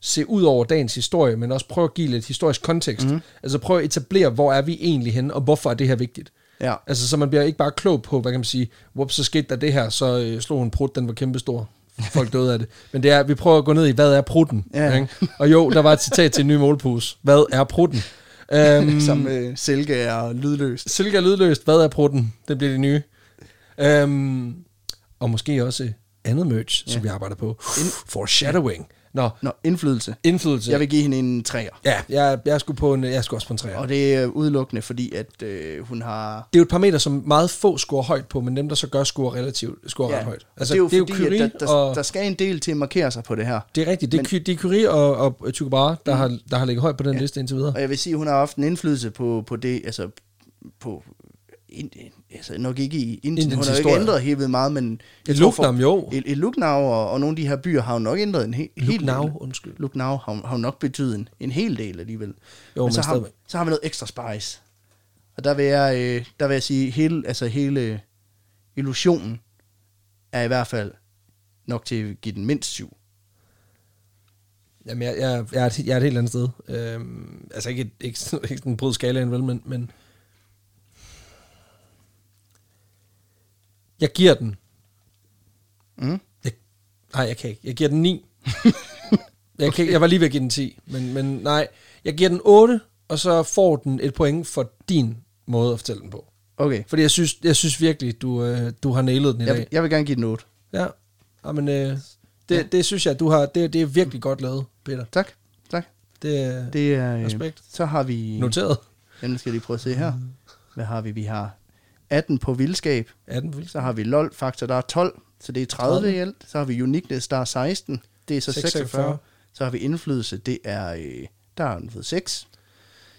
se ud over dagens historie, men også prøve at give lidt historisk kontekst. Mm. Altså prøve at etablere, hvor er vi egentlig henne, og hvorfor er det her vigtigt. Ja. Altså, så man bliver ikke bare klog på, hvad kan man sige, whoops, så skete der det her, så øh, slog hun prut, den var kæmpestor. Folk døde af det. Men det er, vi prøver at gå ned i, hvad er prutten? Ja. Ikke? Og jo, der var et citat til en ny målpose. Hvad er prutten? Mm. [laughs] Øhm, Som øh, silke er lydløst. Silke er lydløst, hvad er prutten? Det bliver det nye. Øhm, og måske også andet merch, som vi arbejder på. Foreshadowing. Nå, Nå, indflydelse. indflydelse. Jeg vil give hende en træer. Ja, jeg, jeg, skulle på en, jeg skulle også på en træer. Og det er udelukkende, fordi at øh, hun har... det er jo et par meter, som meget få scorer højt på, men dem, der så gør, scorer relativt scorer ret højt. Altså, det er jo det er fordi, Curie at der, der, og, der skal en del til at markere sig på det her. det er rigtigt, det er, men, det er Curie og, og Tycho Brahe, der, mm. har, der har ligget højt på den ja. liste indtil videre. Og jeg vil sige, at hun har haft en indflydelse på, på det, altså på Indien, altså nok ikke i Indien, Indiens hun har jo ikke historie. ændret helt vildt meget, men... I jeg tror for- Lucknow, jo. I, i Lucknow og, og nogle af de her byer har jo nok ændret en hel, hel del. Lucknow, undskyld. Lucknow har, har jo nok betydet en, en hel del alligevel. Jo, men så, har, stadigvæk. så har vi noget ekstra spice. Og der vil jeg, øh, der vil jeg sige, hele, altså hele illusionen er i hvert fald nok til at give den mindst syv. Jamen, jeg, jeg, jeg, er et, jeg er et helt andet sted. Øhm, altså ikke, et, ikke, [laughs] sådan- ikke sådan en brød skala end vel, men, men... Jeg giver den. Mm? Jeg, nej, jeg kan ikke. Jeg giver den [laughs] 9. jeg, kan, ikke- jeg var lige ved at give den 10, men, men nej. Jeg giver den 8, og så får den et point for din måde at fortælle den på. Okay, Fordi jeg synes, jeg synes virkelig, du, øh, du har nailet den i dag. jeg, jeg vil gerne give den 8. Ja, Jamen, øh, det, det synes jeg, du har, det, det er virkelig godt lavet, Peter. Tak, tak. Det, det Det er... øh, Respekt. Så har vi... er noteret. Jamen, nu skal jeg lige prøve at se her. Hvad har vi? Vi har 18 på vildskab. 18 vildt. Så har vi LOL faktor, der er 12. Så det er 30, 30. i alt. Så har vi uniqueness, der er 16. Det er så 46. 46. Så har vi indflydelse, det er... Øh, der har den fået 6.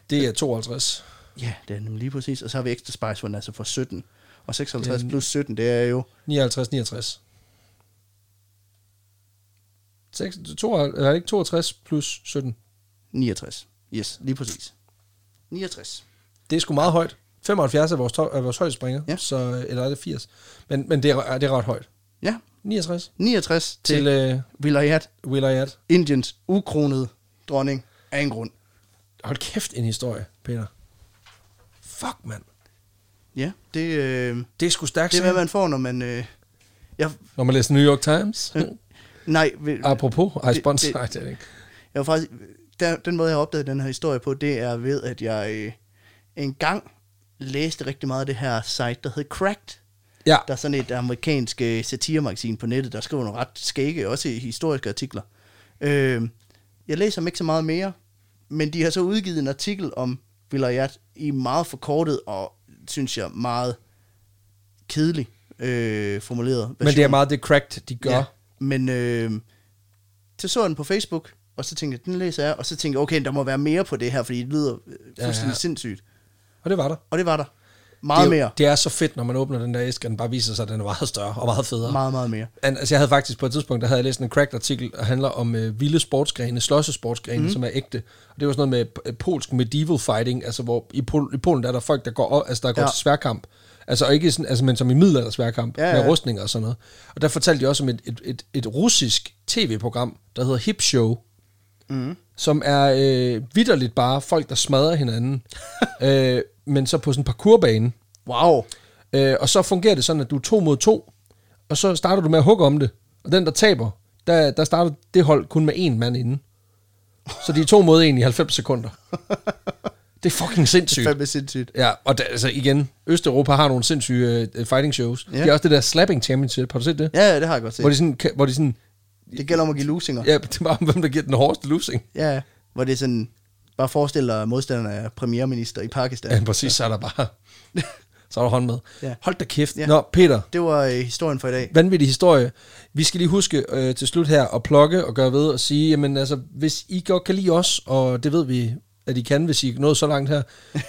Det er 52. Ja, det er nemlig lige præcis. Og så har vi ekstra spice, hvor den altså får 17. Og 56 Den- plus 17, det er jo... 59, 69. 6, 52, eller er det ikke 62 plus 17? 69. Yes, lige præcis. 69. Det er sgu meget højt. 75 er vores, to- er vores højdespringer, ja. Ja. så, eller er det 80? Men, men det, er, det er ret højt. Ja, 69 69 til, til, øh, til til Vilayat, uh, Will.i.at. Indiens ukronede dronning af en grund. Hold kæft en historie, Peter. Fuck, mand. Ja, det, øh, Det er sgu stærkt, det er, hvad man... man får, når man... Øh, jeg, når man læser New York Times. nej, ved- Apropos, ej, det- sponsor. det- Nej, det er det ikke. Jeg var faktisk, der, den måde, jeg har opdaget den her historie på, det er ved, at jeg øh, engang læste rigtig meget af det her site, der hed Cracked. Ja, Der er sådan et amerikansk øh, satiremagasin på nettet, der skriver nogle ret skægge, også i historiske artikler. Øh, jeg læser dem ikke så meget mere, men de har så udgivet en artikel om Vilayat i meget forkortet og, synes jeg, meget kedelig øh, formuleret version. men det er meget det cracked, de gør. Ja, men øh, så så jeg den på Facebook, og så tænkte jeg, den læser jeg, og så tænkte jeg, okay, der må være mere på det her, fordi det lyder øh, fuldstændig ja, Ja, ja. ja. sindssygt. Og det var der. Og det var der. Meget det er, jo- mere. Det er så fedt, når man åbner den der æske, og den bare viser sig, at den er meget større og meget federe. Meget, meget mere. An- Altså, jeg havde faktisk på et tidspunkt, der havde jeg læst en cracked artikel, der handler om øh, vilde sportsgrene, slåssesportsgrene, Mhm. mm. som er ægte. Og det var sådan noget med p- øh, polsk medieval fighting, altså hvor i, Pol- i Polen der er der folk, der går, op, altså, der går Ja. ja. til sværkamp. Altså og ikke sådan, altså, men som i middelaldersværkamp, Ja, ja, ja. ja. med rustninger og sådan noget. Og der fortalte de også om et, et, et, et russisk tv-program, der hedder Hip Show, Mm. som er øh, vidderligt bare folk, der smadrer [laughs] hinanden, øh, men så på sådan en parkourbane. Wow. Øh, og så fungerer det sådan, at du er to mod to, og så starter du med at hugge om det. Og den, der taber, der, der starter det hold kun med én mand inden. Så de er to mod en i 90 [laughs] sekunder. Det er fucking sindssygt. Fandme sindssygt. Ja, og der, altså igen, Østeuropa har nogle sindssyge øh, fighting shows. Ja. Ja. De har også det der slapping championship, har du set det? Ja, ja, det har jeg godt set. Hvor de sådan, kan- hvor de sådan Det gælder om at give losinger. Ja. ja, det er bare om, hvem der giver den hårdeste losing. ja. Hvor det er sådan, bare forestil dig, at modstanderen er premierminister i Pakistan. Ja, præcis, så er der [laughs] bare, så er der hånd med. Ja. Ja. Hold da kæft. Ja. Ja. Nå, Peter, Det var øh, historien for i dag. vanvittig historie. Vi skal lige huske øh, til slut her at plukke og gøre ved og sige, jamen altså, hvis I godt kan lide os, og det ved vi, at I kan, hvis I er nået så langt [laughs] her,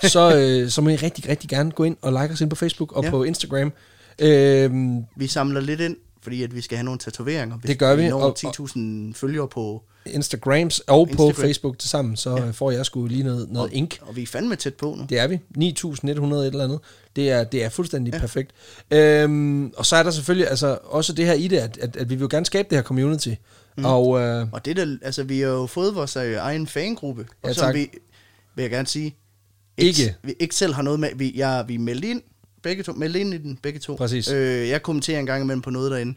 så, øh, så må I rigtig, rigtig gerne gå ind og like os ind på Facebook og Ja. ja. på Instagram. Øh, Vi samler lidt ind, fordi at vi skal have nogle tatoveringer. Hvis Det gør vi, når og- og- 10.000 følgere på, Instagrams og Instagram. på Instagram. Facebook til sammen, så ja. får jeg sgu lige noget, noget ink. og vi er fandme tæt på nu. Det er vi. 9.100 et eller andet. Det er, det er fuldstændig ja. perfekt. Øhm, og så er der selvfølgelig altså, også det her i det, at, at, at vi vil jo gerne skabe det her community. Mm. Og øh, Og det der, altså vi har jo fået vores øh, egen fangruppe, og Ja, som tak. vi, vil jeg gerne sige, Ikke. Vi ikke selv har noget med, vi, jeg, vi er meldt ind, begge to, meldt ind i den, begge to. Præcis. Øh, jeg kommenterer en gang imellem på noget derinde.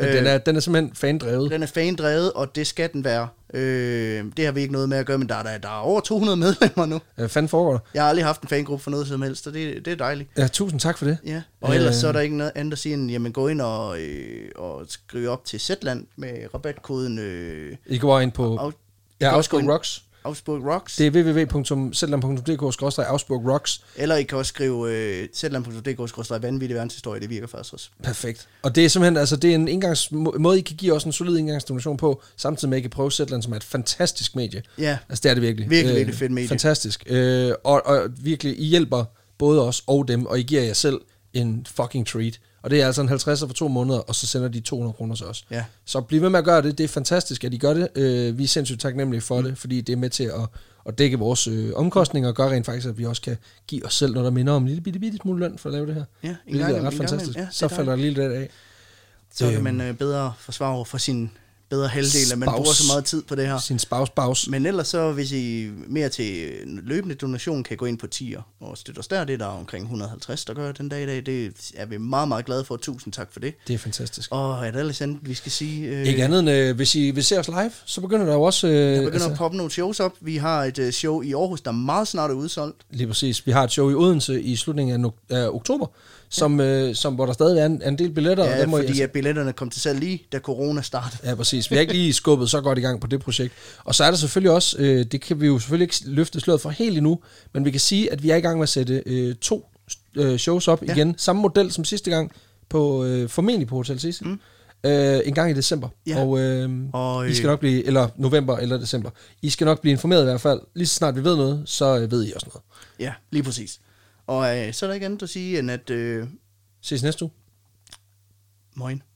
Øh, Men den, er, den er simpelthen fandrevet. den er fandrevet, og det skal den være. Øh, det har vi ikke noget med at gøre, men der er, der, der er over 200 medlemmer nu. Hvad Øh, fanden foregår der? Jeg har aldrig haft en fangruppe for noget som helst, og det, det er dejligt. Ja, tusind tak for det. Ja, og øh. ellers så er der ikke noget andet at sige end, jamen gå ind og, øh, og skriv op til Zetland med rabatkoden øh, I går bare ind på Af- Af, I ja, kan også gå Augsburg ind- Rocks. Augsburg Rocks. Det er www.selland.dk-augsburg Rocks. Eller I kan også skrive øh, zland.dk vanvittig verdenshistorie, det virker faktisk også. Perfekt. Og det er simpelthen altså, det er en engangs måde, I kan give os en solid engangsdonation på, samtidig med, at I kan prøve Zetland, som er et fantastisk medie. Ja, Altså, det er det virkelig. Virkelig, virkelig fedt medie. Fantastisk. Øh, og, og virkelig, I hjælper både os og dem, og I giver jer selv en fucking treat. Og det er altså en 50'er for to måneder, og så sender de 200 kroner til os. Ja. Så bliv ved med at gøre det. Det er fantastisk, at I gør det. Øh, vi er sindssygt taknemmelige for Mm. det, fordi det er med til at, at dække vores øh, omkostninger, og gør rent faktisk, at vi også kan give os selv noget, der minder om en lille bitte, bitte smule løn for at lave det her. Ja, en det gang er imellem, ret en gang fantastisk. imellem. Ja, det så er falder der lige lidt af. så kan Øhm. man øh, bedre forsvare over for sin bedre halvdel, at man Spaus. bruger så meget tid på det her. Sin spaus, baus. Men ellers så, hvis I mere til øh, løbende donation, kan I gå ind på tier og støtte os der. Det er der omkring 150, der gør den dag i dag. Det er vi meget, meget glade for. Tusind tak for det. Det er fantastisk. Og er der ellers andet, vi skal sige? Øh, Ikke andet end, øh, hvis I vil se os live, så begynder der jo også... Øh, Der begynder at poppe nogle shows op. Vi har et øh, show i Aarhus, der meget snart er udsolgt. Lige præcis. Vi har et show i Odense i slutningen af, no- af oktober, som, øh, som, hvor der stadig er en, er en del billetter. og Ja, der må I fordi altså- at billetterne kom til salg lige, da corona startede. Ja, præcis. Vi har ikke lige skubbet så godt i gang på det projekt. Og så er der selvfølgelig også, øh, det kan vi jo selvfølgelig ikke løfte sløret for helt endnu, men vi kan sige, at vi er i gang med at sætte øh, to øh, shows op Ja. ja. igen. Samme model som sidste gang, på øh, formentlig på Hotel Cecil. Mm. Øh, en gang i december. Ja. Og, øh, Og, og øh, I skal nok blive, eller november eller december. I skal nok blive informeret i hvert fald. Lige så snart vi ved noget, så øh, ved I også noget. Ja, lige præcis. Og øh, så er der ikke andet at sige, end at øh, Ses næste uge. morgen.